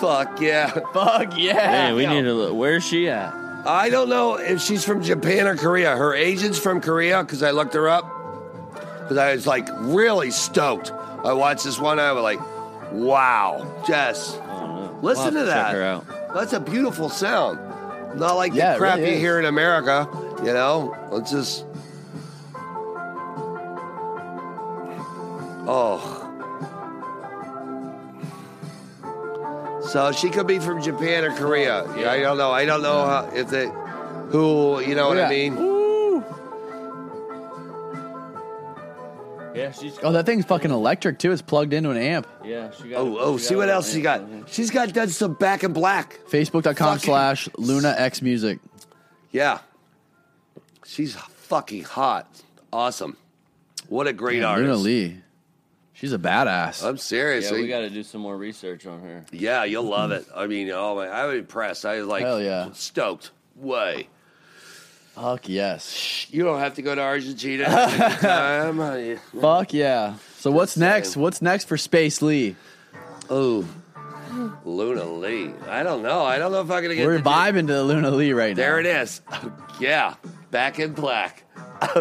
[SPEAKER 3] Fuck yeah.
[SPEAKER 1] Fuck yeah.
[SPEAKER 4] Hey, we need to look. Where's she at?
[SPEAKER 3] I don't know if she's from Japan or Korea. Her agent's from Korea because I looked her up. Because I was like really stoked. I watched this one. I was like, wow, Jess,
[SPEAKER 4] I don't know. We'll
[SPEAKER 3] listen
[SPEAKER 4] have
[SPEAKER 3] to that.
[SPEAKER 4] Check her out.
[SPEAKER 3] That's a beautiful sound. Not like
[SPEAKER 1] Yeah,
[SPEAKER 3] the
[SPEAKER 1] it
[SPEAKER 3] crap
[SPEAKER 1] really
[SPEAKER 3] you
[SPEAKER 1] is.
[SPEAKER 3] hear in America. You know, it's just. Oh. So she could be from Japan or Korea. I don't know. I don't know how, if they, who, you know what I
[SPEAKER 1] Yeah.
[SPEAKER 3] mean?
[SPEAKER 4] Yeah, she's.
[SPEAKER 1] Oh, that thing's fucking electric too. It's plugged into an amp.
[SPEAKER 4] Yeah, she got.
[SPEAKER 3] Oh, oh,
[SPEAKER 4] she
[SPEAKER 3] see
[SPEAKER 4] got
[SPEAKER 3] what
[SPEAKER 4] a-
[SPEAKER 3] else she got.
[SPEAKER 4] Mhm.
[SPEAKER 3] She's got done some back in black.
[SPEAKER 1] Facebook.com
[SPEAKER 3] Fucking-
[SPEAKER 1] slash Luna X Music.
[SPEAKER 3] Yeah. She's fucking hot. Awesome. What a great
[SPEAKER 1] Man,
[SPEAKER 3] artist.
[SPEAKER 1] Luna Lee. She's a badass.
[SPEAKER 3] I'm serious.
[SPEAKER 4] Yeah, we
[SPEAKER 3] Yeah,
[SPEAKER 4] got to do some more research on her.
[SPEAKER 3] you'll love it. I mean, oh my, I was impressed. I was like,
[SPEAKER 1] Hell yeah.
[SPEAKER 3] stoked. Way.
[SPEAKER 1] Fuck yes.
[SPEAKER 3] You don't have to go to
[SPEAKER 1] *laughs*
[SPEAKER 3] Argentina. anytime. *laughs* I-
[SPEAKER 1] Fuck yeah. So what's next? What's next for Space Lee?
[SPEAKER 3] oh, Luna Lee. I don't know. I don't know if I'm gonna get.
[SPEAKER 1] We're
[SPEAKER 3] the-
[SPEAKER 1] vibing to Luna Lee right now.
[SPEAKER 3] There it is. *laughs* yeah, back in black.
[SPEAKER 1] Back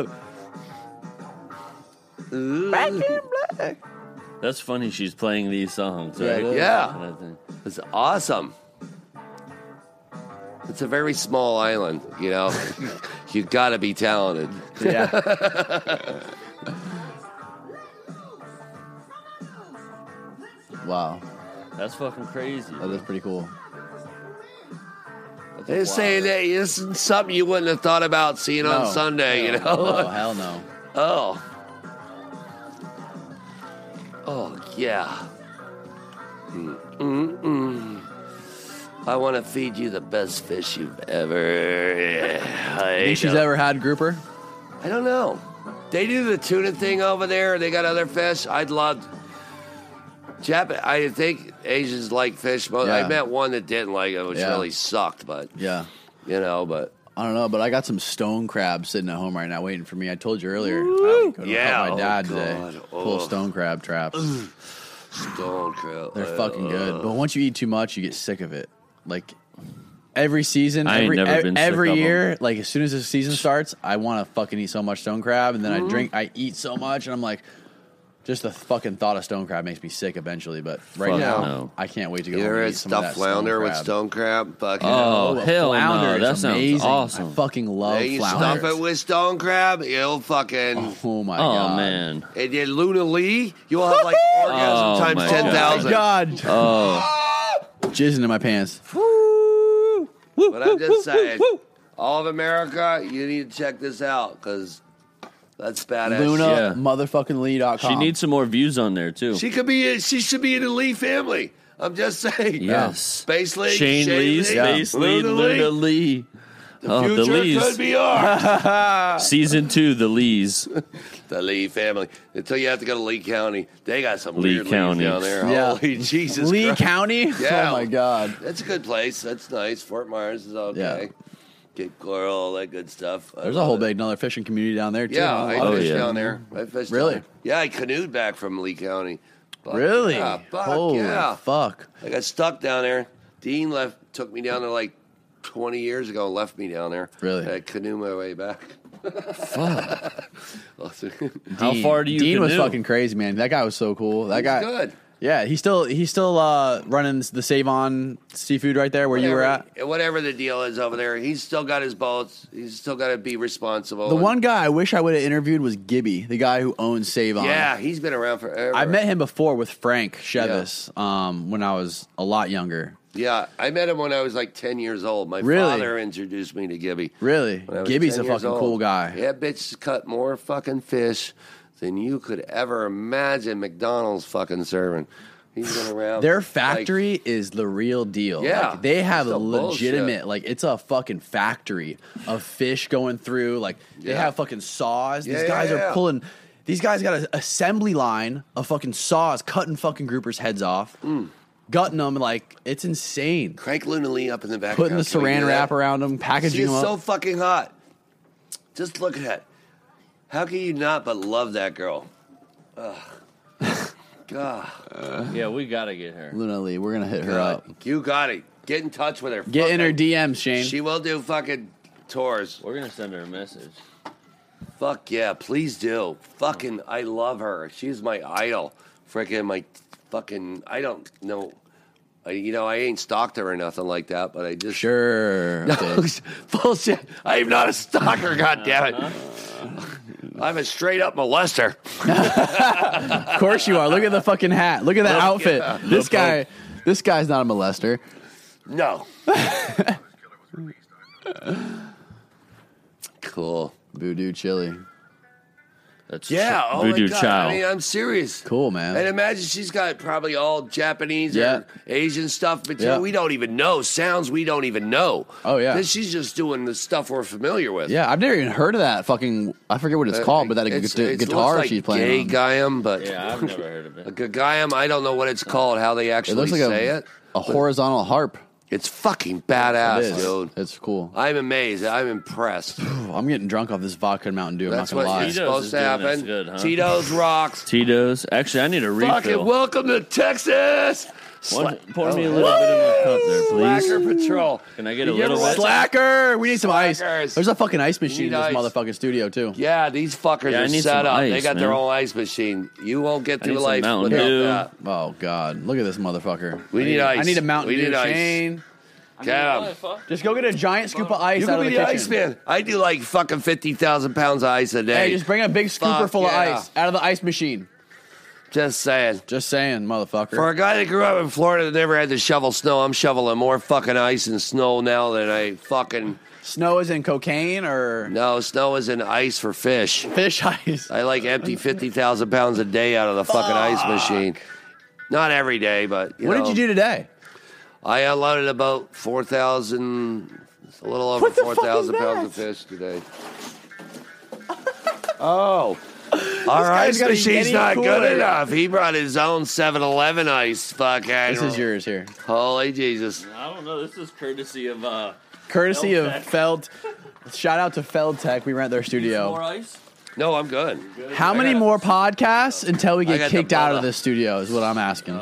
[SPEAKER 1] in black.
[SPEAKER 4] That's funny. She's playing these songs.
[SPEAKER 1] Yeah,
[SPEAKER 4] Right?
[SPEAKER 1] it is.
[SPEAKER 3] Yeah. It's awesome. It's a very small island,
[SPEAKER 1] *laughs*
[SPEAKER 3] you know. you gotta be talented.
[SPEAKER 1] Yeah.
[SPEAKER 3] *laughs*
[SPEAKER 1] wow.
[SPEAKER 4] That's fucking crazy.
[SPEAKER 3] Oh,
[SPEAKER 1] That is pretty cool.
[SPEAKER 4] That's
[SPEAKER 3] They
[SPEAKER 4] wild.
[SPEAKER 3] say that this is something you wouldn't have thought about seeing on
[SPEAKER 1] No.
[SPEAKER 3] Sunday, you
[SPEAKER 1] Oh,
[SPEAKER 3] know?
[SPEAKER 1] hell no.
[SPEAKER 3] *laughs* Oh. Oh, yeah. Mm-mm-mm. I want to feed you the best fish you've ever. *laughs* I,
[SPEAKER 1] Think she's
[SPEAKER 3] don't-
[SPEAKER 1] ever had grouper?
[SPEAKER 3] I don't know. They do the tuna thing over there. They got other fish. I'd love. Jap- I think Asians like fish, but I
[SPEAKER 1] Yeah.
[SPEAKER 3] met one that didn't like it, which
[SPEAKER 1] Yeah.
[SPEAKER 3] really sucked. But
[SPEAKER 1] Yeah.
[SPEAKER 3] you know, but
[SPEAKER 1] I don't know, but I got some stone crab sitting at home right now waiting for me. I told you earlier. I go to
[SPEAKER 3] Yeah.
[SPEAKER 1] help
[SPEAKER 3] Oh,
[SPEAKER 1] my dad
[SPEAKER 3] God.
[SPEAKER 1] today. Full
[SPEAKER 3] Oh.
[SPEAKER 1] stone crab traps.
[SPEAKER 3] Stone uh, Crow.
[SPEAKER 1] They're fucking good.
[SPEAKER 4] Uh,
[SPEAKER 1] But once you eat too much, you get sick of it. Like every season,
[SPEAKER 4] I ain't
[SPEAKER 1] every
[SPEAKER 4] never
[SPEAKER 1] ev-
[SPEAKER 4] been sick
[SPEAKER 1] every
[SPEAKER 4] of 'em.
[SPEAKER 1] year, like as soon as the season starts, I want to fucking eat so much stone crab, and then
[SPEAKER 3] Mm-hmm.
[SPEAKER 1] I drink, I eat so much, and I'm like, just the fucking thought of stone crab makes me sick eventually. But right
[SPEAKER 4] Fuck
[SPEAKER 1] now,
[SPEAKER 4] no.
[SPEAKER 1] I can't wait to go.
[SPEAKER 3] You
[SPEAKER 1] home
[SPEAKER 3] ever
[SPEAKER 1] and
[SPEAKER 3] had
[SPEAKER 1] eat some of
[SPEAKER 3] stuffed
[SPEAKER 1] that stone
[SPEAKER 3] flounder with
[SPEAKER 1] crab.
[SPEAKER 3] stone crab? Fucking
[SPEAKER 4] Oh,
[SPEAKER 1] a
[SPEAKER 4] hell
[SPEAKER 1] flounder
[SPEAKER 4] no!
[SPEAKER 1] is
[SPEAKER 4] That sounds
[SPEAKER 1] amazing.
[SPEAKER 4] awesome.
[SPEAKER 1] I fucking love
[SPEAKER 3] Then you
[SPEAKER 1] flounder.
[SPEAKER 3] stuff it with stone crab, you'll fucking.
[SPEAKER 1] *laughs* oh my
[SPEAKER 4] oh
[SPEAKER 1] god,
[SPEAKER 4] man.
[SPEAKER 3] And then Luna Lee, you'll
[SPEAKER 1] *laughs*
[SPEAKER 3] have like orgasm
[SPEAKER 4] Oh,
[SPEAKER 3] times
[SPEAKER 4] my
[SPEAKER 1] Oh
[SPEAKER 3] ten
[SPEAKER 1] my
[SPEAKER 3] thousand.
[SPEAKER 1] god,
[SPEAKER 4] Oh,
[SPEAKER 1] *laughs* jizzing in my pants.
[SPEAKER 3] But I'm just saying, all of America, you need to check this out because that's badass.
[SPEAKER 1] Luna
[SPEAKER 4] Yeah.
[SPEAKER 1] motherfucking Lee.com.
[SPEAKER 4] she needs some more views on there too.
[SPEAKER 3] she could be. She should be in the Lee family. I'm just saying.
[SPEAKER 4] yes.
[SPEAKER 3] Space Lee,
[SPEAKER 4] Shane Lee,
[SPEAKER 3] Lee,
[SPEAKER 4] Space Lee,
[SPEAKER 3] Luna Lee.
[SPEAKER 4] Luna Lee.
[SPEAKER 3] The
[SPEAKER 4] Oh, the
[SPEAKER 3] future
[SPEAKER 4] Lees.
[SPEAKER 3] could be ours.
[SPEAKER 1] *laughs*
[SPEAKER 4] Season two, the Lees.
[SPEAKER 3] the Lee family. Until you have to go to Lee County. They got some
[SPEAKER 4] Lee
[SPEAKER 3] weird
[SPEAKER 4] County.
[SPEAKER 3] County. down there.
[SPEAKER 1] Yeah.
[SPEAKER 3] Holy *laughs* Jesus
[SPEAKER 1] Lee
[SPEAKER 3] Christ.
[SPEAKER 1] *laughs* County.
[SPEAKER 3] Yeah.
[SPEAKER 1] Oh my god.
[SPEAKER 3] That's a good place. That's nice. Fort Myers is okay. Cape Coral, all that good stuff. I
[SPEAKER 1] There's a
[SPEAKER 3] love
[SPEAKER 1] whole
[SPEAKER 3] it.
[SPEAKER 1] big another fishing community down there too.
[SPEAKER 3] Yeah,
[SPEAKER 1] huh?
[SPEAKER 3] I
[SPEAKER 4] Oh,
[SPEAKER 3] fished
[SPEAKER 4] yeah.
[SPEAKER 3] down there. I fished down
[SPEAKER 1] Really?
[SPEAKER 3] there. Yeah, I canoed back from Lee County. Fuck
[SPEAKER 1] really?
[SPEAKER 3] Yeah, fuck
[SPEAKER 1] Holy
[SPEAKER 3] yeah.
[SPEAKER 1] fuck.
[SPEAKER 3] I got stuck down there. Dean left, took me down there like 20 years ago and left me down there.
[SPEAKER 1] Really?
[SPEAKER 3] I canoe my way back. *laughs* fuck.
[SPEAKER 4] How
[SPEAKER 1] Dean-
[SPEAKER 4] far do you
[SPEAKER 1] Dean was
[SPEAKER 4] canoe?
[SPEAKER 1] fucking crazy, man. That guy was so cool. That guy
[SPEAKER 3] good.
[SPEAKER 1] Yeah, he's still he's still uh, running the Save On seafood right there where you were at.
[SPEAKER 3] Whatever the deal is over there, he's still got his boats. He's still got to be responsible.
[SPEAKER 1] The
[SPEAKER 3] And-
[SPEAKER 1] one guy I wish I would have interviewed was Gibby, the guy who owns Save On.
[SPEAKER 3] Yeah, he's been around forever.
[SPEAKER 1] I met him before with Frank Chevis um, when I was a lot younger.
[SPEAKER 3] Yeah, I met him when I was like 10 years old. My
[SPEAKER 1] Really?
[SPEAKER 3] father introduced me to Gibby.
[SPEAKER 1] Really,
[SPEAKER 3] when I was
[SPEAKER 1] Gibby's a
[SPEAKER 3] 10 years
[SPEAKER 1] fucking cool
[SPEAKER 3] old.
[SPEAKER 1] guy.
[SPEAKER 3] That bitch cut more fucking fish than you could ever imagine McDonald's fucking serving. He's
[SPEAKER 1] *sighs*
[SPEAKER 3] been around.
[SPEAKER 1] Their
[SPEAKER 3] like-
[SPEAKER 1] factory is the real deal.
[SPEAKER 3] Yeah,
[SPEAKER 1] Like, they have
[SPEAKER 3] it's the
[SPEAKER 1] legitimate,
[SPEAKER 3] bullshit.
[SPEAKER 1] like it's a fucking factory of fish going through. Like they
[SPEAKER 3] Yeah.
[SPEAKER 1] have fucking saws. These
[SPEAKER 3] Yeah, yeah,
[SPEAKER 1] guys
[SPEAKER 3] yeah.
[SPEAKER 1] are pulling. These guys got an assembly line of fucking saws cutting fucking groupers' heads off,
[SPEAKER 3] Hmm.
[SPEAKER 1] gutting them. Like it's insane.
[SPEAKER 3] Crank Luna Lee up in the back.
[SPEAKER 1] Putting the saran wrap around them, packaging
[SPEAKER 3] She is
[SPEAKER 1] them up.
[SPEAKER 3] so fucking hot. Just look at that. How can you not but love that girl? Ugh. God.
[SPEAKER 4] Yeah, we gotta get her.
[SPEAKER 1] Luna Lee, we're gonna hit her up.
[SPEAKER 3] You got it. Get in touch with her.
[SPEAKER 1] Get in her
[SPEAKER 3] Fuck
[SPEAKER 1] DMs, Shane.
[SPEAKER 3] She will do fucking tours.
[SPEAKER 4] We're gonna send her a message.
[SPEAKER 3] Fuck yeah, please do. Fucking, I love her. She's my idol. Freaking my fucking. I don't know. I, you know, I ain't stalked her or nothing like that, but I just
[SPEAKER 1] sure. Okay.
[SPEAKER 3] *laughs* bullshit. I am not a stalker. *laughs* God damn it. I'm a straight up molester.
[SPEAKER 1] Of course you are. Look at the fucking hat. Look at that
[SPEAKER 3] Look,
[SPEAKER 1] outfit.
[SPEAKER 3] yeah.
[SPEAKER 1] This guy, this guy's not a molester.
[SPEAKER 3] No. cool.
[SPEAKER 1] Voodoo chili.
[SPEAKER 4] That's
[SPEAKER 3] Yeah.
[SPEAKER 4] Ch-
[SPEAKER 3] oh my
[SPEAKER 4] Voodoo
[SPEAKER 3] God.
[SPEAKER 4] Chow.
[SPEAKER 3] I mean, I'm serious.
[SPEAKER 1] Cool, man.
[SPEAKER 3] And imagine she's got probably all Japanese
[SPEAKER 1] Yeah.
[SPEAKER 3] or Asian stuff, but
[SPEAKER 1] Yeah.
[SPEAKER 3] we don't even know sounds we don't even know.
[SPEAKER 1] Oh, yeah.
[SPEAKER 3] 'Cause she's just doing the stuff we're familiar with.
[SPEAKER 1] Yeah, I've never even heard of that fucking. I forget what it's called, but that
[SPEAKER 3] It's-
[SPEAKER 1] gu-
[SPEAKER 3] it
[SPEAKER 1] guitar
[SPEAKER 3] looks like
[SPEAKER 1] she's
[SPEAKER 3] Gay
[SPEAKER 1] playing. on.
[SPEAKER 3] Guyam, but
[SPEAKER 4] yeah, I've never heard of
[SPEAKER 3] a *laughs*
[SPEAKER 4] it.
[SPEAKER 3] Gagayam, I don't know what it's called, how they
[SPEAKER 1] It
[SPEAKER 3] actually
[SPEAKER 1] looks like
[SPEAKER 3] say
[SPEAKER 1] a,
[SPEAKER 3] it.
[SPEAKER 1] a horizontal harp.
[SPEAKER 3] It's fucking
[SPEAKER 1] It
[SPEAKER 3] badass,
[SPEAKER 1] is.
[SPEAKER 3] dude.
[SPEAKER 1] It's
[SPEAKER 3] *laughs*
[SPEAKER 1] cool.
[SPEAKER 3] I'm amazed. I'm impressed.
[SPEAKER 1] Ooh, I'm getting drunk off this vodka and Mountain Dew. I'm
[SPEAKER 3] That's
[SPEAKER 1] not
[SPEAKER 3] what
[SPEAKER 1] gonna lie.
[SPEAKER 3] it's
[SPEAKER 4] Tito's
[SPEAKER 3] supposed
[SPEAKER 4] is
[SPEAKER 3] to
[SPEAKER 4] doing
[SPEAKER 3] happen.
[SPEAKER 4] this good, huh?
[SPEAKER 3] Tito's
[SPEAKER 4] *laughs*
[SPEAKER 3] rocks.
[SPEAKER 4] Tito's. Actually, I need a
[SPEAKER 3] Fucking
[SPEAKER 4] refill.
[SPEAKER 3] welcome to Texas.
[SPEAKER 4] One-
[SPEAKER 3] Sla-
[SPEAKER 4] pour me a little bit in my cup there, please.
[SPEAKER 3] Slacker Patrol.
[SPEAKER 4] Can I get a
[SPEAKER 3] You ever
[SPEAKER 4] little bit?
[SPEAKER 3] watch-
[SPEAKER 1] Slacker, we need some ice.
[SPEAKER 3] Slackers.
[SPEAKER 1] There's a fucking ice machine in this
[SPEAKER 3] Need ice.
[SPEAKER 1] motherfucking studio too.
[SPEAKER 3] Yeah, these fuckers
[SPEAKER 4] Yeah, I
[SPEAKER 3] are
[SPEAKER 4] need some
[SPEAKER 3] set up. they
[SPEAKER 4] ice,
[SPEAKER 3] got their
[SPEAKER 4] man.
[SPEAKER 3] own ice machine. You won't get
[SPEAKER 4] need
[SPEAKER 3] through
[SPEAKER 4] some
[SPEAKER 3] life
[SPEAKER 4] Mountain
[SPEAKER 3] without
[SPEAKER 4] Dew.
[SPEAKER 3] that.
[SPEAKER 1] Oh god, look at this motherfucker.
[SPEAKER 3] We
[SPEAKER 1] I
[SPEAKER 3] need ice.
[SPEAKER 1] I need a Mountain
[SPEAKER 3] We
[SPEAKER 1] Dew.
[SPEAKER 3] need ice.
[SPEAKER 1] Shane,
[SPEAKER 3] Cam,
[SPEAKER 1] just go get a giant scoop of ice
[SPEAKER 3] you
[SPEAKER 1] out
[SPEAKER 3] could
[SPEAKER 1] of
[SPEAKER 3] be
[SPEAKER 1] the
[SPEAKER 3] the
[SPEAKER 1] kitchen.
[SPEAKER 3] ice man. I do like fucking fifty thousand pounds of ice a day.
[SPEAKER 1] Hey, just bring a big scooper
[SPEAKER 3] Fuck
[SPEAKER 1] full
[SPEAKER 3] yeah.
[SPEAKER 1] of ice out of the ice machine.
[SPEAKER 3] Just saying.
[SPEAKER 1] Just saying, motherfucker.
[SPEAKER 3] For a guy that grew up in Florida that never had to shovel snow, I'm shoveling more fucking ice and snow now than I fucking.
[SPEAKER 1] Snow is in cocaine or
[SPEAKER 3] No, snow is in ice for fish.
[SPEAKER 1] fish ice.
[SPEAKER 3] *laughs* I like empty 50,000 pounds a day out of the fucking ice machine. Not every day, but. You
[SPEAKER 1] What
[SPEAKER 3] know,
[SPEAKER 1] did you do today?
[SPEAKER 3] I unloaded about 4,000, a little over
[SPEAKER 1] What the fuck
[SPEAKER 3] 4,000
[SPEAKER 1] is
[SPEAKER 3] pounds
[SPEAKER 1] that?
[SPEAKER 3] of fish today. oh. Our
[SPEAKER 1] guy's
[SPEAKER 3] ice
[SPEAKER 1] got a
[SPEAKER 3] machine's
[SPEAKER 1] Yeti
[SPEAKER 3] not
[SPEAKER 1] cooler.
[SPEAKER 3] good enough. He brought his own 7 Eleven ice. Fucking.
[SPEAKER 1] This is yours here.
[SPEAKER 3] Holy Jesus.
[SPEAKER 4] I don't know. This is courtesy of uh,
[SPEAKER 1] Courtesy
[SPEAKER 4] Feld
[SPEAKER 1] of
[SPEAKER 4] Tech.
[SPEAKER 1] Feld. Shout out to Feld Tech. We rent their
[SPEAKER 4] more
[SPEAKER 1] studio.
[SPEAKER 4] ice.
[SPEAKER 3] No, I'm good.
[SPEAKER 1] How many
[SPEAKER 3] got-
[SPEAKER 1] more podcasts until we
[SPEAKER 3] I got
[SPEAKER 1] get
[SPEAKER 3] the
[SPEAKER 1] kicked out of
[SPEAKER 3] butter.
[SPEAKER 1] this studio? Is what I'm asking.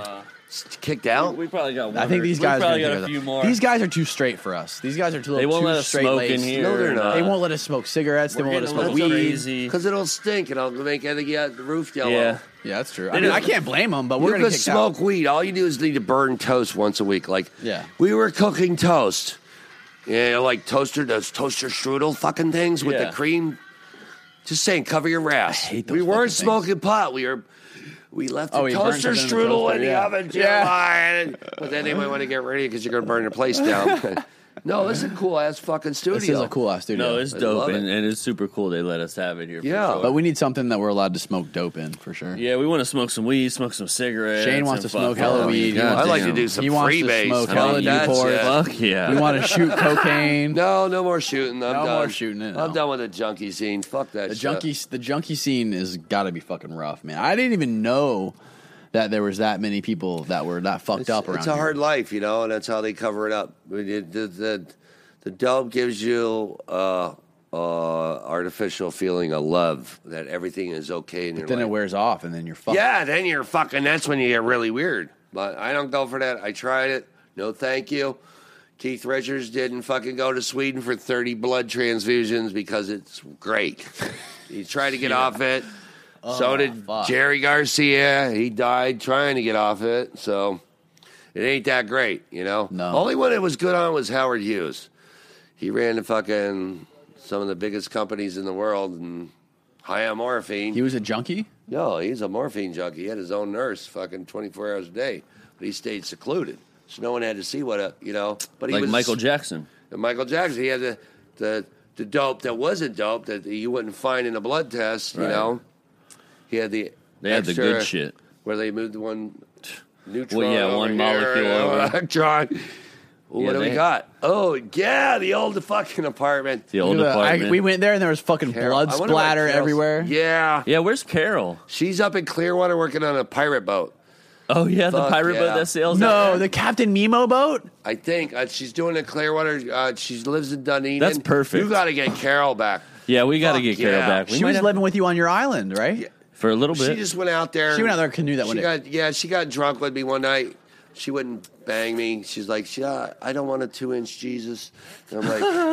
[SPEAKER 3] Kicked out?
[SPEAKER 4] We probably got. One
[SPEAKER 1] I think
[SPEAKER 4] or-
[SPEAKER 1] these
[SPEAKER 4] we
[SPEAKER 1] guys are
[SPEAKER 4] probably
[SPEAKER 1] gonna
[SPEAKER 4] got
[SPEAKER 1] kick
[SPEAKER 4] a
[SPEAKER 1] us
[SPEAKER 4] few
[SPEAKER 1] out.
[SPEAKER 4] more.
[SPEAKER 1] These guys are too straight for us. These guys are too
[SPEAKER 4] they
[SPEAKER 1] little
[SPEAKER 4] won't
[SPEAKER 1] too
[SPEAKER 4] let us
[SPEAKER 1] straight
[SPEAKER 4] smoke in
[SPEAKER 1] laced.
[SPEAKER 4] here.
[SPEAKER 3] No, they're not.
[SPEAKER 1] They won't let us smoke cigarettes. They
[SPEAKER 4] We're
[SPEAKER 1] won't let us
[SPEAKER 4] getting a
[SPEAKER 1] smoke
[SPEAKER 4] little
[SPEAKER 1] weed.
[SPEAKER 4] crazy.
[SPEAKER 3] Because it'll stink and I'll make everything out the roof yellow.
[SPEAKER 4] Yeah.
[SPEAKER 1] Yeah, that's true. I, mean, I can't blame them, but we're
[SPEAKER 3] you
[SPEAKER 1] gonna
[SPEAKER 3] could
[SPEAKER 1] kick
[SPEAKER 3] smoke
[SPEAKER 1] out.
[SPEAKER 3] weed. All you do is need to burn toast once a week. Like,
[SPEAKER 1] Yeah.
[SPEAKER 3] we were cooking toast. Yeah, you know, like toaster, those toaster strudel fucking things with
[SPEAKER 4] Yeah.
[SPEAKER 3] the cream. Just saying, cover your ass.
[SPEAKER 1] hate
[SPEAKER 3] we
[SPEAKER 1] those
[SPEAKER 3] weren't
[SPEAKER 1] fucking things.
[SPEAKER 3] smoking pot. We were. We left the
[SPEAKER 1] Oh, you burned
[SPEAKER 3] toaster
[SPEAKER 1] something
[SPEAKER 3] strudel
[SPEAKER 1] in the
[SPEAKER 3] in the,
[SPEAKER 1] toaster, yeah.
[SPEAKER 3] oven,
[SPEAKER 1] Yeah. *laughs*
[SPEAKER 3] yeah. But then they might want to get rid of it because you're going to burn your place down. No, this is a cool ass fucking studio.
[SPEAKER 1] This is a cool ass studio.
[SPEAKER 4] No, it's
[SPEAKER 3] I
[SPEAKER 4] dope
[SPEAKER 3] love it.
[SPEAKER 4] and, and it's super cool. They let us have it here. for
[SPEAKER 3] Yeah.
[SPEAKER 4] sure.
[SPEAKER 1] but we need something that we're allowed to smoke dope in for sure.
[SPEAKER 4] yeah, we want to smoke some weed, smoke some cigarettes.
[SPEAKER 1] Shane wants
[SPEAKER 4] and
[SPEAKER 1] to
[SPEAKER 4] fuck-
[SPEAKER 1] smoke hella
[SPEAKER 4] Oh,
[SPEAKER 1] weed. He
[SPEAKER 4] God
[SPEAKER 3] I
[SPEAKER 1] wants
[SPEAKER 3] like to
[SPEAKER 4] damn.
[SPEAKER 3] do some
[SPEAKER 1] He wants to
[SPEAKER 3] freebase.
[SPEAKER 1] smoke
[SPEAKER 3] I love
[SPEAKER 1] hella
[SPEAKER 3] that
[SPEAKER 1] Newports.
[SPEAKER 3] shit.
[SPEAKER 4] Fuck yeah.
[SPEAKER 1] We want to shoot
[SPEAKER 3] *laughs*
[SPEAKER 1] cocaine.
[SPEAKER 3] No, no more shooting.
[SPEAKER 1] No
[SPEAKER 3] I'm done.
[SPEAKER 1] more shooting it,
[SPEAKER 3] I'm
[SPEAKER 1] no.
[SPEAKER 3] done with the junkie scene. Fuck that.
[SPEAKER 1] The
[SPEAKER 3] shit.
[SPEAKER 1] junkie, the junkie scene has got to be fucking rough, man. I didn't even know that there was that many people that were that fucked
[SPEAKER 3] It's,
[SPEAKER 1] up around.
[SPEAKER 3] it's a
[SPEAKER 1] here.
[SPEAKER 3] hard life, you know, and that's how they cover it up. I mean, it- The, the, the dope gives you uh, uh, artificial feeling of love that everything is okay in your
[SPEAKER 1] Then
[SPEAKER 3] life.
[SPEAKER 1] it wears off, and then you're fucked.
[SPEAKER 3] Yeah, then you're fucking. That's when you get really weird. But I don't go for that. I tried it. No, thank you. Keith Richards didn't fucking go to Sweden for 30 blood transfusions because it's great. *laughs* he tried to get off it. so did
[SPEAKER 1] Oh, fuck.
[SPEAKER 3] Jerry Garcia. He died trying to get off it. So it ain't that great, you know?
[SPEAKER 1] No.
[SPEAKER 3] Only one that was good on was Howard Hughes. He ran the fucking some of the biggest companies in the world and high on morphine.
[SPEAKER 1] he was a junkie.
[SPEAKER 3] No, he's a morphine junkie. He had his own nurse fucking 24 hours a day, but he stayed secluded. So no one had to see what a, you know, but he
[SPEAKER 4] like
[SPEAKER 3] was
[SPEAKER 4] Michael Jackson.
[SPEAKER 3] and Michael Jackson, he had the, the, the dope that wasn't dope that you wouldn't find in a blood test, you
[SPEAKER 4] Right.
[SPEAKER 3] know. He had the
[SPEAKER 4] They had the
[SPEAKER 3] extra-
[SPEAKER 4] good shit.
[SPEAKER 3] where they moved one neutron
[SPEAKER 4] Well, yeah,
[SPEAKER 3] over
[SPEAKER 4] one
[SPEAKER 3] here, *laughs*
[SPEAKER 4] molecule
[SPEAKER 3] and
[SPEAKER 4] over.
[SPEAKER 3] electron. Well,
[SPEAKER 4] Yeah,
[SPEAKER 3] what do we
[SPEAKER 4] they-
[SPEAKER 3] got? Oh, yeah, the old fucking apartment.
[SPEAKER 4] The old
[SPEAKER 1] Look at that. I-
[SPEAKER 4] apartment.
[SPEAKER 1] we went there, and there was fucking
[SPEAKER 3] Carol-
[SPEAKER 1] blood
[SPEAKER 3] I wonder what
[SPEAKER 1] splatter
[SPEAKER 3] Carol's-
[SPEAKER 1] everywhere.
[SPEAKER 3] Yeah.
[SPEAKER 4] yeah, where's Carol?
[SPEAKER 3] She's up in Clearwater working on a pirate boat.
[SPEAKER 4] Oh yeah, the
[SPEAKER 3] Fuck
[SPEAKER 4] pirate
[SPEAKER 3] yeah.
[SPEAKER 4] boat that sails. out
[SPEAKER 1] No,
[SPEAKER 4] there.
[SPEAKER 1] the Captain Nemo boat.
[SPEAKER 3] I think uh, she's doing a Clearwater. Uh, she lives in Dunedin.
[SPEAKER 4] That's perfect.
[SPEAKER 3] You got to get Carol back.
[SPEAKER 4] yeah, we got to
[SPEAKER 3] Fuck
[SPEAKER 4] get Carol
[SPEAKER 3] yeah.
[SPEAKER 4] back. We
[SPEAKER 1] She
[SPEAKER 4] might
[SPEAKER 1] was
[SPEAKER 4] have-
[SPEAKER 1] living with you on your island, right?
[SPEAKER 4] for a little bit.
[SPEAKER 3] She just went out there.
[SPEAKER 1] She went out there and canoe that
[SPEAKER 3] She
[SPEAKER 1] one day.
[SPEAKER 3] got yeah. She got drunk with me one night. She wouldn't bang me. She's like, yeah, I don't want a two inch Jesus.
[SPEAKER 1] *laughs*
[SPEAKER 3] And I'm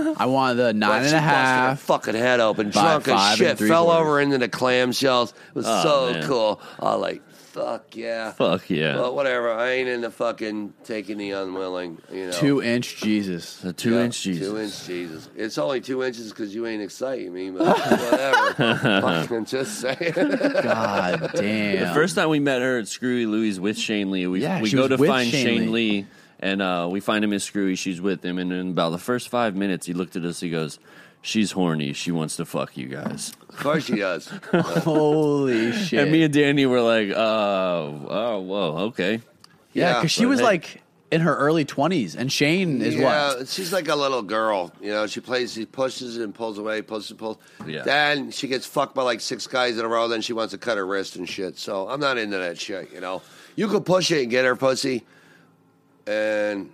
[SPEAKER 3] like,
[SPEAKER 1] I wanted the
[SPEAKER 3] but
[SPEAKER 1] nine and
[SPEAKER 3] she
[SPEAKER 1] a
[SPEAKER 3] busted her
[SPEAKER 1] half.
[SPEAKER 3] fucking head open,
[SPEAKER 1] By
[SPEAKER 3] drunk as
[SPEAKER 1] five and
[SPEAKER 3] shit,
[SPEAKER 1] three
[SPEAKER 3] fell
[SPEAKER 1] quarters.
[SPEAKER 3] over into the clamshells. It was
[SPEAKER 4] Oh,
[SPEAKER 3] so
[SPEAKER 4] man.
[SPEAKER 3] cool. I like, fuck yeah.
[SPEAKER 4] Fuck yeah.
[SPEAKER 3] But whatever, I ain't into fucking taking the unwilling. You know,
[SPEAKER 1] Two inch
[SPEAKER 3] *laughs*
[SPEAKER 1] Jesus.
[SPEAKER 4] the two
[SPEAKER 3] Yeah,
[SPEAKER 4] inch Jesus.
[SPEAKER 3] Two inch Jesus. It's only two inches because you ain't exciting me, but whatever.
[SPEAKER 1] *laughs*
[SPEAKER 3] Fucking just saying. *laughs*
[SPEAKER 1] God damn.
[SPEAKER 4] The first time we met her at Screwy Louie's with Shane Lee, we,
[SPEAKER 1] Yeah,
[SPEAKER 4] we
[SPEAKER 1] she
[SPEAKER 4] go
[SPEAKER 1] was
[SPEAKER 4] to
[SPEAKER 1] with
[SPEAKER 4] find
[SPEAKER 1] Shane
[SPEAKER 4] Shane Lee, and uh, we find him in Screwy. She's with him, and in about the first five minutes, he looked at us. He goes, "She's horny. She wants to fuck you guys."
[SPEAKER 3] of course she does.
[SPEAKER 1] *laughs* Holy shit.
[SPEAKER 4] And me and Danny were like, "Oh, oh, whoa, okay."
[SPEAKER 1] yeah, because she was
[SPEAKER 4] Hey.
[SPEAKER 1] like in her early twenties, and Shane is
[SPEAKER 3] yeah,
[SPEAKER 1] what.
[SPEAKER 3] she's like a little girl. You know, she plays, she pushes and pulls away, pushes and pulls.
[SPEAKER 4] Yeah.
[SPEAKER 3] Then she gets fucked by like six guys in a row. Then she wants to cut her wrist and shit. So I'm not into that shit. You know, you could push it and get her pussy, and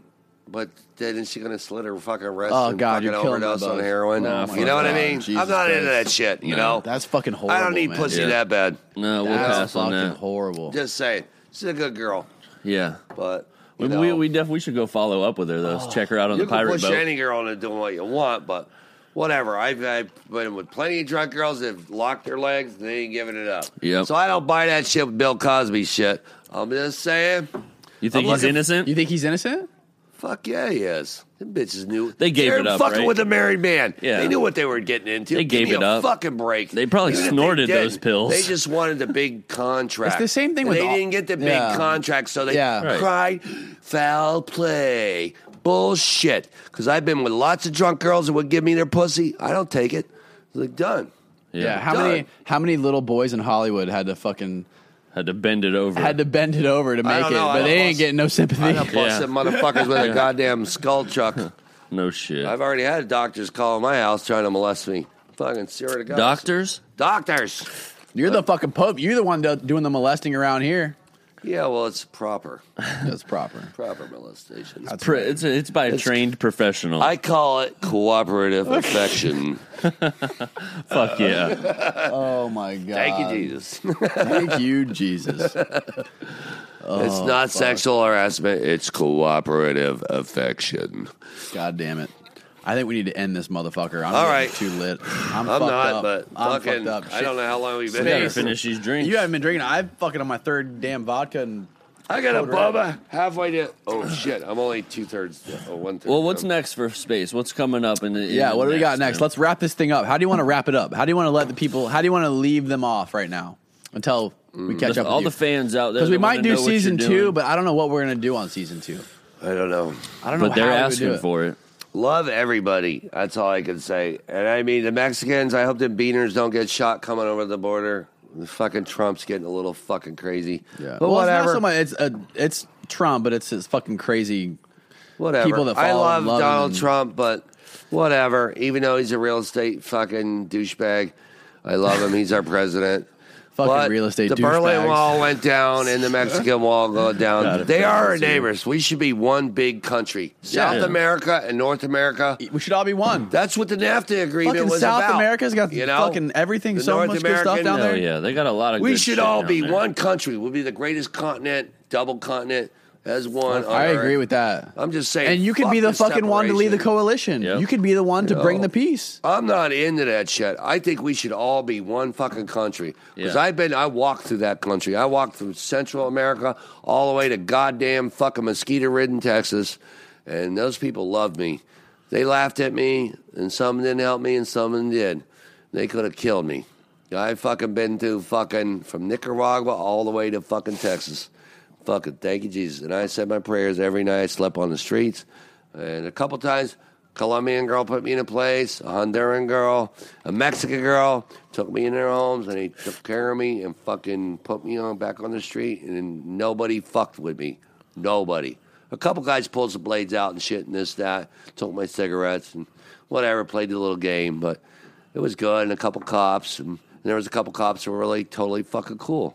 [SPEAKER 3] but then she gonna slit her fucking wrist
[SPEAKER 1] Oh,
[SPEAKER 3] and
[SPEAKER 1] God,
[SPEAKER 3] fucking
[SPEAKER 1] you're killing me,
[SPEAKER 3] overdose on
[SPEAKER 1] bud.
[SPEAKER 3] heroin.
[SPEAKER 1] Nah,
[SPEAKER 3] you
[SPEAKER 1] fuck
[SPEAKER 3] know what I
[SPEAKER 1] that.
[SPEAKER 3] mean?
[SPEAKER 1] Jesus
[SPEAKER 3] I'm not into
[SPEAKER 1] Christ.
[SPEAKER 3] that shit. You know,
[SPEAKER 1] That's fucking horrible.
[SPEAKER 3] I don't need
[SPEAKER 1] man.
[SPEAKER 3] pussy
[SPEAKER 4] Yeah.
[SPEAKER 3] that bad.
[SPEAKER 4] No, we'll
[SPEAKER 1] That's
[SPEAKER 4] pass on
[SPEAKER 1] fucking
[SPEAKER 4] that.
[SPEAKER 1] horrible.
[SPEAKER 3] Just saying, she's a good girl,
[SPEAKER 4] yeah,
[SPEAKER 3] but you
[SPEAKER 4] we,
[SPEAKER 3] know, Oh,
[SPEAKER 4] we we definitely should go follow up with her though. Check her out on
[SPEAKER 3] you
[SPEAKER 4] the
[SPEAKER 3] can
[SPEAKER 4] pirate
[SPEAKER 3] push
[SPEAKER 4] boat.
[SPEAKER 3] any girl into doing what you want, but whatever. I've, I've been with plenty of drunk girls that have locked their legs and they ain't giving it up.
[SPEAKER 4] Yep.
[SPEAKER 3] So I don't buy that shit with Bill Cosby shit. I'm just saying,
[SPEAKER 4] you think
[SPEAKER 3] I'm
[SPEAKER 4] he's
[SPEAKER 3] looking-
[SPEAKER 4] innocent?
[SPEAKER 1] you think he's innocent?
[SPEAKER 3] fuck yeah, he is. Them bitches knew
[SPEAKER 4] They gave
[SPEAKER 3] They're
[SPEAKER 4] it up,
[SPEAKER 3] Fucking
[SPEAKER 4] right?
[SPEAKER 3] with a married man,
[SPEAKER 4] Yeah.
[SPEAKER 3] they knew what they were getting into.
[SPEAKER 4] They
[SPEAKER 3] Give
[SPEAKER 4] gave
[SPEAKER 3] me
[SPEAKER 4] it
[SPEAKER 3] a
[SPEAKER 4] up.
[SPEAKER 3] Fucking break.
[SPEAKER 4] They
[SPEAKER 1] *laughs*
[SPEAKER 4] probably
[SPEAKER 3] if they
[SPEAKER 4] snorted those
[SPEAKER 3] didn't,
[SPEAKER 4] pills.
[SPEAKER 3] They just wanted the big contract.
[SPEAKER 1] It's the same thing
[SPEAKER 3] And
[SPEAKER 1] with
[SPEAKER 3] they
[SPEAKER 1] all-
[SPEAKER 3] didn't get the big
[SPEAKER 1] Yeah.
[SPEAKER 3] contract, so they
[SPEAKER 1] Yeah. Right.
[SPEAKER 3] cried foul play bullshit. Because I've been with lots of drunk girls that would give me their pussy. I don't take it.
[SPEAKER 1] *laughs*
[SPEAKER 3] Like done.
[SPEAKER 1] Yeah. How many?
[SPEAKER 3] Done.
[SPEAKER 1] How many little boys in Hollywood had to fucking
[SPEAKER 4] had to bend it over.
[SPEAKER 1] had to bend it over to make
[SPEAKER 3] don't
[SPEAKER 1] it,
[SPEAKER 3] know. I
[SPEAKER 1] but
[SPEAKER 3] don't
[SPEAKER 1] they ain't
[SPEAKER 3] bust-
[SPEAKER 1] getting no
[SPEAKER 3] I
[SPEAKER 1] sympathy. *laughs*
[SPEAKER 3] done busted motherfuckers with a goddamn skull truck.
[SPEAKER 4] no shit.
[SPEAKER 3] I've already had doctors call my house trying to molest me. Fucking swear to God.
[SPEAKER 4] Doctors.
[SPEAKER 3] Doctors.
[SPEAKER 1] You're the fucking pope. You're the one do- doing the molesting around here.
[SPEAKER 3] Yeah, well, it's proper.
[SPEAKER 1] That's
[SPEAKER 3] *laughs*
[SPEAKER 1] proper.
[SPEAKER 3] Proper molestation.
[SPEAKER 1] *laughs*
[SPEAKER 4] Pr- it's, it's by a trained professional.
[SPEAKER 3] I call it
[SPEAKER 1] *laughs*
[SPEAKER 3] cooperative affection.
[SPEAKER 4] Fuck yeah.
[SPEAKER 1] Oh my god.
[SPEAKER 3] Thank you, Jesus.
[SPEAKER 1] Thank you, Jesus.
[SPEAKER 3] it's not sexual harassment, it's cooperative affection.
[SPEAKER 1] God damn it. I think we need to end this motherfucker. I'm
[SPEAKER 3] All
[SPEAKER 1] getting
[SPEAKER 3] right.
[SPEAKER 1] too lit. I'm, fucked
[SPEAKER 3] I'm not,
[SPEAKER 1] up.
[SPEAKER 3] but
[SPEAKER 1] I'm
[SPEAKER 3] fucking,
[SPEAKER 1] fucked up.
[SPEAKER 3] I don't know how long we've been
[SPEAKER 4] We gotta
[SPEAKER 3] here.
[SPEAKER 4] finish these drinks.
[SPEAKER 1] You haven't been drinking. I'm fucking on my third damn vodka and
[SPEAKER 3] I got a bubba halfway to. Oh, shit. I'm only two thirds, oh, one third.
[SPEAKER 4] Well, what's
[SPEAKER 3] done.
[SPEAKER 4] next for space? What's coming up? In the, in
[SPEAKER 1] yeah.
[SPEAKER 4] the
[SPEAKER 1] What do we got next?
[SPEAKER 4] man?
[SPEAKER 1] Let's wrap this thing up. How do you want to wrap it up? How do you want to let the people? How do you want to leave them off right now until we catch up?
[SPEAKER 4] all the fans out there
[SPEAKER 1] because we
[SPEAKER 4] that wanna
[SPEAKER 1] might do
[SPEAKER 4] know what you're
[SPEAKER 1] season
[SPEAKER 4] doing,
[SPEAKER 1] two, but I don't know what we're gonna do on season two.
[SPEAKER 3] I don't know.
[SPEAKER 1] I don't know.
[SPEAKER 4] but they're
[SPEAKER 1] how we would do
[SPEAKER 4] asking
[SPEAKER 1] it.
[SPEAKER 4] for it.
[SPEAKER 3] Love everybody. That's all I can say. And I mean, the Mexicans, I hope the beaners don't get shot coming over the border. The fucking Trump's getting a little fucking crazy.
[SPEAKER 1] Yeah.
[SPEAKER 3] But
[SPEAKER 1] well,
[SPEAKER 3] whatever.
[SPEAKER 1] It's, not so much, it's, uh, it's Trump, but it's his fucking crazy.
[SPEAKER 3] whatever.
[SPEAKER 1] people that
[SPEAKER 3] I
[SPEAKER 1] follow
[SPEAKER 3] love,
[SPEAKER 1] and love
[SPEAKER 3] Donald
[SPEAKER 1] him.
[SPEAKER 3] Trump, but whatever. Even though he's a real estate fucking douchebag, I love him. He's our president.
[SPEAKER 1] *laughs* Fucking
[SPEAKER 3] But
[SPEAKER 1] real estate
[SPEAKER 3] The Berlin
[SPEAKER 1] douchebags.
[SPEAKER 3] Wall went down, and the Mexican
[SPEAKER 1] *laughs*
[SPEAKER 3] Wall go down. They are our neighbors. We should be one big country. South
[SPEAKER 4] Yeah.
[SPEAKER 3] America and North America.
[SPEAKER 1] We should all be one.
[SPEAKER 3] That's what the NAFTA agreement
[SPEAKER 1] Fucking
[SPEAKER 3] was
[SPEAKER 1] South
[SPEAKER 3] about.
[SPEAKER 1] America's got
[SPEAKER 3] you know?
[SPEAKER 1] fucking everything,
[SPEAKER 3] The
[SPEAKER 1] so
[SPEAKER 3] North
[SPEAKER 1] much good stuff
[SPEAKER 3] American-
[SPEAKER 1] down
[SPEAKER 4] Hell
[SPEAKER 1] there.
[SPEAKER 4] yeah, they got a lot of.
[SPEAKER 3] We
[SPEAKER 4] good
[SPEAKER 3] should
[SPEAKER 4] shit
[SPEAKER 3] all
[SPEAKER 4] down
[SPEAKER 3] be
[SPEAKER 4] there.
[SPEAKER 3] one country. We'll be the greatest continent, double continent, as one. on
[SPEAKER 1] I agree
[SPEAKER 3] Earth.
[SPEAKER 1] with that.
[SPEAKER 3] I'm just saying.
[SPEAKER 1] And you could
[SPEAKER 3] fuck
[SPEAKER 1] be the
[SPEAKER 3] this
[SPEAKER 1] fucking one to lead the
[SPEAKER 3] separation.
[SPEAKER 1] coalition.
[SPEAKER 4] Yep.
[SPEAKER 1] You could be the one to bring
[SPEAKER 3] know.
[SPEAKER 1] the peace.
[SPEAKER 3] I'm not into that shit. I think we should all be one fucking country. Because
[SPEAKER 4] Yeah.
[SPEAKER 3] I've been, I walked through that country. I walked through Central America all the way to goddamn fucking mosquito ridden Texas. And those people loved me. They laughed at me, and some didn't help me, and some did. They could have killed me. I fucking been through fucking from Nicaragua all the way to fucking Texas. Fucking thank you, Jesus. And I said my prayers every night. I slept on the streets. And a couple times, Colombian girl put me in a place, a Honduran girl, a Mexican girl took me in their homes and they took care of me and fucking put me on back on the street and then nobody fucked with me. Nobody. A couple guys pulled some blades out and shit and this, that, took my cigarettes and whatever, played the little game, but it was good and a couple cops and, there was a couple cops who were really totally fucking cool.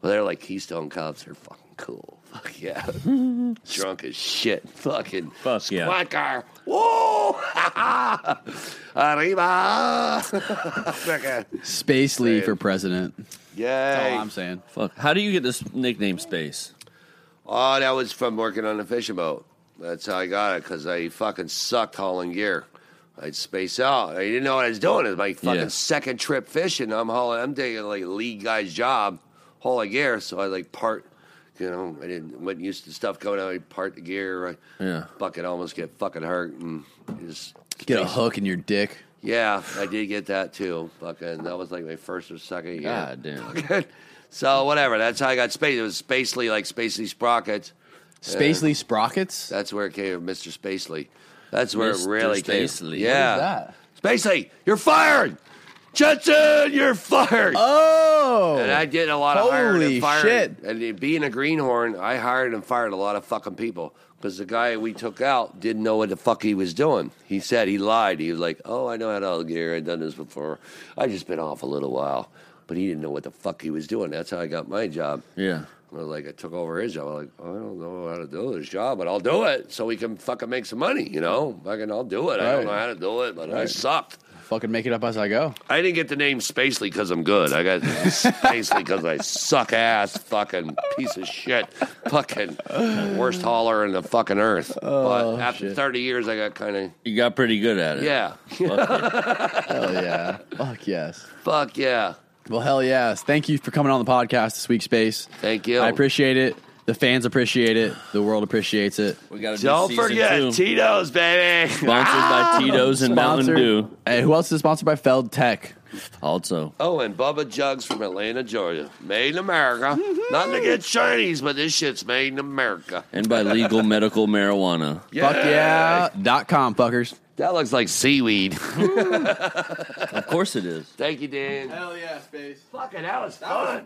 [SPEAKER 3] But they're like Keystone cops. They're fucking cool. *laughs*
[SPEAKER 4] *laughs*
[SPEAKER 3] Fuck yeah. Drunk as shit. Fucking
[SPEAKER 4] Fuck yeah.
[SPEAKER 3] squad car. Whoa! *laughs* Arriba! *laughs* Fucking
[SPEAKER 1] Space Lee for president. That's all
[SPEAKER 3] Yay.
[SPEAKER 1] I'm saying.
[SPEAKER 4] Fuck. How do you get this nickname Space?
[SPEAKER 3] Oh, that was from working on the fishing boat. That's how I got it because I fucking sucked hauling gear. I'd space out. I didn't know what I was doing. It was my fucking
[SPEAKER 4] Yeah.
[SPEAKER 3] second trip fishing. I'm hauling. I'm taking like a lead guy's job, hauling gear. So I like part. You know, I didn't wasn't used to stuff coming out. I part the gear. I
[SPEAKER 4] Yeah.
[SPEAKER 3] fucking almost get fucking hurt and just
[SPEAKER 1] Get a
[SPEAKER 3] space-
[SPEAKER 1] hook in your dick.
[SPEAKER 3] *laughs* Yeah, I did get that too. Fucking, that was like my first or second year.
[SPEAKER 4] God damn.
[SPEAKER 3] Fucking- *laughs* so whatever. That's how I got space. It was Spacely, like Spacely Sprockets.
[SPEAKER 1] Space Lee Sprockets?
[SPEAKER 3] That's where it came, Mr. Spacely. That's where it
[SPEAKER 4] Mr.
[SPEAKER 3] really came.
[SPEAKER 4] Spacely.
[SPEAKER 3] Yeah, Spacely, you're fired. Jetson, you're fired.
[SPEAKER 1] Oh.
[SPEAKER 3] And I did a lot of hiring
[SPEAKER 1] Holy
[SPEAKER 3] and firing.
[SPEAKER 1] shit.
[SPEAKER 3] And being a greenhorn, I hired and fired a lot of fucking people because the guy we took out didn't know what the fuck he was doing. He said he lied. He was like, "Oh, I know how to haul gear. I've done this before. I just been off a little while." But he didn't know what the fuck he was doing. That's how I got my job.
[SPEAKER 4] Yeah.
[SPEAKER 3] I was like, I took over his job. I was like, "Oh, I don't know how to do this job, but I'll do it so we can fucking make some money, you know? Fucking, I'll do it. I don't
[SPEAKER 1] Right.
[SPEAKER 3] know how to do it, but I
[SPEAKER 1] Right.
[SPEAKER 3] sucked.
[SPEAKER 1] Fucking make it up as I go.
[SPEAKER 3] I didn't get the name Spacely because I'm good. I got Spacely because I suck ass, fucking piece of shit, fucking worst hauler in the fucking earth.
[SPEAKER 1] Oh,
[SPEAKER 3] but after 30 years, I got kind of,
[SPEAKER 4] You got pretty good at it.
[SPEAKER 3] yeah, *laughs*
[SPEAKER 1] Hell yeah. Fuck yes.
[SPEAKER 3] fuck yeah.
[SPEAKER 1] Well, hell yes. Thank you for coming on the podcast this week, Space.
[SPEAKER 3] Thank you.
[SPEAKER 1] I appreciate it. The fans appreciate it. The world appreciates it.
[SPEAKER 4] We got to
[SPEAKER 3] Don't
[SPEAKER 4] do season
[SPEAKER 3] forget
[SPEAKER 4] two.
[SPEAKER 3] Tito's, baby.
[SPEAKER 4] Sponsored by Tito's and
[SPEAKER 1] Ah!
[SPEAKER 4] Mountain
[SPEAKER 1] Sponsored-
[SPEAKER 4] Dew.
[SPEAKER 1] Hey, who else is sponsored by Feld Tech?
[SPEAKER 4] Also,
[SPEAKER 3] Oh, and Bubba Jugs from Atlanta, Georgia. Made in America. Nothing against Chinese, but this shit's made in America.
[SPEAKER 4] and by legal medical marijuana.
[SPEAKER 1] Fuck yeah. Dot com, fuckers.
[SPEAKER 3] That looks like seaweed. *laughs*
[SPEAKER 4] Of course it is.
[SPEAKER 3] Thank you, Dan.
[SPEAKER 1] Hell yeah, Space.
[SPEAKER 3] Fucking hell, it's fun.